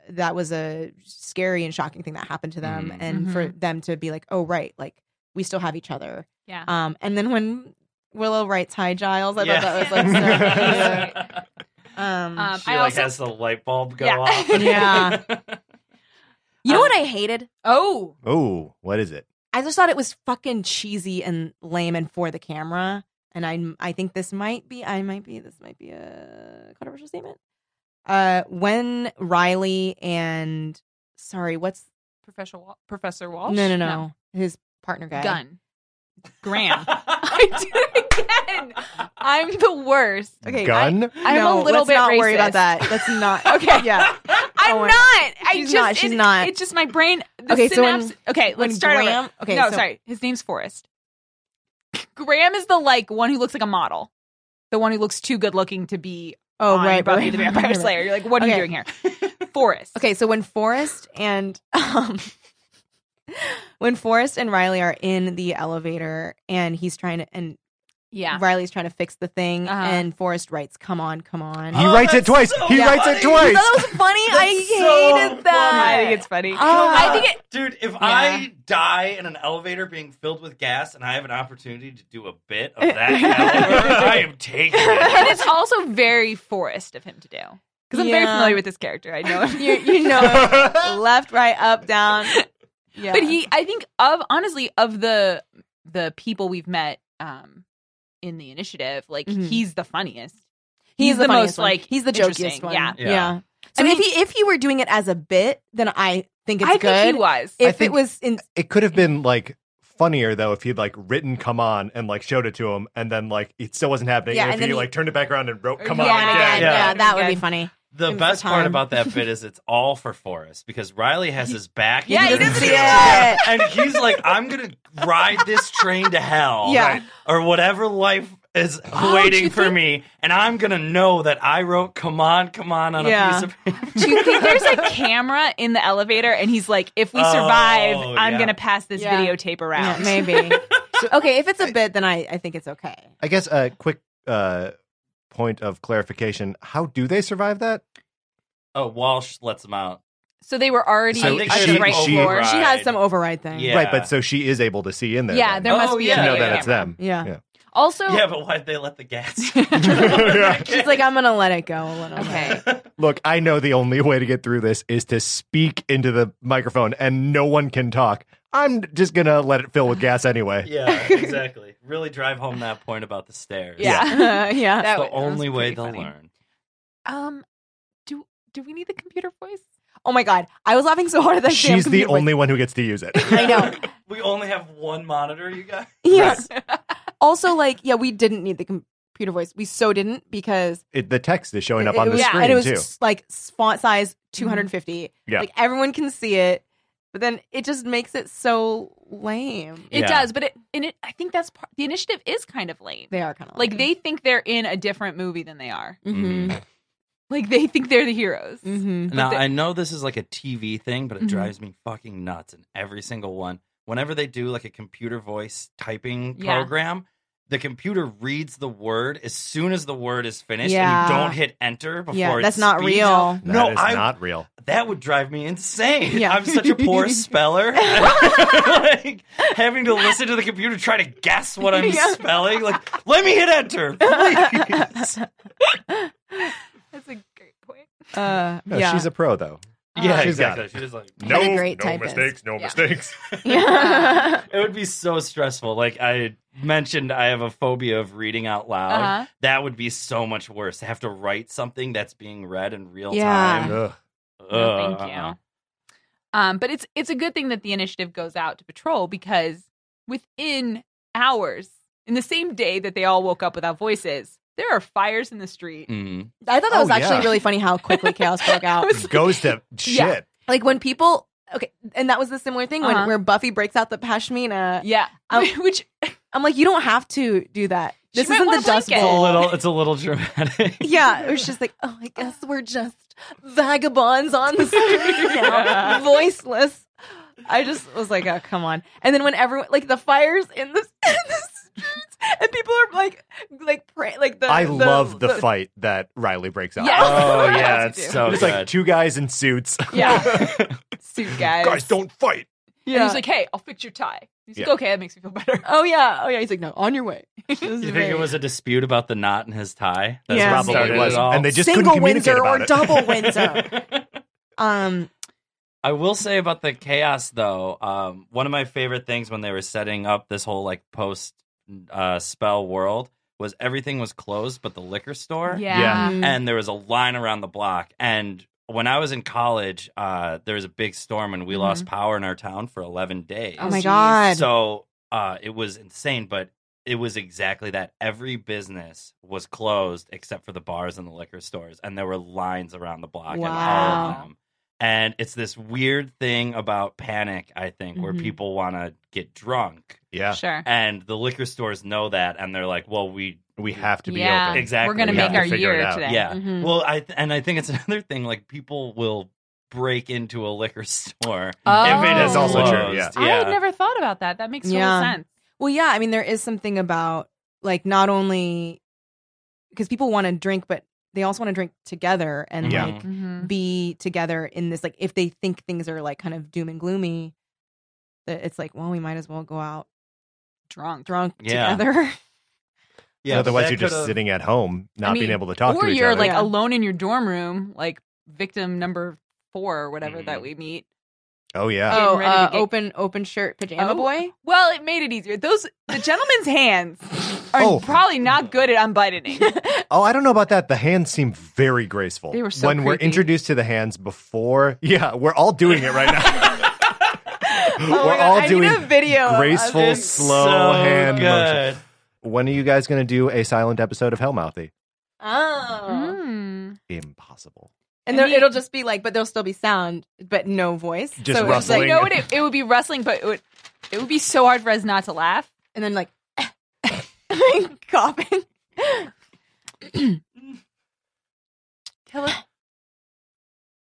that was a scary and shocking thing that happened to them
Mhm.
and for
Mm-hmm.
them to be like oh right like we still have each other
Yeah.
um and then when willow writes hi giles i
Yeah.
thought that was
[laughs]
like so cute.
[laughs]
um,
Um,
she
I
like
also-
has the light bulb go
Yeah. [laughs]
off. [laughs]
Yeah. you know what i hated
Oh,
Oh, what is it?
I just thought it was fucking cheesy and lame and for the camera. And I, I think this might be, I might be, this might be a controversial statement. Uh, when Riley and sorry, what's
Professor Wal- Professor Walsh.
no, no, no, his partner guy,
Gun.
[laughs]
Graham. I did it again. I'm the worst.
Okay, Oh,
Gun?
I'm
No,
a little
let's
bit
not worry
racist.
about that. Let's not.
[laughs] Okay.
yeah.
I'm
Oh my-
not. I
She's
just.
not, she's
it-
not.
It's just my brain. The
Okay, so when-
synapse. okay,
when
let's start over.
Graham- okay,
no,
so-
sorry. His name's Forrest. Graham is the like one who looks like a model, the one who looks too good looking to be
Oh,
on
right,
Buffy
[laughs] right,
the
right,
Vampire
right.
Slayer. You're like, what are
Okay.
you doing here? Forrest.
Okay, so when Forrest and [laughs] um, when Forrest and Riley are in the elevator and he's trying to and
Yeah.
Riley's trying to fix the thing
Uh-huh.
and Forrest writes, "Come on, come on."
He
Oh,
writes it
that's
twice.
so
he
funny.
writes it
You
twice.
thought that was funny. I
so
hated that.
I [laughs] think it's funny.
Ah.
I think it.
Dude, if I die in an elevator being filled with gas and I have an opportunity to do a bit
[laughs]
of that elevator, I am taking
And
it.
it's also very Forrest of him to do because I'm very
Yeah.
familiar with this character. I
[laughs]
know him.
you, you know,
[laughs]
it. left, right, up, down.
[laughs]
Yeah,
But he, I think, of honestly, of the the people we've met um in the initiative, like
Mhm.
he's the funniest.
he's,
he's
the,
the most,
funniest one.
like,
he's the
interesting.
jokiest one.
Yeah.
Yeah.
I
So
mean-
if he if he were doing it as a bit, then I think it's
I
good.
think he was.
I
If
think-
it was in
it could have been like funnier though if he'd like written "Come on" and like showed it to him, and then like it still wasn't happening.
Yeah,
and if
and
he,
then he-
like turned it back around and wrote "Come
Yeah,
on"
and
again.
again,
Yeah.
yeah.
that would be
Again.
funny.
The
Give us
best part
time.
about that bit is it's all for Forrest because Riley has his back.
Yeah, he
doesn't
see it.
see it.
[laughs] And he's like, I'm going to ride this train to hell.
Yeah.
right, Or whatever life is
Oh, do
[laughs] waiting
you
for
think-
me. And I'm going to know that I wrote, come on, come on, on
Yeah.
a piece of paper.
Do you
[laughs]
think there's a camera in the elevator and he's like, if we
Oh,
survive, I'm
yeah.
going to pass this
Yeah.
videotape
Yeah,
around?
maybe.
[laughs]
okay, if it's a bit, then I, I think it's okay.
I guess a quick uh, point of clarification: How do they survive that?
[laughs] Oh, Walsh lets him out.
So they were already
So
on
they
the
should
right
she-
floor.
Right.
She has some override thing.
Yeah.
Right, but so she is able to see in there.
Yeah,
then,
there
Oh,
must be
yeah,
a
to know
video
yeah,
that
yeah.
it's them.
Yeah.
Yeah.
Also,
Yeah, but why'd they let the gas? [laughs]
She's like, I'm gonna let it go a little
Okay.
bit.
Look, I know the only way to get through this is to speak into the microphone, and no one can talk. I'm just gonna let it
[laughs]
fill with gas anyway.
[laughs] yeah, exactly. Really drive home that point about the stairs.
Yeah. [laughs] That
[laughs] yeah.
It's the
was- that was
only way
pretty
they'll
funny.
learn.
Um, do do we need the computer voice?
Oh my god, I was laughing so hard at that. damn
She's the
computer voice.
only one who gets to use
[laughs]
it.
I know.
[laughs] We only have one monitor, you guys.
Yeah. [laughs] also, like, yeah, we didn't need the computer voice. We so didn't because
It, the text is showing up
it,
on the
was,
screen
and it was
too. Mm-hmm.
s- like font size 250.
Yeah.
Like everyone can see it, but then it just makes it so lame.
It
Yeah.
does, but it and it. I think that's part. The initiative is kind of lame.
They are kind of
Mm-hmm.
Like they think they're in a different movie than they are.
Mm-hmm.
Like they think they're the heroes.
Mm-hmm.
Now
the-
I know this is like a TV thing, but it
Mhm.
drives me fucking nuts. In every single one, whenever they do like a computer voice typing
Yeah.
program, the computer reads the word as soon as the word is finished,
Yeah.
and you don't hit enter before.
Yeah,
it
that's not
speeds.
real.
That
no,
is
I-
not real.
That would drive me insane.
Yeah.
I'm such a
[laughs]
poor speller. [laughs] like, having to listen to the computer try to guess what I'm
[laughs] Yeah.
spelling. Like, let me hit enter,
[laughs]
please.
That's a great point.
Uh,
No,
yeah.
She's a pro though.
Yeah,
She's got
exactly. She was like,
What a great typist.
no
Yeah.
mistakes.
[laughs] Yeah.
it would be so stressful. Like I mentioned, I have a phobia of reading out loud.
Uh-huh.
That would be so much worse to have to write something that's being read in real
Yeah.
time.
[laughs] Ugh.
No, thank
Ugh. uh-uh.
you. Um, but it's it's a good thing that the initiative goes out to patrol because within hours, in the same day that they all woke up without voices, there are fires in the street. [laughs]
Mm.
I thought that
Oh,
was actually
yeah.
really funny how quickly chaos broke out.
It was like-
Goes
[laughs]
to shit.
Yeah.
like when people okay and that was the similar thing
Uh-huh.
when where buffy breaks out the pashmina
"Uh, yeah,
Um,
which
[laughs] i'm like you don't have to do that
She
this
might
isn't
want
the
a
dust
blanket.
It's a
[laughs] bowl
little. It's a
[laughs]
little dramatic.
yeah it was just like oh i guess we're just vagabonds on the street [laughs] now voiceless i just was like oh come on and then when everyone like the fires in the, [laughs] in the streets and people are like like pray like
[laughs]
the
I
the-
love the, fight that Riley breaks out.
Yes.
[laughs] Oh
Yes,
yeah,
you
it's
do.
so
It's [laughs]
good.
like two guys in
[laughs]
suits.
yeah, suit
[laughs]
guys.
guys, don't fight.
And
yeah.
he's like, "Hey, I'll fix your tie." He's like,
Yeah.
"Okay, that makes me feel better."
oh yeah oh yeah he's like no on your way you
you think it was a dispute about the knot in his tie? That's
Yeah.
what
Probably
started it
was,
all.
and they just
single
couldn't communicate
windsor
about
or
it.
double windsor
[laughs]
um
I will say about the chaos though, um, one of my favorite things when they were setting up this whole like post uh, spell world was everything was closed but the liquor store.
Yeah.
mm.
And there was a line around the block. And when I was in college, uh, there was a big storm and we lost power in our town for 11 days.
Mm-hmm. oh my god
So uh, it was insane, but it was exactly that. Every business was closed except for the bars and the liquor stores, and there were lines around the block and all
Wow.
of them. And it's this weird thing about panic, I think, where
Mhm.
people want to get drunk.
[laughs] Yeah.
Sure.
And the liquor stores know that. And they're like, well, we.
We have to be
Yeah.
open.
Exactly.
We're gonna
We have
make
to
our
figure it
year
out.
today.
Yeah.
Mhm.
Well, I and I think it's [laughs] another thing. Like people will break into a liquor [laughs] store
Oh.
if it is
also true,
closed.
yeah.
I had never thought about that. That makes
Yeah.
total sense.
Well, yeah, I mean, there is something about like not only because people want to drink, but they also want to drink together and
Yeah.
like be together in this. Like, if they think things are like kind of doom and gloomy, that it's like, well, we might as well go out
Drunk.
drunk
Yeah. [laughs]
together.
And otherwise,
that
you're just
could've-
sitting at home, not
I mean,
being able to talk
or
to each
you're
other.
like
Yeah.
alone in your dorm room, like victim number four or whatever
Mhm.
Mm-hmm.
that we meet.
oh yeah,
Getting
oh,
ready to
uh,
get-
open open shirt pajama
Oh.
boy.
Well, it made it easier. Those the gentleman's hands are
Oh.
probably not good at unbuttoning. [laughs]
oh, I don't know about that. The hands seem very graceful.
They were so
when we're
creepy.
introduced to the hands before. Yeah, we're all doing it right
[laughs]
now. [laughs]
Oh
we're
my God,
all
I
doing
need a video of
graceful,
this.
slow
So
hand motion.
good.
When are you guys going to do a silent episode of Hellmouthy?
[laughs] Oh,
Mm.
Impossible.
and there,
Any-
it'll just be like, but there'll still be sound, but no voice.
Just
so it's
So you
rustling.
like,
know what? It, it would be wrestling, but it would it would be so hard for us not to laugh.
and then like [laughs] coughing.
Tell us.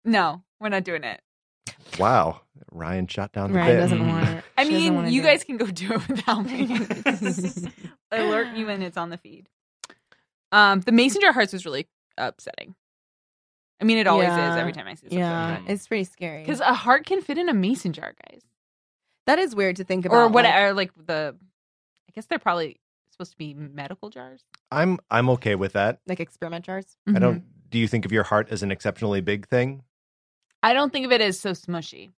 No, we're not doing it.
Wow, Ryan shot down the
Ryan
bit.
doesn't
Mm.
want it.
I
She doesn't
mean,
wanna
you
do it.
guys can go [laughs] do it without
[laughs]
me. Alert you when it's on the feed. Um, the mason jar hearts was really upsetting. I mean, it always
Yeah.
is every time I see. something.
[laughs] Yeah,
Mhm.
it's pretty scary.
because a heart can fit in a mason jar, guys,
that is weird to think about.
or what?
like-
Or like the, I guess they're probably supposed to be medical jars.
I'm I'm okay with that.
like experiment jars.
I
Mm-hmm.
Mm-hmm.
don't. Do you think of your heart as an exceptionally big thing?
I don't think of it as so smushy,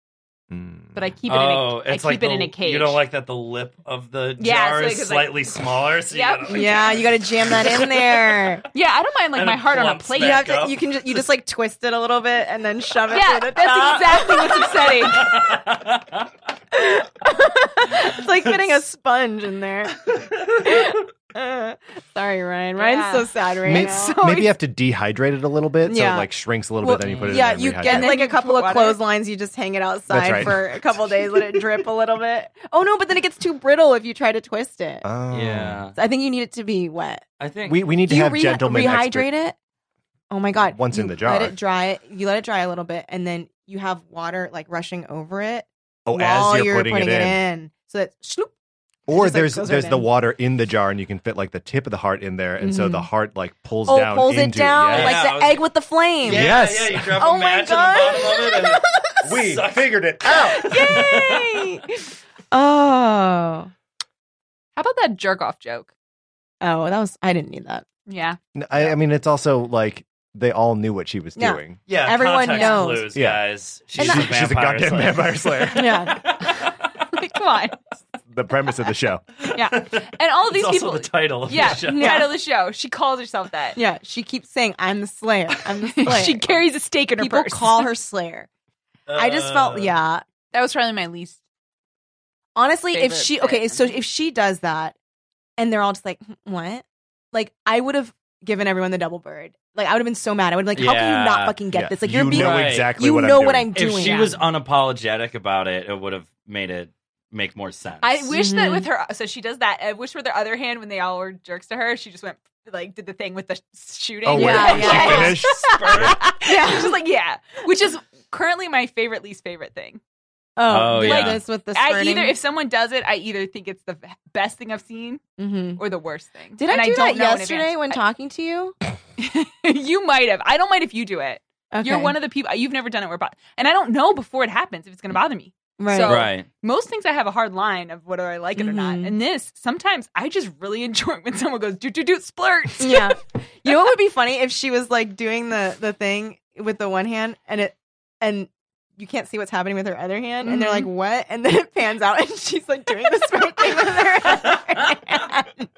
Mm.
but I keep it.
Oh,
in a, I
it's
keep
like
it
the-
in a cage.
You don't like that the lip of the
Yeah,
jar
so
is
because, like-
slightly smaller. So
Yep.
you gotta, like,
[laughs] Yeah, you got to jam that
[laughs]
in there.
Yeah, I don't mind like
And
my
it
heart on a
plumps
plate.
back
You have to.
up.
You can. Just, you just like twist it a little bit and then shove it.
Yeah,
through the
that's
top.
exactly what's upsetting. [laughs]
[laughs]
it's like fitting a sponge
[laughs]
in there. [laughs] Uh, sorry, Ryan. Ryan's
Yeah.
so sad right
May- maybe, [laughs]
now. [laughs]
you have to dehydrate it a little bit so
Yeah.
it like shrinks a little
Well,
bit. Then you put it
yeah,
in. and
you
rehydrate
get
it.
like a couple of
water.
clotheslines. You just hang it outside
right.
for a couple days, let it drip a little bit. Oh no, but then it gets too brittle if you try to twist it.
Oh.
Yeah.
I think you need it to be wet.
I think
We we need to
Do you
have
re-
gentlemen
rehydrate
expert-
it? Oh my god!
Once in
You
the jar.
let it dry. You let it dry a little bit, and then you have water like rushing over it
Oh,
while
as you're, putting, it, in.
so that shloop.
Or
just, like,
there's
goes
there's
right
the
in.
water in the jar and you can fit like the tip of the heart in there and so
Mhm.
the heart like pulls
Oh,
down
pulls it
into
down
Yes.
Yeah, I
like
was-
the egg with the flame.
Yeah,
Yes.
Yeah, you drop
Oh
a
my
match
God.
in the bottom of it. [laughs] And
we
Suck.
figured it out.
Yay! [laughs] oh,
How about that jerk off joke?
oh, that was. I didn't need that.
Yeah, [laughs]
N- I, I mean it's also like they all knew what she was
Yeah.
doing.
[laughs] yeah,
Everyone
context
knows.
Clues,
Yeah.
guys. She's,
And
a
I-
vampire
She's a goddamn
slayer.
vampire
[laughs]
slayer.
[laughs] yeah.
come on.
The premise of the show.
Yeah. And all of
It's
these
also
people-
the title of
Yeah,
the show.
title
[laughs]
of the show. She calls herself [laughs] that.
Yeah, she keeps saying, "I'm the Slayer. I'm the Slayer."
[laughs] she carries a stake in her
people
purse.
call her Slayer. I just felt,
Uh,
yeah.
[laughs] that was probably my least.
Honestly, if
favorite
she
bit.
okay, so if she does that, and they're all just like, "Hmm, "What?" Like, I would have given everyone the double bird. Like, I would have been so mad. I would have been like, "How can you
Yeah.
not fucking [laughs] get
Yeah.
this? Like,
you
you're being,
know
Right.
exactly
you
what
know
I'm
what
doing.
I'm doing."
If she was unapologetic about it, it would have made it make more sense.
I wish that
Mhm.
Mm-hmm.
with her. So she does that. I wish with her other hand when they all were jerks to her, she just went like did the thing with the shooting. [laughs]
Oh, wait,
Yeah,
she
yeah.
finished?
[laughs]
yeah, just like yeah, which is currently my favorite least favorite thing.
oh,
Oh,
like
yeah.
this with the
I
spurting?
either if someone does it, I either think it's the best thing I've seen
Mhm.
or the worst thing.
Did I
And
do
don't
that
know in [laughs]
yesterday when talking to you?
advance. you might have. I don't mind if you do it.
Okay.
You're one of the people. You've never done it. Where, bo- and I don't know before it happens if it's going to bother me.
right.
so-
right.
Most things I have a hard line of whether I like it or not.
Mhm.
And this, sometimes I just really [laughs] enjoy it when someone goes do do do splurt.
[laughs] yeah. You know what would be funny if she was like doing the the thing with the one hand and it and you can't see what's happening with her other hand and
Mm-hmm.
they're like what and then it pans out and [laughs] she's like doing this right thing with her
[laughs]
other hand.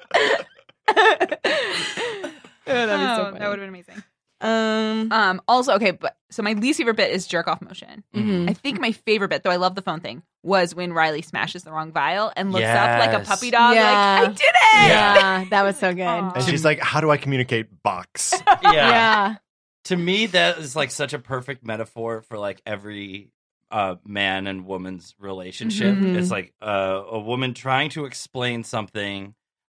Oh, [laughs] that'd be so
Oh,
funny.
that would have been amazing.
um
Um, also, okay, but so my least favorite bit is jerk off motion.
mhm.
I think my favorite bit, though I love the phone thing, was when Riley smashes the wrong vial and looks up like a
Yes.
puppy dog,
Yeah.
like, I did it!
[laughs] yeah, that was so good.
Aw.
And she's like, How do I communicate box?
Yeah.
Yeah.
to me that is like such a perfect metaphor for like every uh, man and woman's relationship
Mhm.
it's like uh, a woman trying to explain something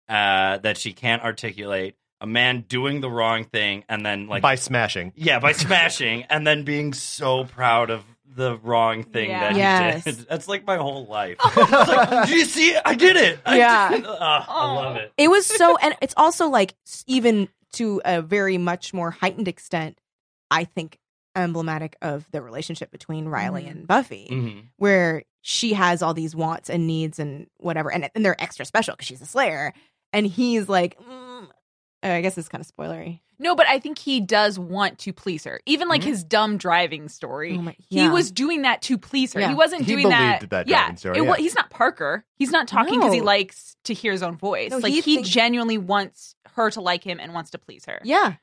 uh, that she can't articulate a man doing the wrong thing and then [laughs] like
by smashing. [laughs]
yeah [laughs] by smashing and then being so proud of the wrong thing
Yeah.
that
Yes.
he did [laughs] that's like my whole life
Oh,
It's like, do you see it? i did it I
Yeah.
did it. Ah, i
Aw.
love it
It was so, and it's also like s- even to a very much more heightened extent, I think emblematic of the relationship between Riley
Mhm.
and Buffy,
Mhm.
where she has all these wants and needs and whatever, and, and they're extra special because she's a Slayer, and he's like, mm, oh, I guess it's kind of spoilery.
[laughs] No, but I think he does want to please her. Even like
Mhm.
his dumb driving story.
Oh my-
He
yeah.
was doing that to please her.
Yeah.
He wasn't
He
doing that.
believed that
yeah.
driving story,
It wa-
yeah.
he's not Parker. He's not talking because he
No.
likes to hear his own voice.
No,
like he,
he thinks-
genuinely wants her to like him and wants to please her.
yeah,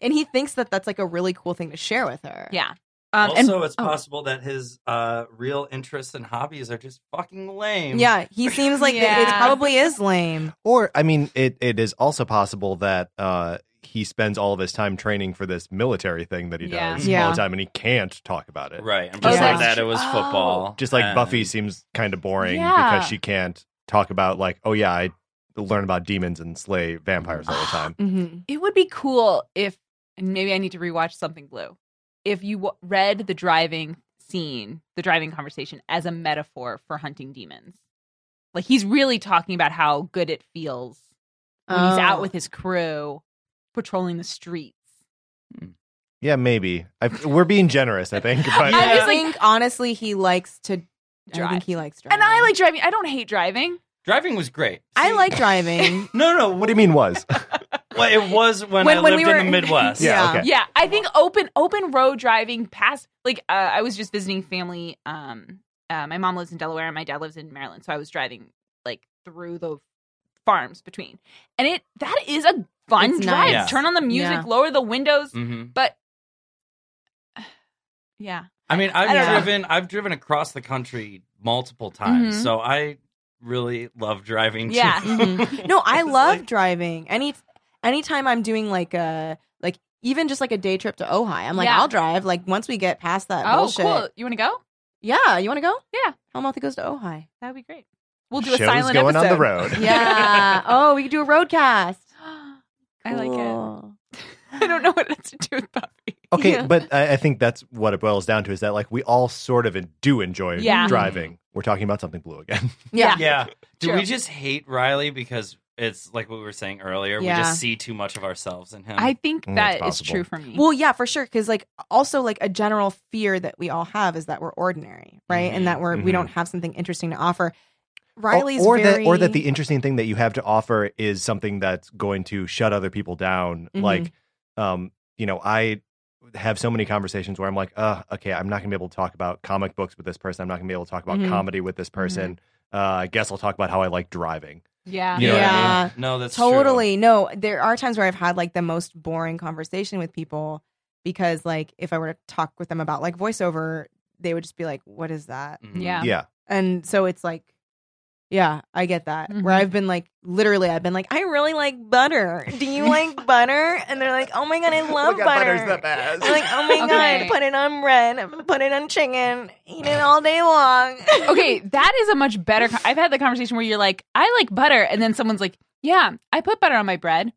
and he thinks that that's like a really cool thing to share with her.
Yeah. Um, and
also, it's
oh.
possible that his uh, real interests and hobbies are just fucking lame.
yeah, he
[laughs]
seems like it, it
Yeah.
probably is lame.
Or I mean, it, it is also possible that uh, he spends all of his time training for this military thing that he
Yeah.
does all
Yeah.
the time, and he can't talk about it.
Right. And
Oh,
before
that's
that, it
true.
was
Oh.
football.
Just like
And-
Buffy seems kind of boring
Yeah.
because she can't talk about like, oh yeah, I learn about demons and slay vampires
[sighs]
all the time.
Mm-hmm.
it would be cool if, and maybe I need to rewatch Something Blue, if you w- read the driving scene, the driving conversation as a metaphor for hunting demons. Like he's really talking about how good it feels when
Oh.
he's out with his crew patrolling the streets.
yeah, maybe I, we're being generous, I
[laughs]
think. But
I
I
was like-
think honestly, he likes to. I
Drive.
think he likes driving,
And I like driving. I don't hate driving.
driving was great.
I
See- [laughs]
like driving.
No, no.
what do you mean was?
Well, it was when,
When-
I
when
lived
we
in the
were-
Midwest.
[laughs]
Yeah,
Yeah.
okay. [laughs]
Yeah, I think open open road driving past like uh, I was just visiting family. Um, uh, my mom lives in Delaware and my dad lives in Maryland, so I was driving like through the farms between, and it that is a fun
It's
drive.
nice.
Turn on the music,
Yeah.
lower the windows,
Mm. Mm-hmm.
hmm
but yeah,
I mean, I've
I don't know.
driven. I've driven across the country multiple times,
Mhm.
so I really love driving. too.
Yeah.
[laughs]
Mhm. No, I
It's
love
like-
driving. Any anytime I'm doing like a like even just like a day trip to Ojai, I'm like
Yeah.
I'll drive. Like once we get past that
oh
bullshit.
cool. You want to go?
Yeah, you want to go?
Yeah.
Helmuthy goes to
[laughs]
Ojai.
That would be great. We'll do a
Show's
silent
going
episode.
on the road.
Yeah. oh, we could do a roadcast.
[gasps] I like it.
Cool.
[laughs] I don't know what it has to do with Buffy.
Okay,
Yeah.
but I, I think that's what it boils down to is that like we all sort of do enjoy
Mm-hmm.
Yeah.
driving. We're talking about something blue again.
Yeah.
[laughs] Yeah. Do
True.
we just hate Riley because it's like what we were saying earlier? We
Yeah.
just see too much of ourselves in him.
I think
Mm,
that
that's
is true
possible.
for me.
[laughs] Well, yeah, for sure. Because like also like a general fear that we all have is that we're ordinary, right?
Mhm.
And that we're we
Mhm.
don't have something interesting to offer. [laughs] Riley's
or, or
very...
that or that the interesting thing that you have to offer is something that's going to shut other people down.
Mhm.
Like, um, you know, I have so many conversations where I'm like, uh, okay, I'm not gonna be able to talk about comic books with this person. I'm not gonna be able to talk about
Mhm.
comedy with this person. Uh, I guess I'll talk about how I like driving.
yeah.
You know what I mean?
Yeah.
no, that's true.
totally no there are times where i've had like the most boring conversation with people because like if i were to talk with them about like voiceover they would just be like what is that
Mm.
Mhm.
Yeah.
Yeah.
and so it's like yeah i get that where
Mhm.
i've been like literally i've been like i really like butter
[laughs]
do you like butter and they're like oh my god i love
best.
I'm like, oh my
Okay.
god, put it on bread, put it on chicken, eat it all
[laughs]
day long.
okay, that is a much better. Con- I've had the conversation where you're like, I like butter, and then someone's like, Yeah, I put butter on my bread.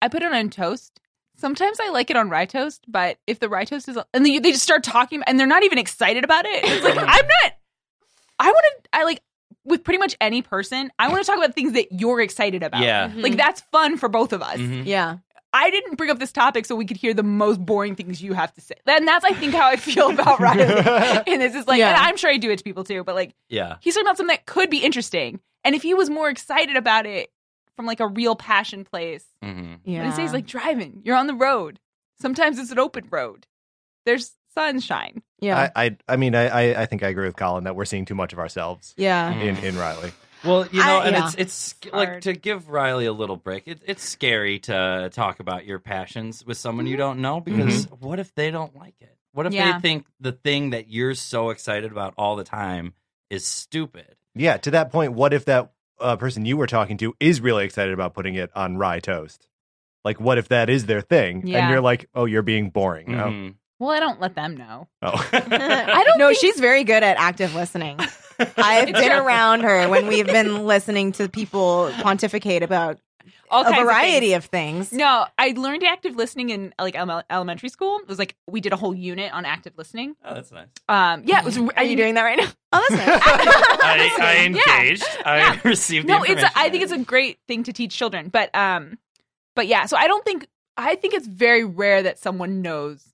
I put it on toast. Sometimes I like it on rye toast, but if the rye toast is, and then you, they just start talking, and they're not even excited about it. It's like I'm not. I want to. I like with pretty much any person. I want to talk about things that you're excited about.
Yeah.
Like that's fun for both of us.
Mhm.
yeah,
I didn't bring up this topic so we could hear the most boring things you have to say. And that's I think how I feel about Riley. and this is like,
Yeah.
and I'm sure I do it to people too, but like
Yeah.
he's talking about something that could be interesting. And if he was more excited about it from like a real passion place,
hmm
but
yeah.
instead he's like driving. You're on the road. Sometimes it's an open road. There's sunshine.
yeah,
I, I I mean I, I I think I agree with Colin that we're seeing too much of ourselves [laughs]
[laughs]
yeah.
in, in Riley.
Well, you know,
I-
and
yeah.
it's it's sc- like
hard.
to give Riley a little break. It, it's scary to talk about your passions with someone you don't know because what if they don't like it? What if
Mm-hmm. Yeah.
they think the thing that you're so excited about all the time is stupid?
Yeah, to that point, what if that uh, person you were talking to is really excited about putting it on rye toast? Like, what if that is their thing?
Yeah.
And you're like, oh, you're being boring. Oh.
Mhm.
Well, I don't let them know.
Mm-hmm. [laughs]
Oh.
I don't
No,
think-
she's very good at active listening. I've
It's
been
true. [laughs]
around her when we've been listening to people pontificate about
All
a
kinds of
variety
things.
of things.
No, I learned active listening in like ele- elementary school. It was like we did a whole unit on active listening.
Oh, that's nice.
Um, yeah, it was.
Are Mm-hmm. you doing
[laughs]
that right now? Oh, that's
I,
nice.
I
Yeah.
engaged. I
Yeah.
[laughs] received. The
no it's a,
information.
i think it's a great thing to teach children but um but yeah so i don't think i think it's very rare that someone knows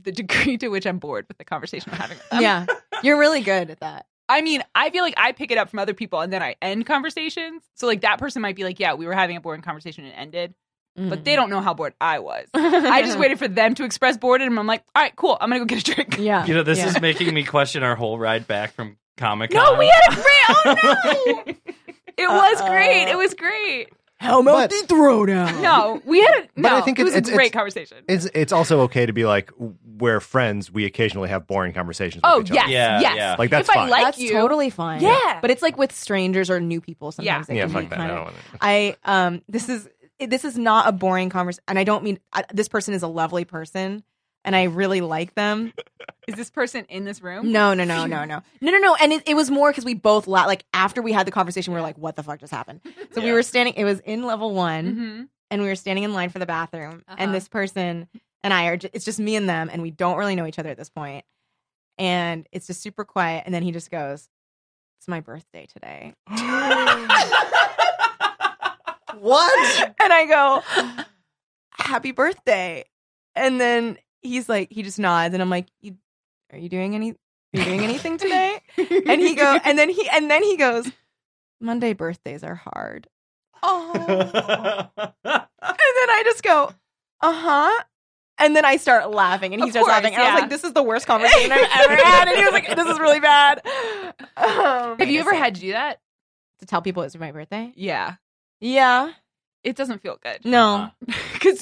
the degree [laughs] to which i'm bored with the conversation i'm having with them. [laughs]
[laughs] yeah, you're really good at that.
i mean i feel like i pick it up from other people and then i end conversations so like that person might be like yeah we were having a boring conversation and it ended but
Mm.
they don't know how bored i
[laughs]
was i just waited for them to express boredom and i'm like all right cool i'm gonna go get a drink
Yeah.
You know, this
Yeah.
is making me question our whole ride back from Comic Con.
no we had a great
[laughs]
oh no it was
Uh-oh.
great it was great
How
about But-
the throwdown?
no we had a
But
no
I think
it was
it's- it's-
a great
it's-
conversation
It's it's also okay to be like we're friends. We occasionally have boring conversations.
Oh
with each
yes,
other.
Yeah,
yes.
yeah.
Like, that's
if
fine.
I like
That's
you,
totally fine.
Yeah.
but it's like with strangers or new people. Sometimes
Yeah.
it
yeah,
can
fuck
be
that. I
kind of-
don't want to.
I um this is this is not a boring conversation, and I don't mean I, this person is a lovely person, and I really like them.
is this person in this room?
No, no, no, no, no, no, no, no. And it, it was more because we both la- like after we had the conversation, we were like, "What the fuck just happened?" So we
Yeah.
were standing. It was in level one,
Mm-hmm.
and we were standing in line for the bathroom,
Uh-huh.
and this person and I are. ju- It's just me and them, and we don't really know each other at this point, and it's just super quiet. And then he just goes, "It's my birthday today," [laughs]
What?
and I go, "Happy birthday!" And then he's like, he just nods, and I'm like, you, "Are you doing any? Are you doing
[laughs]
anything today?" and he go, and then he, and then he goes, "Monday birthdays are
[laughs]
hard." Oh, and then I just go, "Uh huh." And then I start laughing, and he
Of
starts
course,
laughing, and I
yeah.
was like, "This is the worst conversation I've
[laughs]
ever had." And he was like, "This is really bad." Um,
Have you ever had to do that?
to tell people it's my birthday?
Yeah,
Yeah,
it doesn't feel [laughs] good
Uh,
no,
because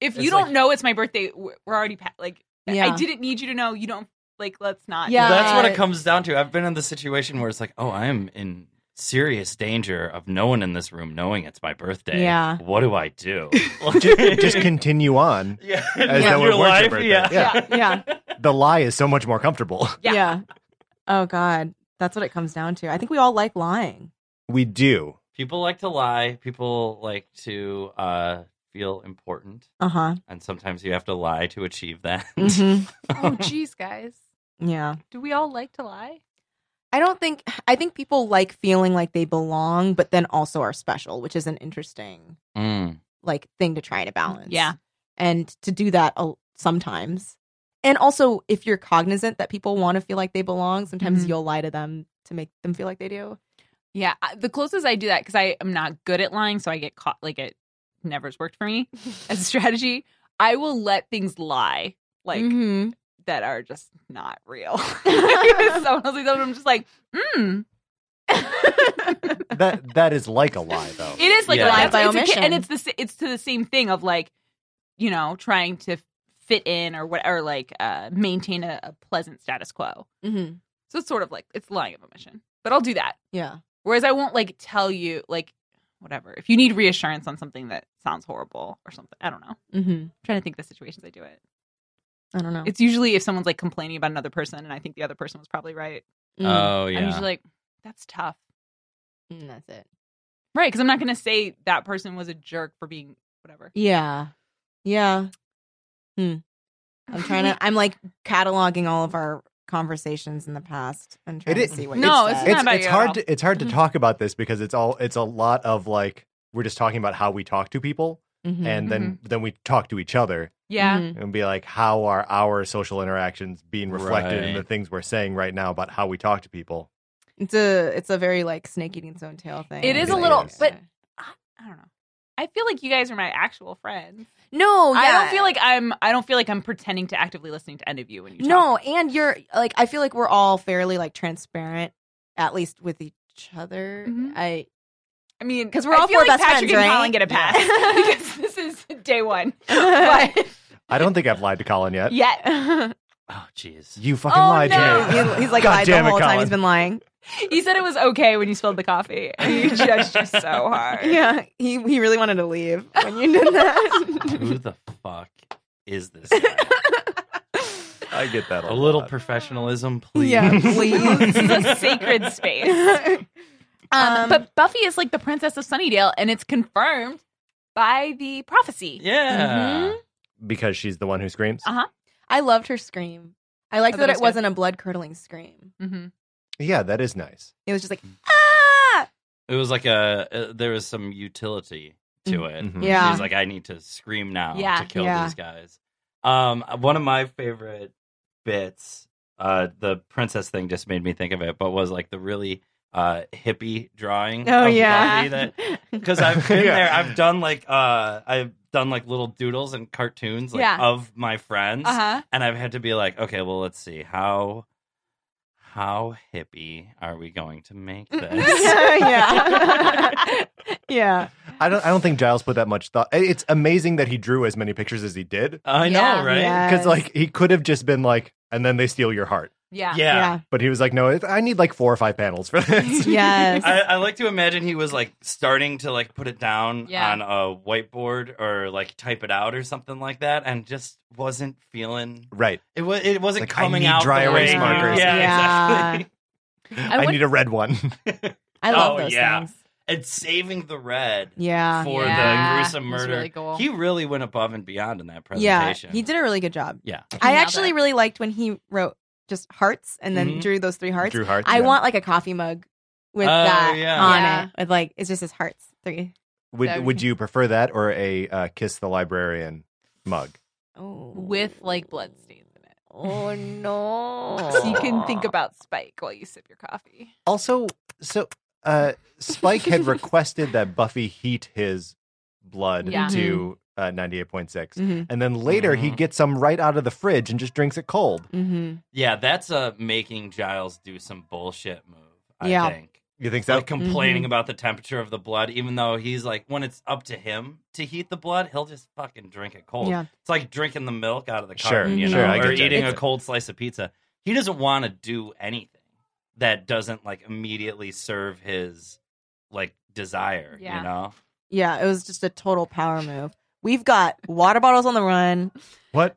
if
It's
you don't
like-
know it's my birthday, we're we're already pa- like
Yeah.
I didn't need you to know. You don't like. Let's not.
Yeah.
That's what
Uh,
it comes down to. I've been in the situation where it's like, oh, I am in serious danger of no one in this room knowing it's my birthday.
Yeah.
What do I do?
[laughs]
[laughs]
Just continue on.
yeah.
As though it
Live your
weren't your
life.
birthday.
Yeah.
Yeah.
yeah.
The lie is so much more comfortable.
Uh-huh. [laughs]
[laughs]
Yeah.
Oh God, that's what it comes down to. I think we all like lying.
We do.
People like to lie. People like to uh, feel important,
Uh huh.
and sometimes you have to lie to achieve that. [laughs] Mm.
Oh, [laughs] geez, guys,
Yeah.
do we all like to lie?
I don't think I think people like feeling like they belong, but then also are special, which is an interesting
Mm.
like thing to try to balance.
Mm, Yeah.
and to do that a- sometimes, and also if you're cognizant that people want to feel like they belong, sometimes
Mhm.
you'll lie to them to make them feel like they do.
Yeah, I- the closest I do that because I am not good at lying, so I get caught. Like it never's worked for me as a strategy. I will let things lie, like
Mhm.
that are just not real. [laughs] Someone else like, I'm just like, hmm.
That that is like a lie though.
It is like a
Yeah.
lie
Lies
by
It's a ki-
omission.
and it's the s- it's to the same thing of like, you know, trying to fit in or what or like uh, maintain a, a pleasant status quo.
Mhm.
So it's sort of like it's lying of omission, but I'll do that.
yeah,
Whereas I won't like tell you like whatever if you need reassurance on something that sounds horrible or something. I don't know. I'm
mm-hmm.
trying to think of the situations I do it.
I don't know.
It's usually if someone's like complaining about another person and I think the other person was probably right.
Uh,
Mm.
Oh
I'm
yeah.
usually like, that's tough.
Mm, that's it.
Right, because I'm not going to say that person was a jerk for being whatever.
Yeah. Yeah. Hmm. I'm
[laughs]
trying to I'm like cataloging all of our conversations in the past and trying
It is-
to see what
No,
you
it's
said.
not
it's,
about
it's
you at all. Mm-hmm.
hard to, it's hard to talk about this because it's all it's a lot of like we're just talking about how we talk to people
Mhm.
and then then we talk to each other
Yeah.
Mhm.
and be like how are our social interactions being reflected in the
Right.
things we're saying right now about how we talk to people
Mm-hmm. It's a it's a very like snake eating its own tail thing.
It is
a little-
but-
Mm-hmm.
I don't know. I feel like you guys are my actual friends.
No, yeah.
I don't feel like I'm. I don't feel like I'm pretending to actively listening to any of you when you. Talk.
No, and you're like I feel like we're all fairly like transparent at least with each other.
Mhm.
I
I mean,
'Cause we're
I
all
feel
four
like
best
Patrick
friends,
and
right?
Colin get a
Yeah.
pass [laughs] because this is day
[laughs]
one. But
i don't think i've lied to colin yet
yeah,
Oh jeez.
you fucking
Oh,
lied
no.
to me
He- he's like
God
lied the
damn it,
whole time
Colin.
he's been lying.
He said it was okay when you spilled the coffee. And he
[laughs]
judged you so hard.
Yeah, he, he really wanted to leave when you did that. [laughs]
Who the fuck is
[laughs]
this? guy?
I get that a,
A little
lot.
professionalism, please.
Yeah,
[laughs]
This is
please.
a sacred space.
um,
Um, but Buffy is like the princess of Sunnydale, and it's confirmed by the prophecy.
Mm-hmm.
Yeah.
because she's the one who screams.
Uh, I loved her scream. I liked
Oh, that
that it
was good.
wasn't a blood curdling scream.
Mm-hmm.
Yeah, that is nice.
It was just like ah.
It was like a uh, there was some utility to it.
Mhm.
Yeah.
she's like, I need to scream now
Yeah.
to kill
Mm-hmm. Yeah.
these guys. Um, one of my favorite bits, uh, the princess thing just made me think of it, but was like the really uh hippie drawing.
Oh
of Buffy
yeah. [laughs]
that because I've been
Yeah.
there. I've done like uh, I've done like little doodles and cartoons like
Yeah.
of my friends,
Uh huh.
and I've had to be like, okay, well, let's see how how hippie are we going to make
[laughs]
this?
yeah. [laughs] yeah.
I don't. I don't think Giles put that much thought. It's amazing that he drew as many pictures as he did
I know,
Yeah.
right?
Yeah.
because, like, he could have just been like, and then they steal your heart.
Yeah.
Yeah.
But he was like, no, it, I need like four or five panels for
[laughs]
[laughs]
this.
Yes.
I, I like to imagine he was like starting to like put it down
Yeah.
on a whiteboard or like type it out or something like that, and just wasn't feeling
right.
it. Was it wasn't
Like, I
coming
need
out
dry
the
erase
way you-
markers.
Yeah,
Yeah.
exactly. [laughs]
I, need a red one.
I love
Oh,
those
yeah.
things.
And saving the red
Yeah.
for
Yeah.
the gruesome
It was
murder.
really cool.
He really went above and beyond in that
Yeah.
presentation.
He did a really good job.
Yeah.
I
nailed
actually
it.
really liked when he wrote just hearts and then
Mhm.
drew those three hearts.
Drew heart.
I want like a coffee mug with
Oh,
that
yeah.
on
Yeah.
it. With like it's just his hearts. Three.
Would Would you prefer that or a uh, kiss the librarian mug?
Oh.
With like blood stains in it,
Oh no.
so you can think about Spike while you sip your coffee.
Also, so uh, Spike had requested that Buffy heat his blood
Yeah.
to uh, ninety eight point six.
hmm
And then later he
Mhm.
gets some right out of the fridge and just drinks it cold.
hmm
yeah, that's a making Giles do some bullshit move. I
Yeah. mm-hmm.
think.
You think
Like complaining about the temperature of the blood, even though he's like, when it's up to him to heat the blood, he'll just fucking drink it cold.
Yeah.
It's like drinking the milk out of the
Sure,
carton, you
sure,
know,
I
or
get you.
eating a
It's-
cold slice of pizza. He doesn't want to do anything that doesn't like immediately serve his like desire,
Yeah.
you know?
Yeah, it was just a total power move. We've got water bottles on the run.
What?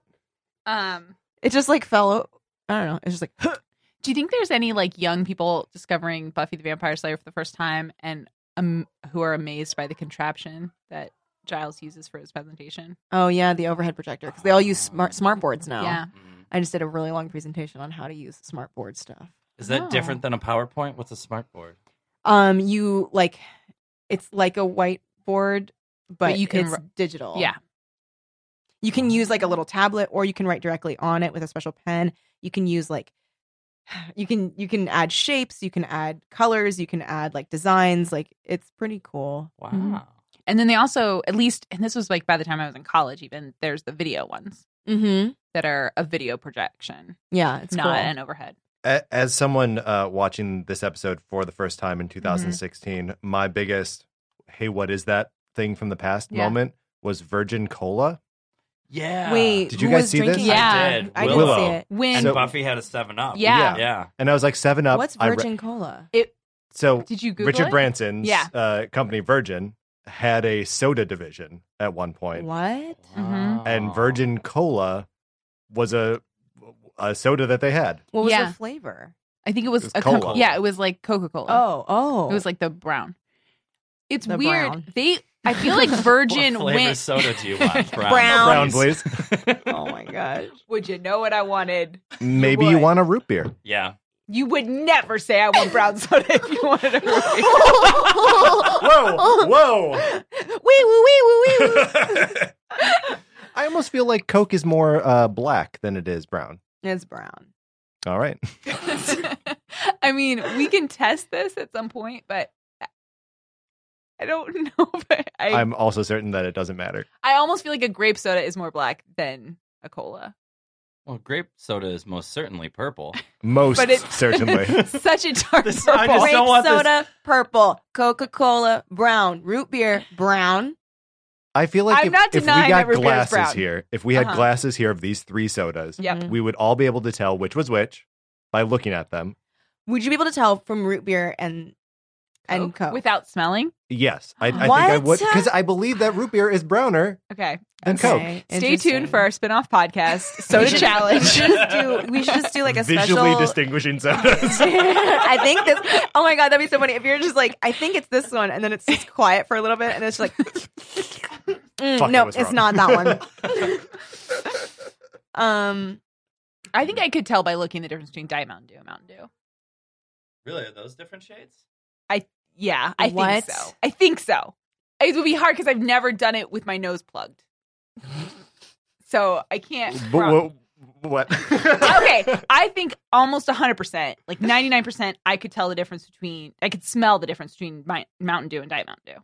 Um,
It just like fell. o- I don't know. It's just like
do you think there's any like young people discovering Buffy the Vampire Slayer for the first time and um, who are amazed by the contraption that Giles uses for his presentation?
oh yeah, the overhead projector because they all use smart smart boards now.
Yeah.
Mhm.
I just did a really long presentation on how to use smart board stuff.
Is that
Oh.
different than a PowerPoint? What's a smart board?
Um, you like, it's like a whiteboard, but,
you
you
can
can it's
ri-
digital.
Yeah.
you can use like a little tablet, or you can write directly on it with a special pen. You can use like, [sighs] you can you can add shapes, you can add colors, you can add like designs. Like it's pretty cool.
Wow.
Mhm. And then they also, at least, and this was like by the time I was in college, even there's the video ones
Mm-hmm.
that are a video projection,
Yeah, it's
not
cool.
an overhead.
A- As someone uh, watching this episode for the first time in 2016, my biggest, hey, what is that thing from the past
Yeah.
moment was Virgin Cola.
Yeah.
Wait,
Did you
who
guys
was
see this?
drinking
I
that?
did.
I didn't
Willow.
see it.
When
And
So-
Buffy had a 7 Up.
Yeah.
Yeah.
And I was like, 7 Up.
What's
I re-
Virgin Cola?
so
did you Google
Richard
it?
Branson's
Yeah.
uh, company, Virgin, had a soda division at one point.
What?
Mhm.
And Virgin Cola was a, a soda that they had.
What was
Yeah.
the flavor?
I think it was,
It was
a Coca-
cola.
yeah, it was like Coca Cola.
Oh, oh,
it was like the brown. It's
The
weird.
brown.
They, I feel like Virgin
what flavor
went.
soda do you want?
Brown.
Brown,
[laughs]
please.
oh [laughs] my gosh.
Would you know what I wanted?
Maybe you
would.
want a root
[laughs]
beer.
Yeah.
You would never say I want brown soda if you wanted a
Whoa, whoa.
wee woo wee woo wee woo.
[laughs] I almost feel like Coke is more uh, black than it is brown.
It's brown.
All right.
[laughs] I mean, we can test this at some point, but I don't [laughs] know. But I,
I'm also certain that it doesn't matter.
I almost feel like a grape soda is more black than a cola.
Well, grape soda is most certainly purple.
Most
But it [laughs]
certainly.
such a dark
This- I
purple.
just
Grape
don't want this-
soda, purple. Coca Cola, brown. Root beer, brown.
I feel like
I'm
if,
not
if we
denying
got
that root beer is
glasses
brown.
here, if we had
Uh-huh.
glasses here of these three sodas,
Yep.
we would all be able to tell which was which by looking at them.
Would you be able to tell from root beer and and
Coke
Coke?
Oh, without smelling.
Yes, I, I think
What?
I would because I believe that root beer is browner
Okay.
than Coke.
Okay,
Stay
interesting.
tuned for our spin-off podcast, Soda
should-
Challenge.
We [laughs] should just do, we should just do like a
Visually [laughs]
special.
distinguishing sodas.
[laughs] I think this. Oh my god, that'd be so funny if you're just like, I think it's this one, and then it's just quiet for a little bit, and it's like, Mm,
Fuck, I
no,
was
it's
wrong.
not that one. um,
I think I could tell by looking the difference between Diet Mountain Dew and Mountain Dew.
[laughs] Really, are those different shades?
Yeah, I
What?
think so. I think so. It would be hard because I've never done it with my nose plugged, [laughs] so I can't.
but, what? what? [laughs]
okay, I think almost 100%, like 99%, I could tell the difference between, I could smell the difference between my, Mountain Dew and Diet Mountain Dew.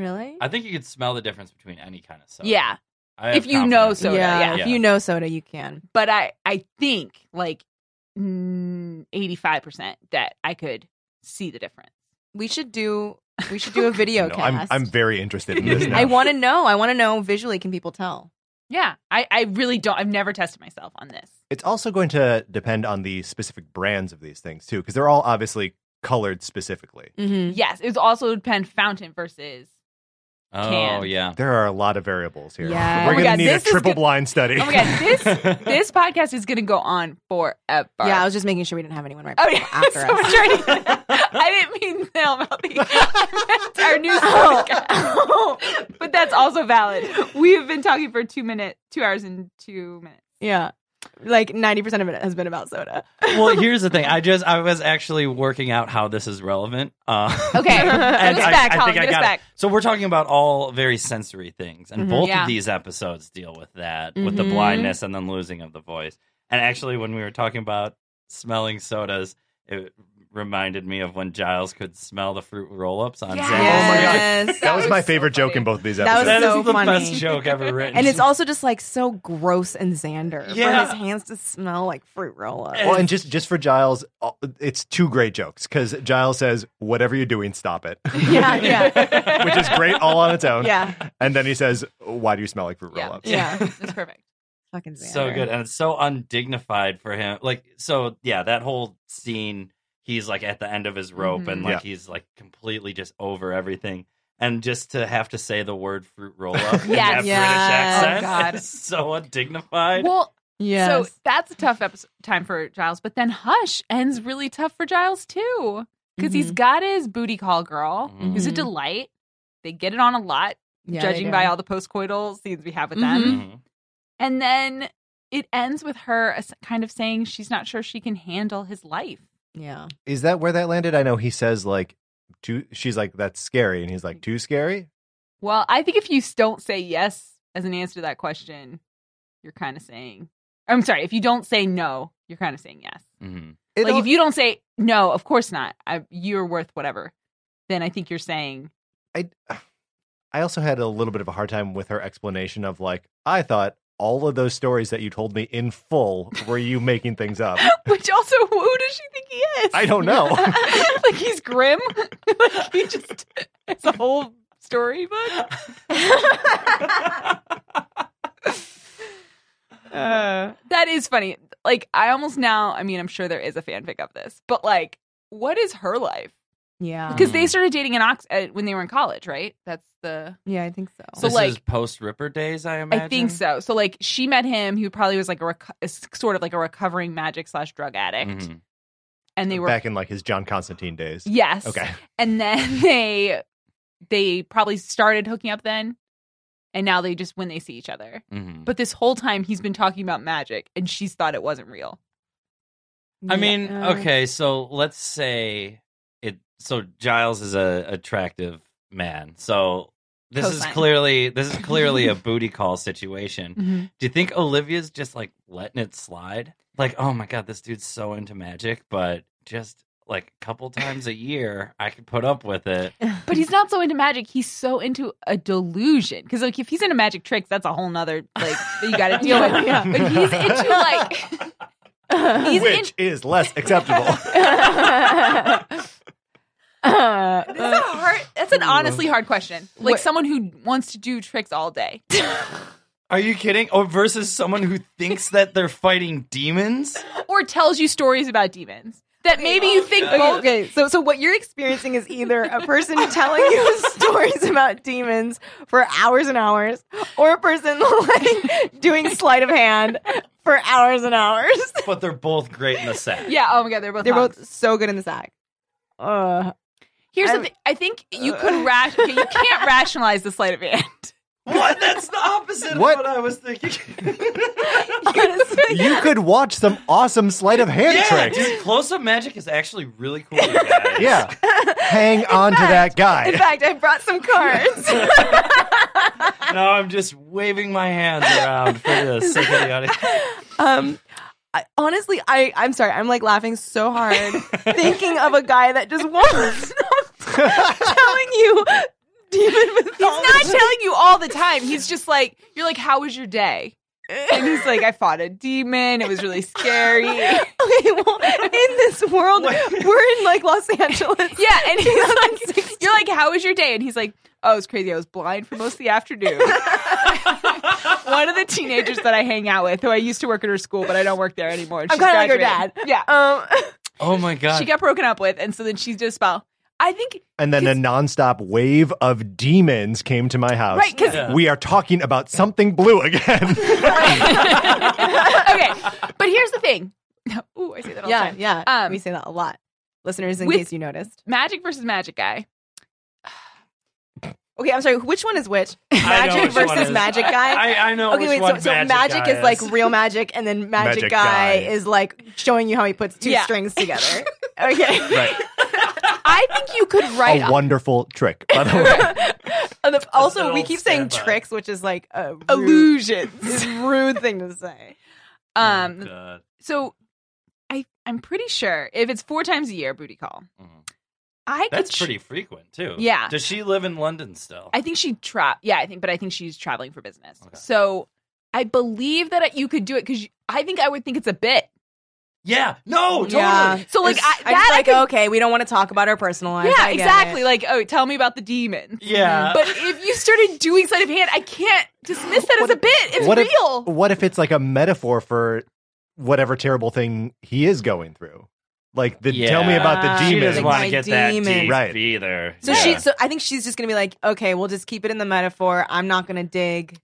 really?
I think you could smell the difference between any kind of soda.
yeah.
I have
If you know
confidence in
soda,
that.
yeah.
If you know soda, you can.
But I, I think like mm, 85% that I could see the difference.
We should do. We should do
[laughs]
a video
No, I'm,
cast.
I'm very interested in this now.
I want to know. I want to know visually. Can people tell?
Yeah. I, I really don't, I've never tested myself on this.
It's also going to depend on the specific brands of these things too, because they're all obviously colored specifically.
Mm-hmm.
Yes. It was also depend fountain versus.
Oh
can. [laughs]
yeah.
There are a lot of variables here.
Yeah.
We're
Oh
going
my
to
God,
need a
this is
triple
go-
blind study.
Oh my God. This, this podcast is going to go on forever.
Yeah, I was just making sure we didn't have anyone right
[laughs] Oh yeah, [laughs]
after
so
us.
much training. [laughs] I didn't mean Nail Mouthy. I meant [laughs] our
[laughs]
new
Oh,
podcast. but that's also valid. We have been talking for two minute, two hours and two minutes.
Yeah. Like 90% of it has been about soda.
well, here's the thing. I just I was actually working out how this is relevant. Uh,
[laughs] Okay.
[laughs] and
Get us
I-
back,
I
Colin,
think I
get us
got it.
back.
So we're talking about all very sensory things, and
Mhm.
both
Yeah.
of these episodes deal with that, with the
Mhm.
blindness and then losing of the voice. And actually, when we were talking about smelling sodas, it reminded me of when Giles could smell the fruit roll-ups on.
Yes.
Xander's.
Oh my God. [laughs] [laughs]
Yes.
that was
was
my
so
favorite joke
funny.
in both of these
That was
episodes.
That is
so
the
funny.
best joke ever written.
And it's also just like so gross and Xander
Yeah.
for his hands to smell like fruit roll up.
well, and just just for Giles, uh, it's two great jokes because Giles says, "Whatever you're doing, stop
[laughs]
it,"
Yeah,
[laughs]
yeah.
which is great all on its own.
Yeah.
And then he says, "Why do you smell like fruit
Yeah.
roll-ups?"
Yeah.
That's perfect.
Fucking Xander.
so good and it's so undignified for him like so yeah that whole scene he's like at the end of his rope and
Mhm.
like he's like completely just over everything and just to have to say the word fruit roll up in
Yes.
that
Yes.
British accent
Oh, God.
is [laughs] so undignified
Well,
Yeah.
so that's a tough episode, time for Giles. But then Hush ends really tough for Giles too, because he's got his booty call girl,
Mhm.
who's a delight. They get it on a lot, judging by all the postcoital scenes we have with them.
Mhm.
Mhm.
And then it ends with her as- kind of saying she's not sure she can handle his life.
Yeah.
Is that where that landed? I know he says like, "Too." She's like, "That's scary," and he's like, "Too scary."
Well, I think if you don't say yes as an answer to that question, you're kind of saying, I'm sorry, if you don't say no, you're kind of saying yes.
Mhm.
It
like
al-
if you don't say no, of course not. I, you're worth whatever. Then I think you're saying
I [sighs] I also had a little bit of a hard time with her explanation of like I thought all of those stories that you told me in full were you making things up.
Which also, who does she think he is?
I don't know.
[laughs] like he's grim. [laughs] like he just it's a whole storybook. uh, that is funny. Like I almost now. I mean, I'm sure there is a fanfic of this, but like, what is her life?
Yeah.
Because they started dating in Ox uh, when they were in college, right? That's the.
yeah, I think so.
So,
this is
like-
post ripper days i imagine
I think so. So like, she met him. He probably was like a reco- a s- sort of like a recovering magic slash drug addict,
Mhm.
and [laughs] they were
Mm-hmm. back in like his John Constantine days.
yes,
Okay.
and then [laughs] they they probably started hooking up then and now they just when they see each other
Mhm.
but this whole time he's been talking about magic and she's thought it wasn't real
I mean, okay, so let's say it. So Giles is a attractive man. So this is
Cosine.
clearly this is clearly a booty call situation.
Mm.
Mm-hmm.
Do you think Olivia's just like letting it slide? Like, oh my god, this dude's so into magic, but just like a couple times a year, I could put up with it.
but he's not so into magic he's so into a delusion because like if he's into magic tricks that's a whole nother like
[laughs]
that you gotta deal with
Yeah.
but he's into like
[laughs]
he's
Which is less acceptable.
[laughs] in that's a hard that's an honestly hard question like
What-
someone who wants to do tricks all day
Are you kidding? Oh, Or versus someone who thinks that they're fighting demons?
or tells you stories about demons. that maybe
oh
you think
Okay,
both.
okay, so so what you're experiencing is either a person telling you [laughs] stories about demons for hours and hours, or a person [laughs] like doing sleight of hand for hours and hours.
but they're both great in the
[laughs]
set.
Yeah. Oh my god, they're both.
[laughs] They're
hawks.
both so good in the sack. Uh,
Here's the
I'm- Uh,
thing. I think you
[laughs]
could rat. You can't rationalize the sleight of hand. [laughs]
What? That's the opposite
What?
of what I was thinking. [laughs]
honestly, [laughs]
[laughs] You could watch some awesome sleight of hand
yeah,
tricks.
dude, close-up magic is actually really
[laughs]
cool. you guys.
Yeah. Hang on to that guy.
in fact, I brought some cards.
Now I'm just waving my hands around for the sake of the
[laughs]
audience.
Um, I, [laughs] honestly, I I'm sorry. I'm like laughing so [laughs] hard thinking of a guy that just wants telling you demon mythology.
He's not telling you all the time. He's just like, you're like, how was your day? And he's like, I fought a demon. It was really
[laughs]
scary. Yeah,
okay, well, in
[laughs]
this world, [laughs] we're in like
[laughs]
Los Angeles.
and he's like, you're like, how was your day? And he's like, oh, it was crazy. I was blind for most of the
[laughs]
afternoon. One of the teenagers that I hang out with, who I used to work at her school, but I don't work there anymore. and
I'm
she's
kind of like her dad.
graduated. Yeah,
[laughs]
[laughs]
Um,
Oh my god!
she got broken up with, and so then she did a spell. I think
And then a nonstop wave of demons came to my house.
right because
Yeah.
We are talking about something blue again.
[laughs] okay, but here's the thing. [laughs] Ooh, I say that all the
yeah,
time.
yeah.
Um,
we say that a lot, listeners. In
with-
case you noticed.
Magic versus magic guy.
Okay, I'm sorry. Which one is which?
I know
Magic
which one
versus
is-
magic guy.
I, I know.
okay,
which
wait. So,
one
so magic
guy
is like real magic, and then magic,
Magic
guy,
guy.
is like showing you how he puts two
Yeah.
strings [laughs] together. Okay.
right.
I think you
[laughs]
could write
a wonderful trick, by the way.
And the- also,
an
we
old
keep saying
standby.
tricks, which is like a rude,
[laughs]
[laughs]
illusions.
it's a rude thing to say.
Um,
Oh, God.
so I I'm pretty sure if it's four times a year booty call,
Mm-hmm.
Mhm.
I could
that's
tr-
pretty frequent too.
Yeah.
Does she live in London still?
I think she tra yeah I think but I think she's traveling for business.
Okay.
So I believe that you could do it because I think I would think it's a bit.
yeah. No. Oh, Totally.
Yeah.
So like I,
It's-
I'm just
that I
like,
could-
okay, we don't want to talk about our personal life.
yeah exactly like oh tell me about the demon.
Yeah.
But if you started doing sleight of hand, I can't dismiss that as a bit. It's
what if-
real.
What if it's like a metaphor for whatever terrible thing he is going through? Like the tell me
Yeah.
about the
She
she
demon.
doesn't
Like
want
my
to get that
demon.
deep
Right.
either.
So
yeah.
she, so I think she's just gonna be like, okay, we'll just keep it in the metaphor. I'm not gonna dig.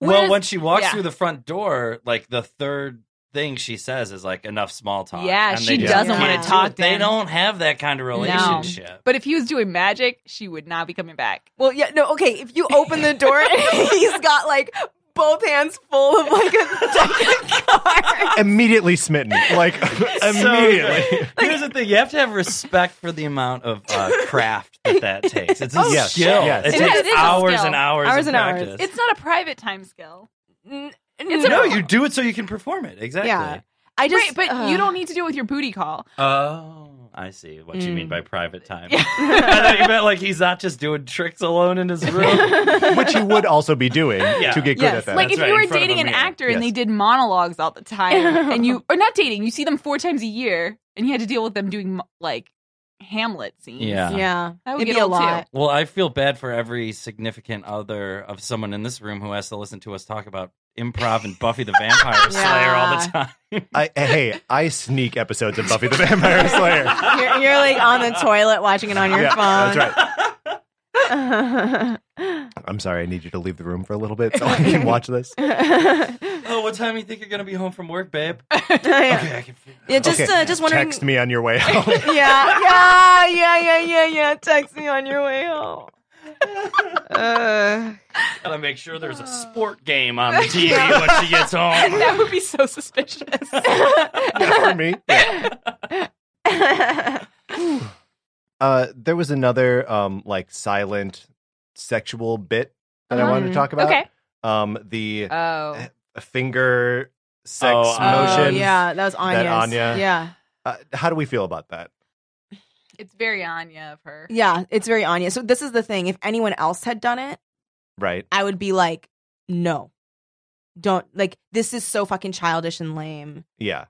well,
Whereas-
when she walks
yeah.
through the front door, like the third thing she says is like enough small talk.
Yeah,
And
she
they
doesn't
just
wanna
can't do
talk,
it. They
Dan.
don't have that kind of relationship.
[laughs]
But if he was doing magic, she would not be coming back.
Well, yeah, no, okay. If you open the door, [laughs] and he's got like both hands full of like a deck of cards.
Immediately smitten. Like immediately.
[laughs] Here's the thing: you have to have respect for the amount of uh, craft that that takes. It's a
Oh, yes,
skill.
yes.
It,
It
takes
is- it is a
hours
skill.
and hours,
Hours
of
and hours.
practice.
It's not a private time skill.
N-
no, you do it so you can perform it. Exactly.
Yeah. I just,
right, but
uh,
you don't need to do it with your booty call.
Oh, I see what you
Mm.
mean by private time. [laughs] I thought you meant like he's not just doing tricks alone in his room.
Which he would also be doing to get good
Yes.
at that.
like
That's
if
right,
you
in
were
front of
dating
a
an
mirror.
actor and they
Yes.
did monologues all the
[laughs]
time, and you or not dating, you see them four times a year, and you had to deal with them doing mo- like Hamlet scenes.
Yeah.
Yeah,
That would get
it'd be a
old, too.
lot.
well, I feel bad for every significant other of someone in this room who has to listen to us talk about improv and Buffy the Vampire Slayer all the time.
I, hey, I sneak episodes of Buffy the Vampire
[laughs]
Slayer.
You're, you're like on the toilet watching it on your
yeah, that's
phone.
right.
[laughs] right.
I'm sorry, I need you to leave the room for a little bit
[laughs]
so I can watch this.
[laughs] oh, what time do you think you're gonna be home from work, [laughs] babe?
[laughs] yeah.
Okay, I can figure it
Yeah, just
Okay,
uh, just wondering.
Text me on your way home.
[laughs]
[laughs]
Yeah, yeah, yeah, yeah, yeah, yeah. Text me on your
[laughs]
way home. Uh, [laughs]
out. Gotta make sure there's a sport game on the TV when she gets
[laughs]
home.
That would be so
[laughs]
suspicious. [laughs]
yeah, for me. Yeah. uh, there was another um, like silent sexual bit that I wanted to
Mhm.
talk about.
okay.
Um, the
Oh.
finger sex
Oh, uh,
motion.
Uh, oh, yeah, that was Anya's.
Anya.
Yeah,
Uh, how do we feel about that?
It's very Anya of her.
yeah, it's very Anya. So this is the thing. If anyone else had done it,
Right.
I would be like, no, don't. Like this is so fucking childish and lame.
Yeah.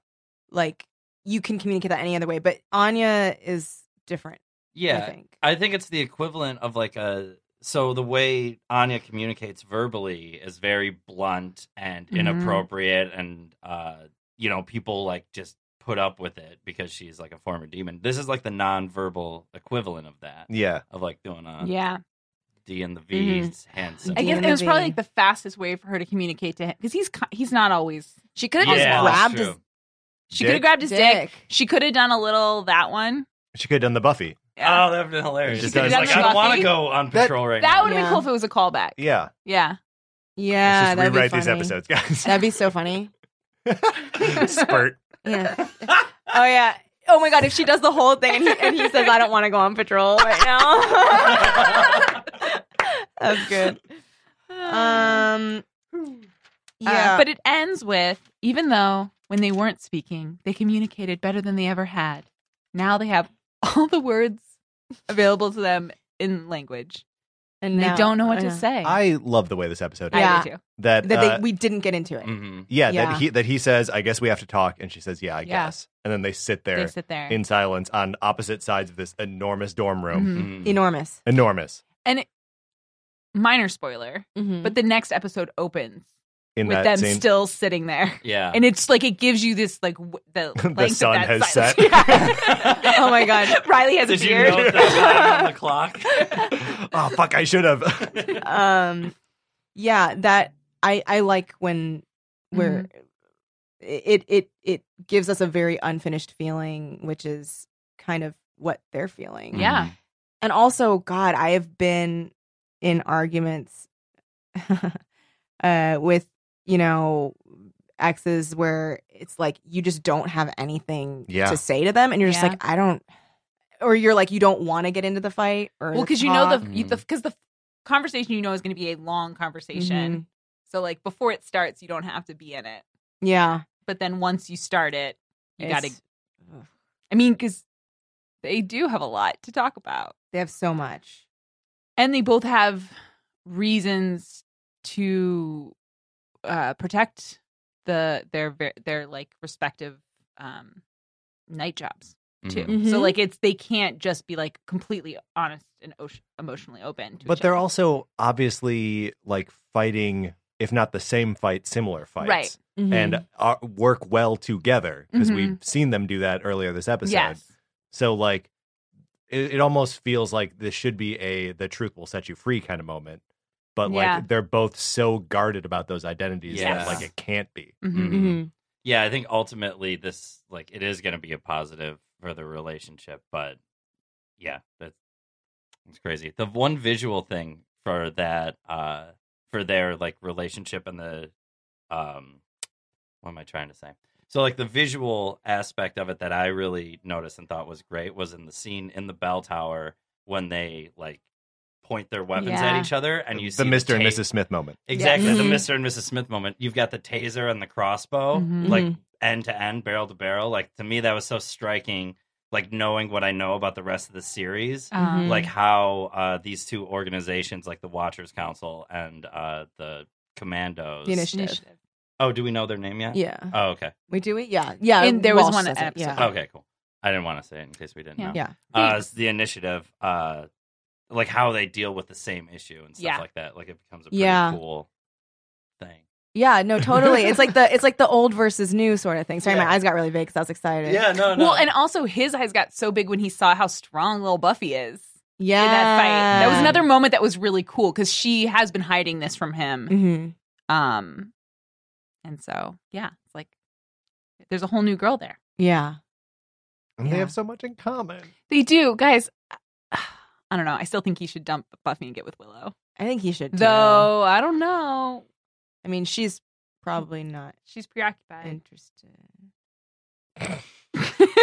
Like you can communicate that any other way, but Anya is different. I
Yeah,
think.
I think it's the equivalent of like a. So the way Anya communicates verbally is very blunt and
Mhm.
inappropriate, and uh, you know, people like just put up with it because she's like a former demon. This is like the nonverbal equivalent of that
Yeah.
of like doing a
yeah, Mm-hmm.
D and the V hand
I
symbol.
guess it was
DMV.
probably like the fastest way for her to communicate to him because he's co- he's not always.
She could have
Yeah,
just
that's
grabbed
true.
his
She could have grabbed his dick.
dick.
She could have done a little that one.
She could have done the Buffy.
Yeah.
Oh, that'd been hilarious.
She
She's
does
like,
like
I don't
Buffy.
want to go on
That-
patrol right
that
now.
would have
Yeah.
been cool if it was a callback.
Yeah.
Yeah.
Yeah,
Let's just
that'd be
rewrite these
funny.
episodes, guys.
That'd be so funny. [laughs]
Spurt.
Yeah. oh yeah. Oh my god, if she does the whole thing and he, and he says, "I don't want to go on patrol right now," [laughs] that's good.
[sighs]
Um.
Uh,
Yeah,
but it ends with even though when they weren't speaking, they communicated better than they ever had. Now they have [laughs] all the words available to them in language.
and
And
now- Oh,
they don't know what to
yeah.
say.
I love the way this episode
I
ends.
Yeah.
do too.
That,
That they,
uh,
we didn't get into it.
hmm
yeah,
Yeah.
that he that he says, I guess we have to talk, and she says, Yeah, I
Yeah.
guess. And then they sit
They
there
sit there.
in silence on opposite sides of this enormous dorm room.
Mhm.
Mm-hmm.
Enormous.
Enormous.
Minor spoiler,
But
but the next episode opens
In
with
that
them
scene.
still sitting there.
Yeah.
And it's like it gives you this like w- the, length of
sun
that
has
silence.
set.
Yeah.
Oh my God.
Riley has
Did
a
you
beard.
note that time on the clock?
[laughs] oh fuck, I should
[laughs]
have.
Uh,
um, yeah, that I I like when we're it it it gives us a very unfinished feeling, which is kind of what they're feeling.
[laughs]
Yeah.
and also god i have been in arguments [laughs] uh with you know exes where it's like you just don't have anything
Yeah.
to say to them and you're just
Yeah.
like i don't or you're like you don't want to get into the fight or
[laughs] Well, because you know the
talk.
you- the because the conversation you know is going to be a long conversation.
Mhm.
So like before it starts, you don't have to be in it.
yeah
But then once you start it, you got to.
It's-
I mean, because they do have a lot to talk about,
they have so much
and they both have reasons to uh, protect the their ver- their like respective um, night jobs.
Mm-hmm.
too.
Mm-hmm.
Mhm.
So like it's they can't just be like completely honest and o- emotionally open. To
but
each
they're
other.
also obviously like fighting, if not the same fight, similar fights.
Right. Mm-hmm.
Mm-hmm. um,
And are, work well together because
Mhm.
we've seen them do that earlier this episode.
yes.
So like, it, it almost feels like this should be a the truth will set you free kind of moment. But like
Yeah.
they're both so guarded about those identities
Yes.
that like it can't be.
Mhm.
Mhm. Yeah, I think ultimately this like it is going to be a positive for the relationship, but yeah, that's it's crazy. The one visual thing for that uh for their like relationship and the um what am I trying to say? So like the visual aspect of it that I really noticed and thought was great was in the scene in the bell tower when they like point their weapons at
Yeah.
each other and you
the
see
Mr. and
ta-
Mrs. Smith moment.
Exactly,
Yes.
the
Mhm.
Mr. and Mrs. Smith moment. You've got the taser and the crossbow,
Mhm.
like end to end, barrel to barrel. Like to me, that was so striking. Like knowing what I know about the rest of the series,
Um,
like how uh, these two organizations, like the Watchers Council and uh, the Commandos.
The initiative.
Oh, do we know their name yet?
yeah
Oh, okay.
we do it yeah yeah
And there was
Walsh
one
says it,
episode.
yeah
Okay, cool. I didn't want to say it in case we didn't
Yeah.
know.
yeah
Uh, it's the initiative, uh, like how they deal with the same issue and stuff
Yeah.
like that. Like it becomes a pretty
Yeah.
cool thing.
yeah no totally it's like the it's like the old versus new sort of thing sorry
Yeah.
my eyes got really big because i was excited
Yeah, no, no.
Well, and also his eyes got so big when he saw how strong little Buffy is
yeah
in that fight. That was another moment that was really cool because she has been hiding this from him.
hmm
Um, and so yeah, it's like there's a whole new girl there.
Yeah.
And
Yeah.
they have so much in common.
They do, guys. [sighs] I don't know. I still think he should dump Buffy and get with Willow.
I think he should. too.
Though I don't know.
I mean, she's probably not
She's preoccupied.
interested.
[laughs]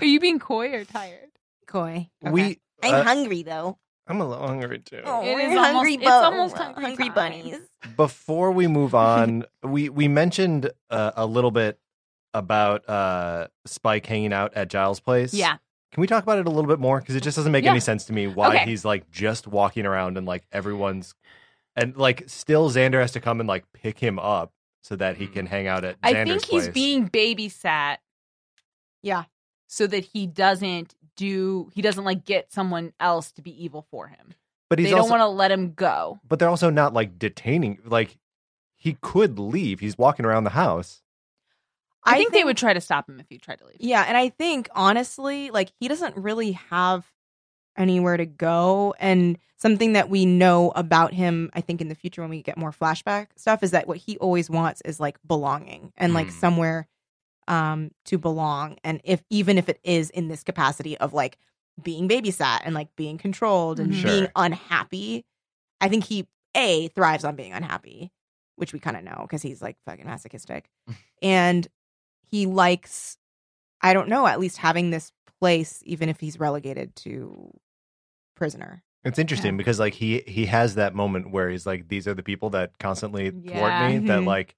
Are you being coy or tired?
Coy.
We uh,
hungry though.
I'm a little hungry too.
Oh.
It we're is almost- hungry it's bo- almost hungry hungry time. bunnies.
Before we move on, we we mentioned uh, a little bit about uh, Spike hanging out at Giles' place.
Yeah.
Can we talk about it a little bit more? Because it just doesn't make
Yeah.
any sense to me why
Okay.
he's like just walking around and like everyone's and like still Xander has to come and like pick him up so that he can hang out at.
I
Xander's
think he's
place.
being babysat.
Yeah.
So that he doesn't do he doesn't like get someone else to be evil for him.
But he's
they
also.
don't want to let him go.
But they're also not like detaining. Like he could leave. He's walking around the house.
I, think, they would try to stop him if he tried to leave.
Yeah, and I think honestly, like he doesn't really have anywhere to go. And something that we know about him, I think in the future when we get more flashback stuff, is that what he always wants is like belonging and like
Mm.
somewhere um to belong. And if even if it is in this capacity of like being babysat and like being controlled and
Mhm.
being
Sure.
unhappy, I think he a thrives on being unhappy, which we kind of know because he's like fucking masochistic, and he likes, I don't know, at least having this place, even if he's relegated to prisoner.
It's interesting because like he he has that moment where he's like, these are the people that constantly
Yeah.
thwart me. That
Mhm.
like,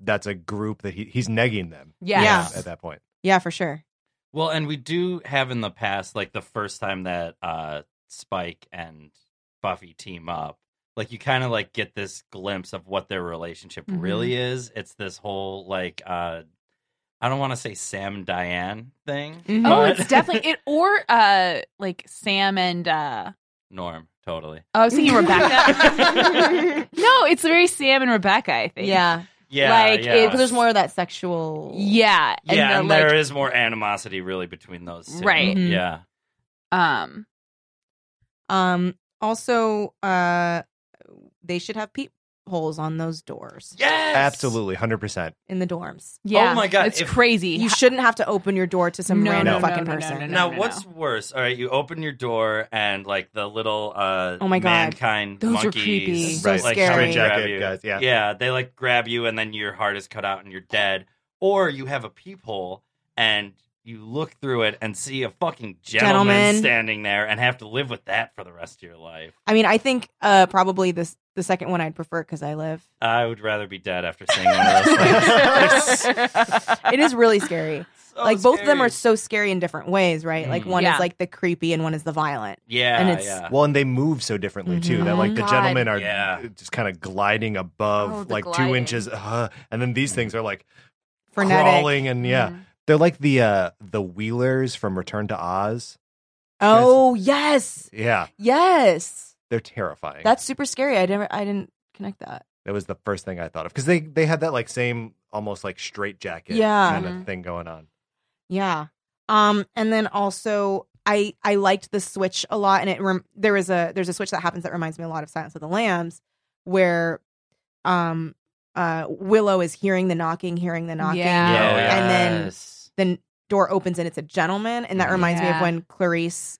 that's a group that he he's negging them.
Yes.
at that point.
Yeah, for sure.
Well, and we do have in the past, like the first time that uh Spike and Buffy team up, like you kind of like get this glimpse of what their relationship
Mhm.
really is. It's this whole like uh I don't want to say Sam and Diane thing.
Mhm.
Oh,
but-
it's
[laughs]
definitely it or uh like Sam and uh
Norm, totally.
oh, I was thinking
[laughs]
Rebecca. no, it's very Sam and Rebecca, I think.
yeah,
Yeah,
Like,
yeah.
it's-
there's more of that sexual.
Yeah.
yeah, and,
the, like,
there is more animosity really between those two.
Right.
Mhm.
Yeah.
um
Um. Also, uh, they should have peep holes on those doors
Yes.
Absolutely, hundred percent.
in the dorms.
yeah.
Oh my God,
It's
if-
crazy.
You shouldn't have to open your door to some
No,
random
no,
fucking
no, no,
person.
no, no,
Now,
no.
what's worse? All right, you open your door and like the little uh,
Oh my God.
mankind
Those are
monkeys,
creepy.
So
like,
scary.
come and grab
Straitjacket
you.
guys, yeah.
yeah, they like grab you and then your heart is cut out and you're dead. Or you have a peephole and you look through it and see a fucking gentleman,
Gentleman.
standing there and have to live with that for the rest of your life.
I mean, I think uh, probably this the second one I'd prefer because I live.
I would rather be dead after seeing one of
[laughs]
those things.
[laughs]
It is really scary.
So
[laughs] like both of them
scary.
are so scary in different ways, right? Like
Mhm.
one
Oh, Mm-hmm. Yeah.
is like the creepy and one is the violent.
yeah,
and
[laughs]
it's-
yeah.
Well, and they move so differently too.
Mhm.
That like the
Mm-hmm. God.
gentlemen are
Yeah.
just kind of gliding above,
Oh, the
like two
gliding.
inches, uh, and then these things are like
Frenetic.
crawling and yeah,
Mm-hmm.
they're like the uh the Wheelers from Return to Oz.
Oh yes,
Yeah,
yes,
they're terrifying.
that's super scary. I never, I didn't connect that.
that was the first thing I thought of because they they had that like same almost like straight jacket
Yeah.
kind of
Mhm.
thing going on.
Yeah. Um, and then also I I liked the switch a lot, and it rem- there was a there's a switch that happens that reminds me a lot of Silence of the Lambs, where, um, uh, Willow is hearing the knocking, hearing the knocking,
Yeah.
yeah.
and then
Yes.
the door opens and it's a gentleman, and that reminds me of
Yeah.
when Clarice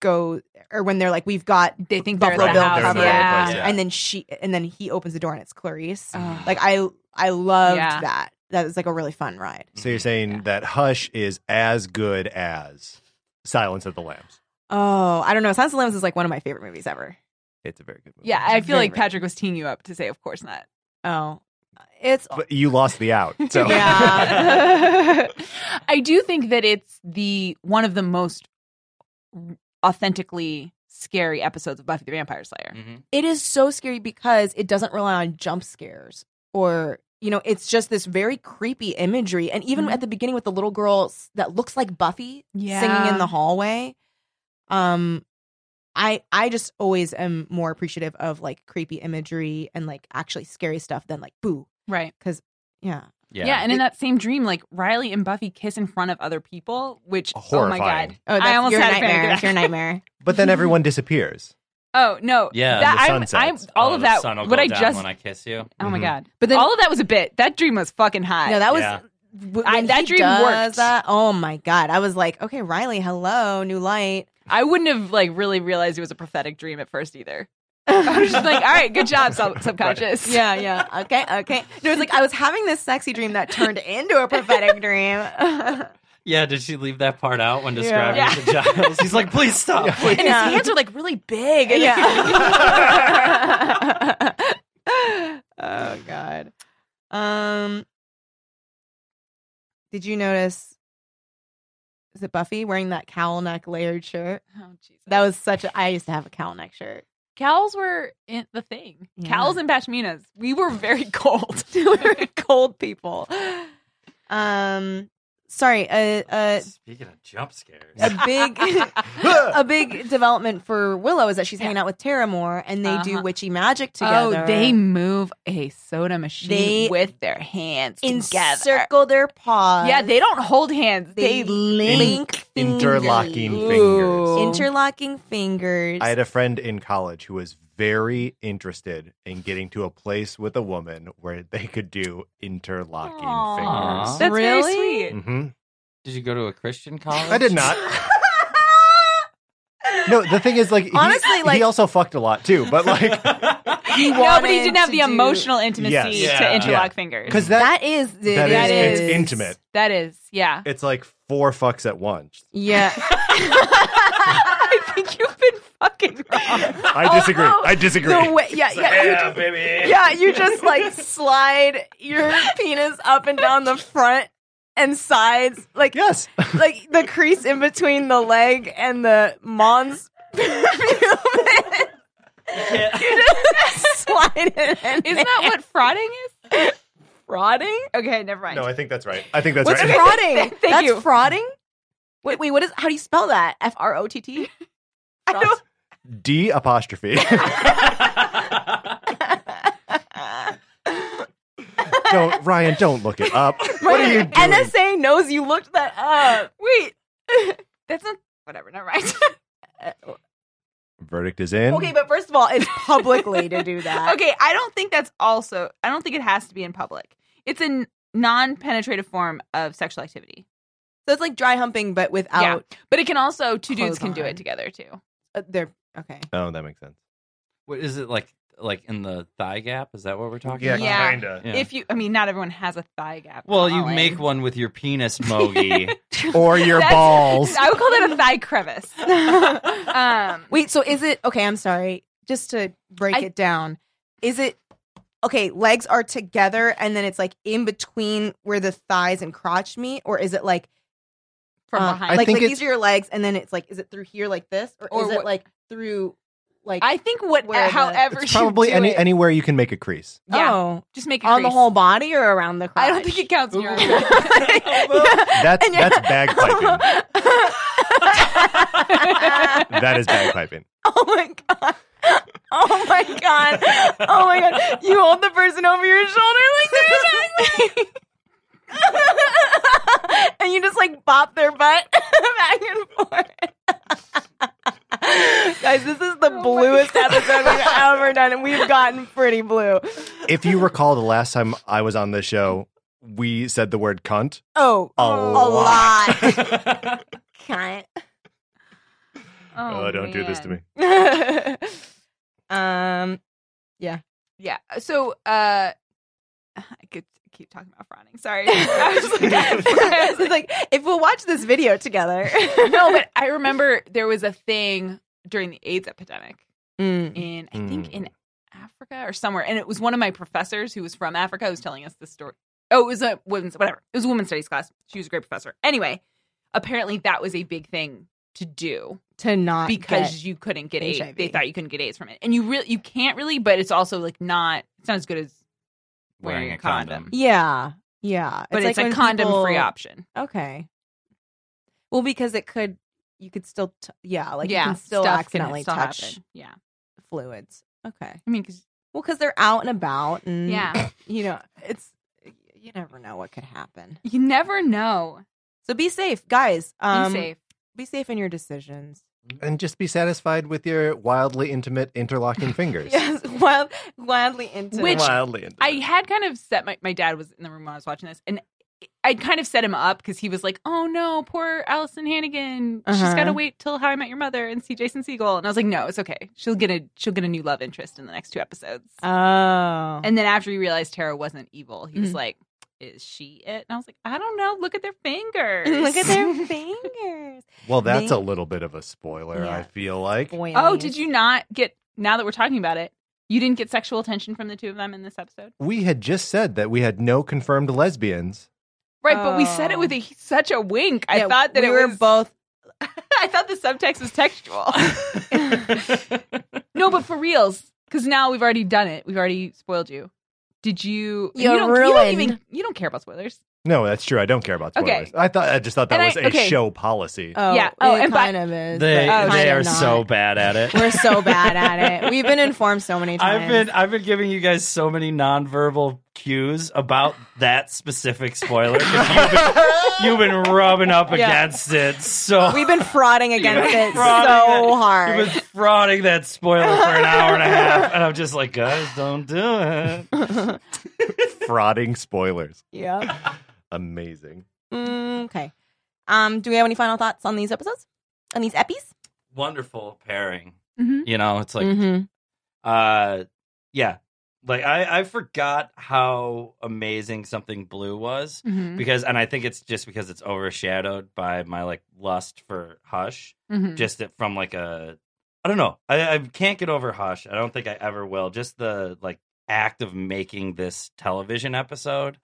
go or when they're like, "We've got,"
they think they're
Buffalo
at the
Bill
house.
cover.
yeah.
They're in the right place, yeah.
and then she and then he opens the door and it's Clarice.
Mm-hmm.
Ugh.
Like I I loved
Yeah.
that. That was like a really fun ride.
So
Mm-hmm.
you're saying
Yeah.
that Hush is as good as Silence of the Lambs?
Oh, I don't know. Silence of the Lambs is like one of my favorite movies ever.
Mm-hmm.
It's a very good movie.
Yeah, I feel
Very
like
right.
Patrick was teeing you up to say, of course not.
Oh, it's
but you lost the
[laughs]
out. So
Yeah.
I do think that it's the one of the most authentically scary episodes of Buffy the Vampire Slayer.
Mhm.
it is so scary because it doesn't rely on jump scares or you know it's just this very creepy imagery and even
Mhm.
at the beginning with the little girl s- that looks like Buffy singing
Yeah.
in the hallway um I I just always am more appreciative of like creepy imagery and like actually scary stuff than like boo
Right.
yeah
Yeah. and in that same dream, like Riley and Buffy kiss in front of other people, which oh my
Horrifying.
god, I almost
your
had a
nightmare
panic
that's
attack.
your nightmare
But then everyone disappears.
[laughs] Oh no,
Yeah,
that,
the
I'm,
sun
I'm
sets.
all
Oh,
of
the
that.
sun will
What
go
I
down
just
when I Mm-hmm. kiss you.
oh my
Mhm.
god,
But then-
all of that was a bit. That dream was fucking hot.
no that was
Yeah.
w-
I-
when
that
he
dream
does
worked.
that, oh my god I was like okay Riley hello new light
I wouldn't have like really realized it was a prophetic dream at first
[laughs]
either. I was just like, all right, good job,
[laughs]
sub- subconscious.
Yeah, yeah. Okay, okay. No, it's like I was having this sexy dream that turned into a prophetic dream. [laughs]
Yeah, did she leave that part out when describing
Yeah.
it to Giles? He's like, please stop.
[laughs]
please."
And
Yeah.
his hands are like really big. And [laughs]
yeah. oh God. Um. Did you notice? Is it Buffy wearing that cowl neck layered shirt?
oh, Jesus.
That was such a. I used to have a cowl neck shirt.
Cowls were in the thing.
Yeah.
Cowls and pashminas. We were very [laughs] cold. Oh,
We're cold people. Um. sorry, uh, a a,
Speaking of jump scares,
a
[laughs]
big [laughs] a big development for Willow is that she's hanging out with Tara more, and they do
Uh-huh.
witchy magic together.
Oh, they move a soda machine
They
with their hands together.
encircle their paws.
Yeah, they don't hold hands.
they
They,
link
interlocking
fingers.
fingers.
Ooh.
interlocking fingers.
I had a friend in college who was very interested in getting to a place with a woman where they could do interlocking
Aw.
fingers.
That's very
Really?
sweet.
Mhm.
did you go to a Christian college?
I did
[laughs]
not. No, the thing is, like, he-
Honestly, like-
he also fucked a lot too, but
[laughs]
like,
He
No, but he
wanted
didn't have
to
the
do-
emotional intimacy
Yes.
Yeah.
to interlock
Yeah.
fingers.
because that
That is the,
That
That
is-
is,
it's intimate.
That is, yeah.
it's like four fucks at once.
Yeah.
[laughs] I think you've been fucking wrong.
I disagree.
Although,
I disagree.
The Oh, way, yeah, yeah,
[laughs]
you
yeah,
just-
baby.
yeah. You just like slide
[laughs]
your penis up and down the front and sides, like
yes.
like the crease in between the leg and the mons. [laughs] you just [laughs] slide it. In
Isn't that what frauding is?
frauding?
Okay, never mind.
No, I think that's right. I think that's
What's
right.
[laughs] frauding?
Thank
That's
you.
frauding. Wait, wait. What is? How do you spell that? F R O T T. [laughs] I don't.
D apostrophe. [laughs] don't Ryan, don't look it
[laughs]
up. What are you doing?
NSA knows you looked that up.
Wait, that's not. Whatever, never mind. [laughs]
Verdict is in.
Okay, but first of all, it's publicly to [laughs] do that.
okay, I don't think that's also. I don't think it has to be in public. It's a non-penetrative form of sexual activity,
So it's like dry humping, but without
Yeah. but it can also two dudes
Clothes
can do
on.
it together too.
uh, their. Okay.
Oh, that makes sense.
[laughs] What is it like? Like in the thigh gap? Is that what we're talking
Yeah,
about?
Yeah.
kinda.
Yeah.
If you, I mean, not everyone has a thigh gap.
Well, you
Colin. [laughs]
make one with your penis, Mogi.
Or your
That's-
balls.
I would call that a thigh
[laughs]
crevice. Um,
Wait. So is it okay? I'm sorry. Just to break
I-
it down, is it okay? Legs are together, and then it's like in between where the thighs and crotch meet, or is it like
from
um,
behind.
I
Like,
think
like
it's-
these are your legs, and then it's like, is it through here like this, or,
Or
is
what-
it like through like?
I think what,
Where the-
however,
It's
you
probably
do
any
it-
anywhere you can make a crease.
yeah,
Oh,
just make it
on the
crease.
whole body or around the crotch?
I don't think it counts. when you're-
That's
And you're-
that's bagpiping.
[laughs]
that is bagpiping.
[laughs] oh my god! Oh my god! Oh my god! You hold the person over your shoulder like they're back. [laughs] and you just like bop their butt [laughs] back and forth. [laughs] Guys, this is the bluest episode we've ever done, and we've gotten pretty blue.
If you recall the last time I was on this show, we said the word cunt.
Oh,
A
a, lot.
lot. [laughs]
Cunt.
[laughs] Oh, man.
um, [laughs]
Yeah. So uh [laughs] I could keep talking about frowning.
[laughs]
Sorry. I was like, [laughs] I was
it's like if we'll watch this video together.
like-
[laughs]
no, but I remember there was a thing during the AIDS epidemic
Mm.
in I think in Africa or somewhere, and it was one of my professors who was from Africa who was telling us this story. Oh, it was a women's whatever. It was a women's studies class. She was a great professor. Anyway, apparently that was a big thing to do
to not
because
get-
you couldn't get AIDS.
HIV.
They thought you couldn't get AIDS from it, and you really you can't really. But it's also like not. It's not as good as
Wearing a condom.
yeah, yeah,
but it's,
when
a condom free
people-
option.
Okay. Well, because it could, you could still, t- yeah, like
yeah,
you can still
stuff
accidentally
still
touch
happen. Yeah,
fluids. Okay.
I mean, 'cause-
Well, because they're out and about, and
yeah,
[laughs] you know, it's you never know what could happen.
you never know.
So be safe, guys.
Be
Um,
safe.
Be safe in your decisions. [laughs]
And just be satisfied with your wildly intimate
[laughs]
interlocking fingers.
Yes, wild, wildly into
Which-
wildly intimate.
I had kind of set my my dad was in the room when I was watching this, and I kind of set him up because he was like, "Oh no, poor Allison Hannigan. She's
Uh-huh.
got to wait till How I Met Your Mother and see Jason Segel." And I was like, "No, it's okay. She'll get a she'll get a new love interest in the next two episodes."
[laughs] Oh,
And then after he realized Tara wasn't evil, he was
Mhm.
like, "Is she it?" And I was like, "I don't know. Look at their fingers.
[laughs] look
[laughs]
at their fingers.
well, that's
Me-
a little bit of a spoiler,
Yeah.
I feel like.
Oh, did you not get? Now that we're talking about it, you didn't get sexual attention from the two of them in this episode,
We had just said that we had no confirmed lesbians.
right? But we said it
Oh.
with a, such a wink. I
Yeah,
thought that
we
it
were
was.
both.
[laughs] I thought the subtext was
[laughs]
textual. no, but for reals, because now we've already done it. We've already spoiled you. Did you? and
You're
you don't, you don't
ruined.
even. You don't care about spoilers.
No, that's true. I don't care about
Okay.
spoilers. I thought I just thought that
And I-
was a
okay.
show policy.
Oh,
Yeah. Oh,
it
and by-
kind of is.
They,
Oh,
but
they
kind of
are
not.
so bad at it.
[laughs] We're so bad at it.
[laughs]
We've been informed so many times.
I've been I've been giving you guys so many nonverbal cues about that specific spoiler. 'cause You've
[laughs]
been, [laughs] you've been rubbing up against it so.
We've been frauding against it so
frauding that-
hard.
You've been frauding that spoiler for an hour and a
[laughs]
half, and I'm just like, guys, don't do it. [laughs]
Frauding spoilers.
yeah.
Amazing.
Mm, okay. Um, do we have any final thoughts on these episodes? On these epis?
Wonderful pairing.
Mhm.
You know, it's like
mm-hmm.
uh yeah like i i forgot how amazing something blue was
Mm-hmm,
Mhm.
because and i think it's just because it's overshadowed by my like lust for hush
mm-hmm.
Mhm.
just it from like a i don't know I, I can't get over hush i don't think i ever will just the like act of making this television episode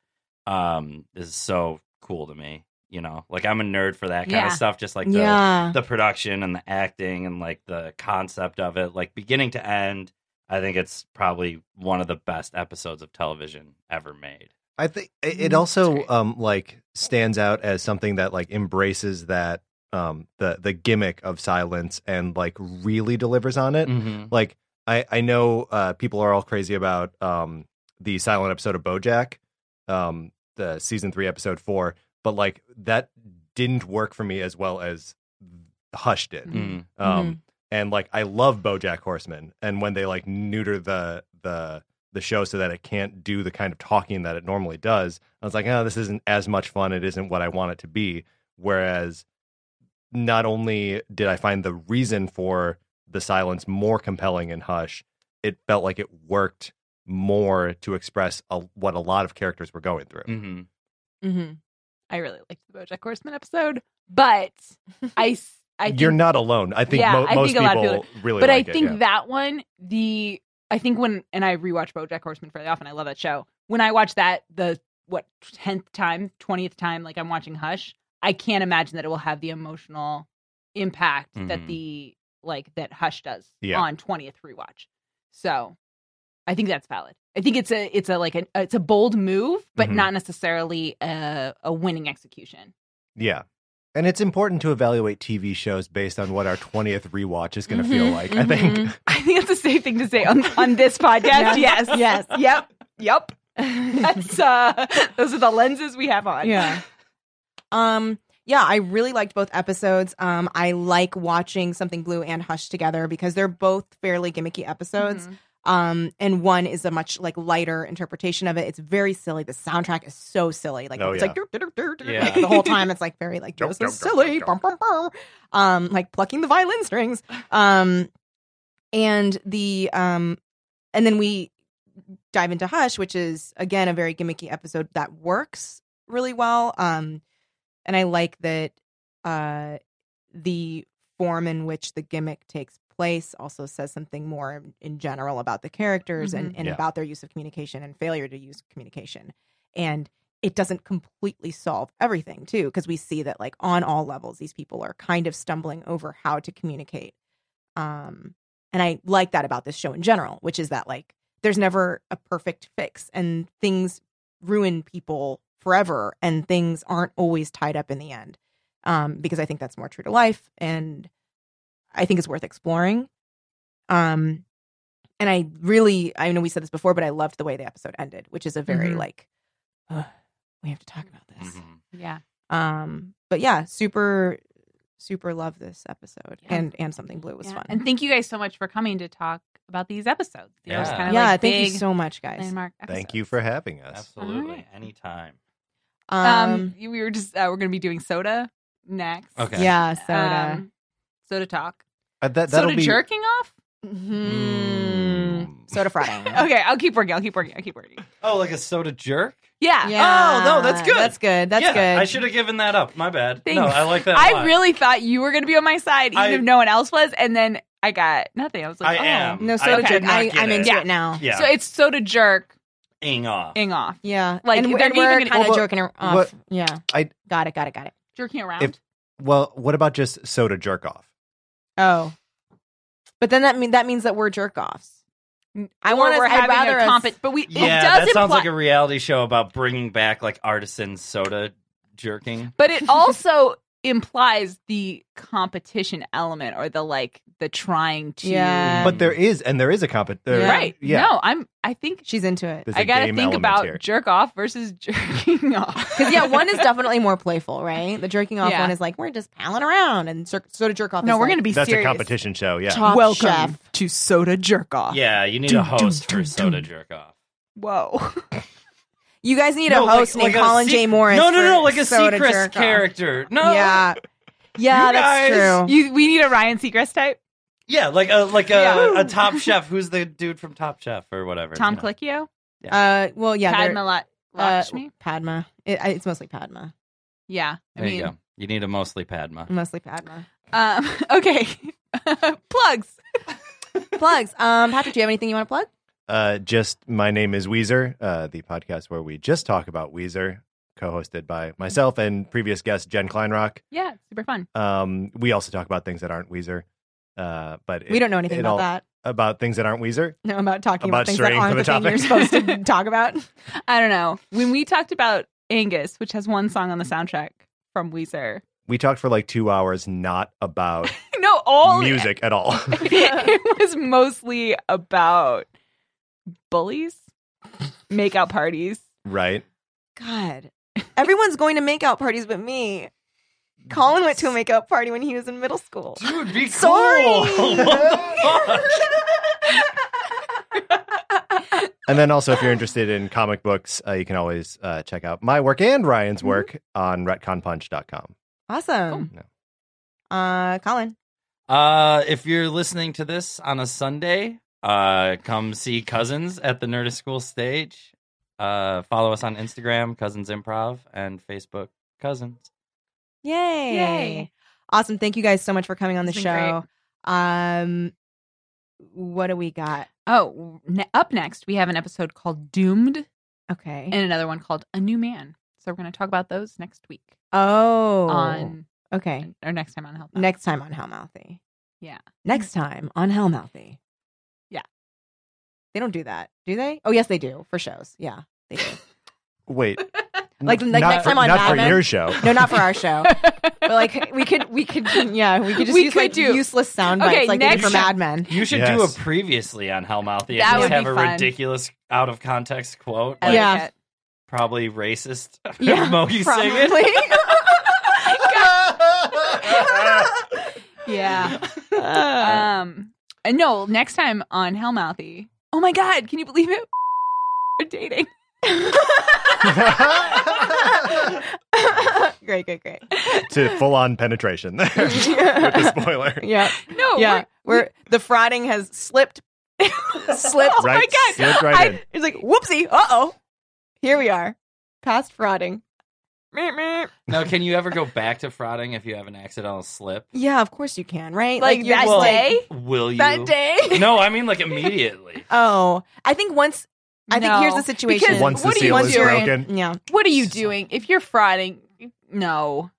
um is so cool to me you know like i'm a nerd for that kind
Yeah.
of stuff just like the
yeah.
the production and the acting and like the concept of it, like beginning to end, I think it's probably one of the best episodes of television ever made.
I think it
Mm,
it
that's
also
great.
um like stands out as something that like embraces that um the the gimmick of silence and like really delivers on it. Like I I know uh people are all crazy about um the silent episode of BoJack, um the season 3 episode 4, but like that didn't work for me as well as Hush did.
Mm.
Um and like I love BoJack Horseman and when they like neuter the the the show so that it can't do the kind of talking that it normally does, I was like, "Oh, this isn't as much fun. It isn't what I want it to be." Whereas not only did I find the reason for the silence more compelling in Hush, it felt like it worked more to express a, what a lot of characters were going through.
hmm
Mhm.
I really liked the BoJack Horseman episode,
[laughs]
but I s- I think
You're not alone. I think
Yeah,
mo-
I
most
think a lot of
people, really
but
like
I
it,
think
yeah.
that one, the I think when and I rewatch BoJack Horseman fairly often. I love that show. When I watch that, the what tenth time, twentieth time, like I'm watching Hush, I can't imagine that it will have the emotional impact that
Mhm.
the like that Hush does
Mm-hmm. Yeah.
on twentieth rewatch. So, I think that's valid. I think it's a it's a like a it's a bold move, but
Mm-hmm.
Mhm.
not necessarily a, a winning execution.
Yeah. And it's important to evaluate TV shows based on what our 20th rewatch is going to
Mm-hmm,
feel
Mhm,
like, I think.
mhm.
[laughs] I think that's a safe thing to say on on this [laughs] podcast.
Yes.
yes, yep, [laughs] yep. That's uh those are the lenses we have on. [laughs]
yeah. Um yeah, I really liked both episodes. Um I like watching Something Blue and Hush together because they're both fairly gimmicky episodes. Um and one is a much like lighter interpretation of it. It's very silly. The soundtrack is so silly. Like
Oh,
it's
yeah.
like, "Dur, dur, dur, dur,"
Yeah.
like, the
[laughs]
[laughs]
whole time it's like very like
Dum,
this is
dum, dum,
silly.
dum,
Bum, bum, bum. Um like plucking the
[laughs]
violin strings. Um and the um and then we dive into Hush, which is again a very gimmicky episode that works really well. Um, and I like that uh, the form in which the gimmick takes place also says something more in general about the characters and, and
Yeah.
about their use of communication and failure to use communication. And it doesn't completely solve everything too, because we see that like on all levels, these people are kind of stumbling over how to communicate. Um, and I like that about this show in general, which is that like there's never a perfect fix and things ruin people forever and things aren't always tied up in the end um, because i think that's more true to life and i think it's worth exploring um, and i really i know we said this before but i loved the way the episode ended which is a very
Mhm.
like "Ugh, we have to talk about this
Mhm.
Yeah.
um, but yeah super super love this episode
Yeah.
and and something blue was
Yeah.
fun
And thank you guys so much for coming to talk about these episodes. They were just
Yeah.
kinda
yeah
like
thank you
big
so much guys
landmark
[laughs] Thank
episodes.
you for having us.
Absolutely.
Alright.
Anytime.
Um, we were just uh, we're gonna be doing soda next.
Okay.
Yeah, soda.
Um, soda talk.
Uh, that, that'll
Soda Hmm.
be
jerking off.
Mhm.
Mm.
Soda Friday. [laughs]
Okay, I'll keep working. I'll keep working. I'll keep working.
Oh, like a soda jerk?
[laughs]
Yeah.
Oh, no, that's good.
That's good. That's
Yeah,
good.
I should have given that up. My bad. No,
Thanks.
I like that. a
I
lot.
really thought you were gonna be on my side, even
I-
if no one else was, and then I got nothing. I was like,
I
oh.
am.
No soda
Okay.
jerk.
did not
I,
get
I'm
it.
into
Yeah.
it now.
Yeah.
So it's soda jerk
ing off.
ing off.
Yeah.
Like,
and,
they're
we're- and
not even
we're
gonna-
kind of
Well,
jerking her off.
what-
yeah.
I-
got it. Got it. Got it.
Jerking around.
If- Well, what about just soda jerk off?
Oh, but then that mean that means that we're jerk offs. I
or
want us-
we're
I'd
having
rather
a
us-
compet, but we
Yeah,
it does
that sounds
imply-
like a reality show about bringing back like artisan soda jerking.
[laughs] but it also implies the competition element or the like the trying to
Yeah.
But there is, and there is a competition.
Yeah.
Um, right
Yeah.
no i'm i think
She's into it.
There's a
i gotta
game
think
element
about
here.
jerk off versus [laughs] jerking off
Because yeah,
[laughs]
[laughs]
one is definitely more playful, right? The jerking off
Yeah.
one is like we're just palling around, and cir- so to jerk off.
no
is
we're
like,
gonna be
That's
serious
a competition show. Yeah.
Top
welcome
Chef.
to soda jerk off
Yeah, you need a host for soda jerk off.
[laughs]
whoa
You guys need
No,
a host
like-
named
like a
Colin
sec-
J. Morris.
No, no, no,
for
like a
soda
Seacrest
jerk off.
character. No,
Yeah, yeah,
You
that's
guys-
true.
you we need a ryan seacrest type
yeah, like a like a,
Yeah.
a Top Chef. Who's the dude from Top Chef or whatever?
tom
you know?
Colicchio,
Uh, well, yeah,
padma
they're-
La-
uh,
Lakshmi?
Padma. It, I- it's mostly Padma.
yeah i
There
mean
you go. You need a mostly Padma. [laughs]
Mostly Padma.
um [laughs] okay plugs
Plugs. Um, Patrick, do you have anything you want to plug?
Uh, just my name is Weezer, uh, the podcast where we just talk about Weezer, co-hosted by myself and previous guest Jen Kleinrock.
yeah super fun
Um, we also talk about things that aren't Weezer, uh, but it-
we don't know anything
it
about
all-
that.
About things that aren't Weezer.
No, about talking about,
About
things that
straying
aren't
from
the
the
thing you're supposed
topic.
[laughs]
to talk about.
i don't know when we talked about angus which has one song on
Mm-hmm.
the soundtrack from weezer
We talked for like two hours, not
[laughs]
about
[laughs] no all
music at all.
[laughs]
[laughs]
it was mostly about bullies, makeout parties.
right?
God, everyone's going to makeout parties but me. Colin went to a makeout party when he was in middle
[gasps]
school.
Dude, be [laughs]
Sorry.
[laughs]
And then also, if you're interested in comic books, uh, you can always uh, check out my work and Ryan's
Mm-hmm.
work on retconpunch.com.
Awesome.
Cool.
Uh, Colin.
Uh, if you're listening to this on a Sunday, uh, come see Cousins at the Nerdist School stage. Uh, follow us on Instagram, Cousins Improv, and Facebook, Cousins.
Yay.
Yay.
Awesome. Thank you guys so much for coming on the
It's been
show. Um, what do we got?
[laughs] Oh, ne- up next we have an episode called "Doomed"
Okay.
and another one called "A New Man." So we're going to talk about those next week
oh.
on
okay.
or next time on Health. Now.
Next time on Hellmouthy.
Yeah.
Next time on Hellmouthy.
Yeah.
They don't do that, do they? Oh, yes, they do for shows. Yeah, they do.
Wait.
[laughs] Like- like
Not
next
for-
time on
Not
Madden?
for your show.
no, not for our show. But
[laughs]
like we could, we could, yeah, we could just
We
use
could
like
do-
useless sound bites
Okay,
like they do
next
for
time-
Mad Men.
You should do a
Yes.
previously on Hellmouthy.
That
and
would
just have
be
a
fun.
ridiculous out of context quote.
I
Like,
like
Yeah.
it.
Probably racist. [laughs]
Yeah,
Mogi singing.
Probably.
[laughs]
yeah. [laughs] Um, and no, next time on Hellmouthy. Oh my God, can you believe it? [laughs] We're dating.
[laughs] great, great, great.
[laughs] to full on penetration [laughs] there with the spoiler.
[laughs]
Yeah,
No,
yeah. We're the frauding has slipped, [laughs] slipped.
Oh my
right,
God.
slipped right
I-
in.
It's like whoopsie. Uh oh. Here we are, past frauding. Meep, meep.
now, can you ever go back to frauding if you have an accidental slip?
Yeah, of course you can, right?
Like
you're
that
just like-
day?
Will you?
that day.
No, I mean like immediately.
Oh, I think once. I think here's
No.
the situation.
Because
Once the
what are you
seal is
doing?
broken.
yeah.
What are you doing? If you're frauding, no.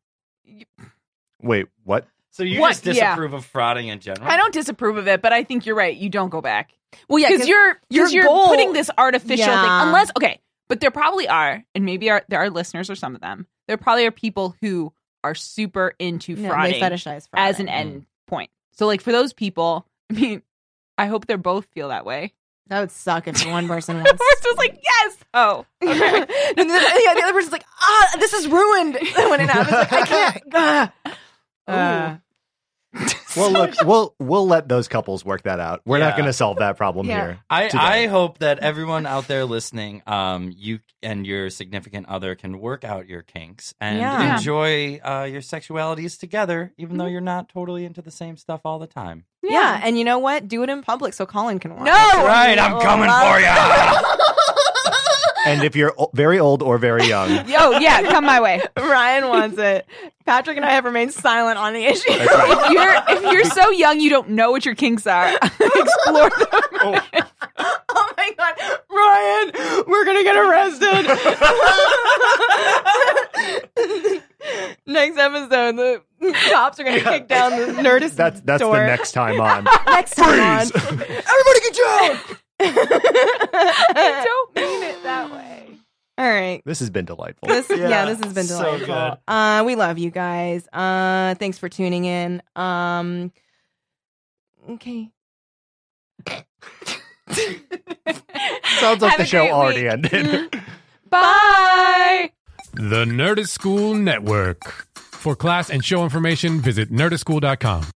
Wait, what?
So you
What?
just
Yeah.
disapprove of frauding in general?
I don't disapprove of it, but I think you're right. You don't go back.
Well, yeah,
Because you're,
your
cause you're
goal-
putting this artificial
Yeah.
thing. Unless, okay, but there probably are, and maybe are, there are listeners or some of them, there probably are people who are super into
no,
frauding
they Mm. fetishize frauding.
as an end point. So, like, for those people, I mean, I hope they both feel that
[laughs]
way.
That would suck if one person
The [laughs]
wants.
first was like, yes. Oh, okay.
[laughs] and then, yeah, the other person's like, ah, this is ruined. [laughs] when it happens, like, I can't. ah. [laughs] Uh,
Well,
[laughs]
look, we'll we'll let those couples work that out. We're not
Yeah.
going to solve that problem
Yeah.
here.
I,
today.
I hope that everyone out there listening, um, you and your significant other can work out your kinks and
Yeah. Yeah.
enjoy uh, your sexualities together, even though you're not totally into the same stuff all the time.
yeah. and you know what? Do it in public so Colin can watch.
No.
Right, I'm coming for you.
And if you're o- very old or very
[laughs]
young,
Oh, yeah. Come my way.
Ryan wants it. Patrick and I have remained silent on the issue.
if you're if you're so young you don't know what your kinks are, [laughs] explore them.
[laughs] Oh my god, Ryan, we're gonna get arrested. [laughs] next episode, the cops are gonna
[laughs]
kick down the nerdist
that's that's
door.
the next time on.
[laughs] next time on.
Freeze!
Everybody, get down.
I [laughs] don't mean it that way.
All right.
This has been delightful.
This, yeah.
Yeah,
this has been
so
delightful.
good.
Uh, we love you guys. Uh, thanks for tuning in. Um, okay.
Sounds like
Have
the
a
show
great
already
week.
[laughs]
ended.
Bye.
The Nerdist School Network. For class and show information, visit nerdistschool.com.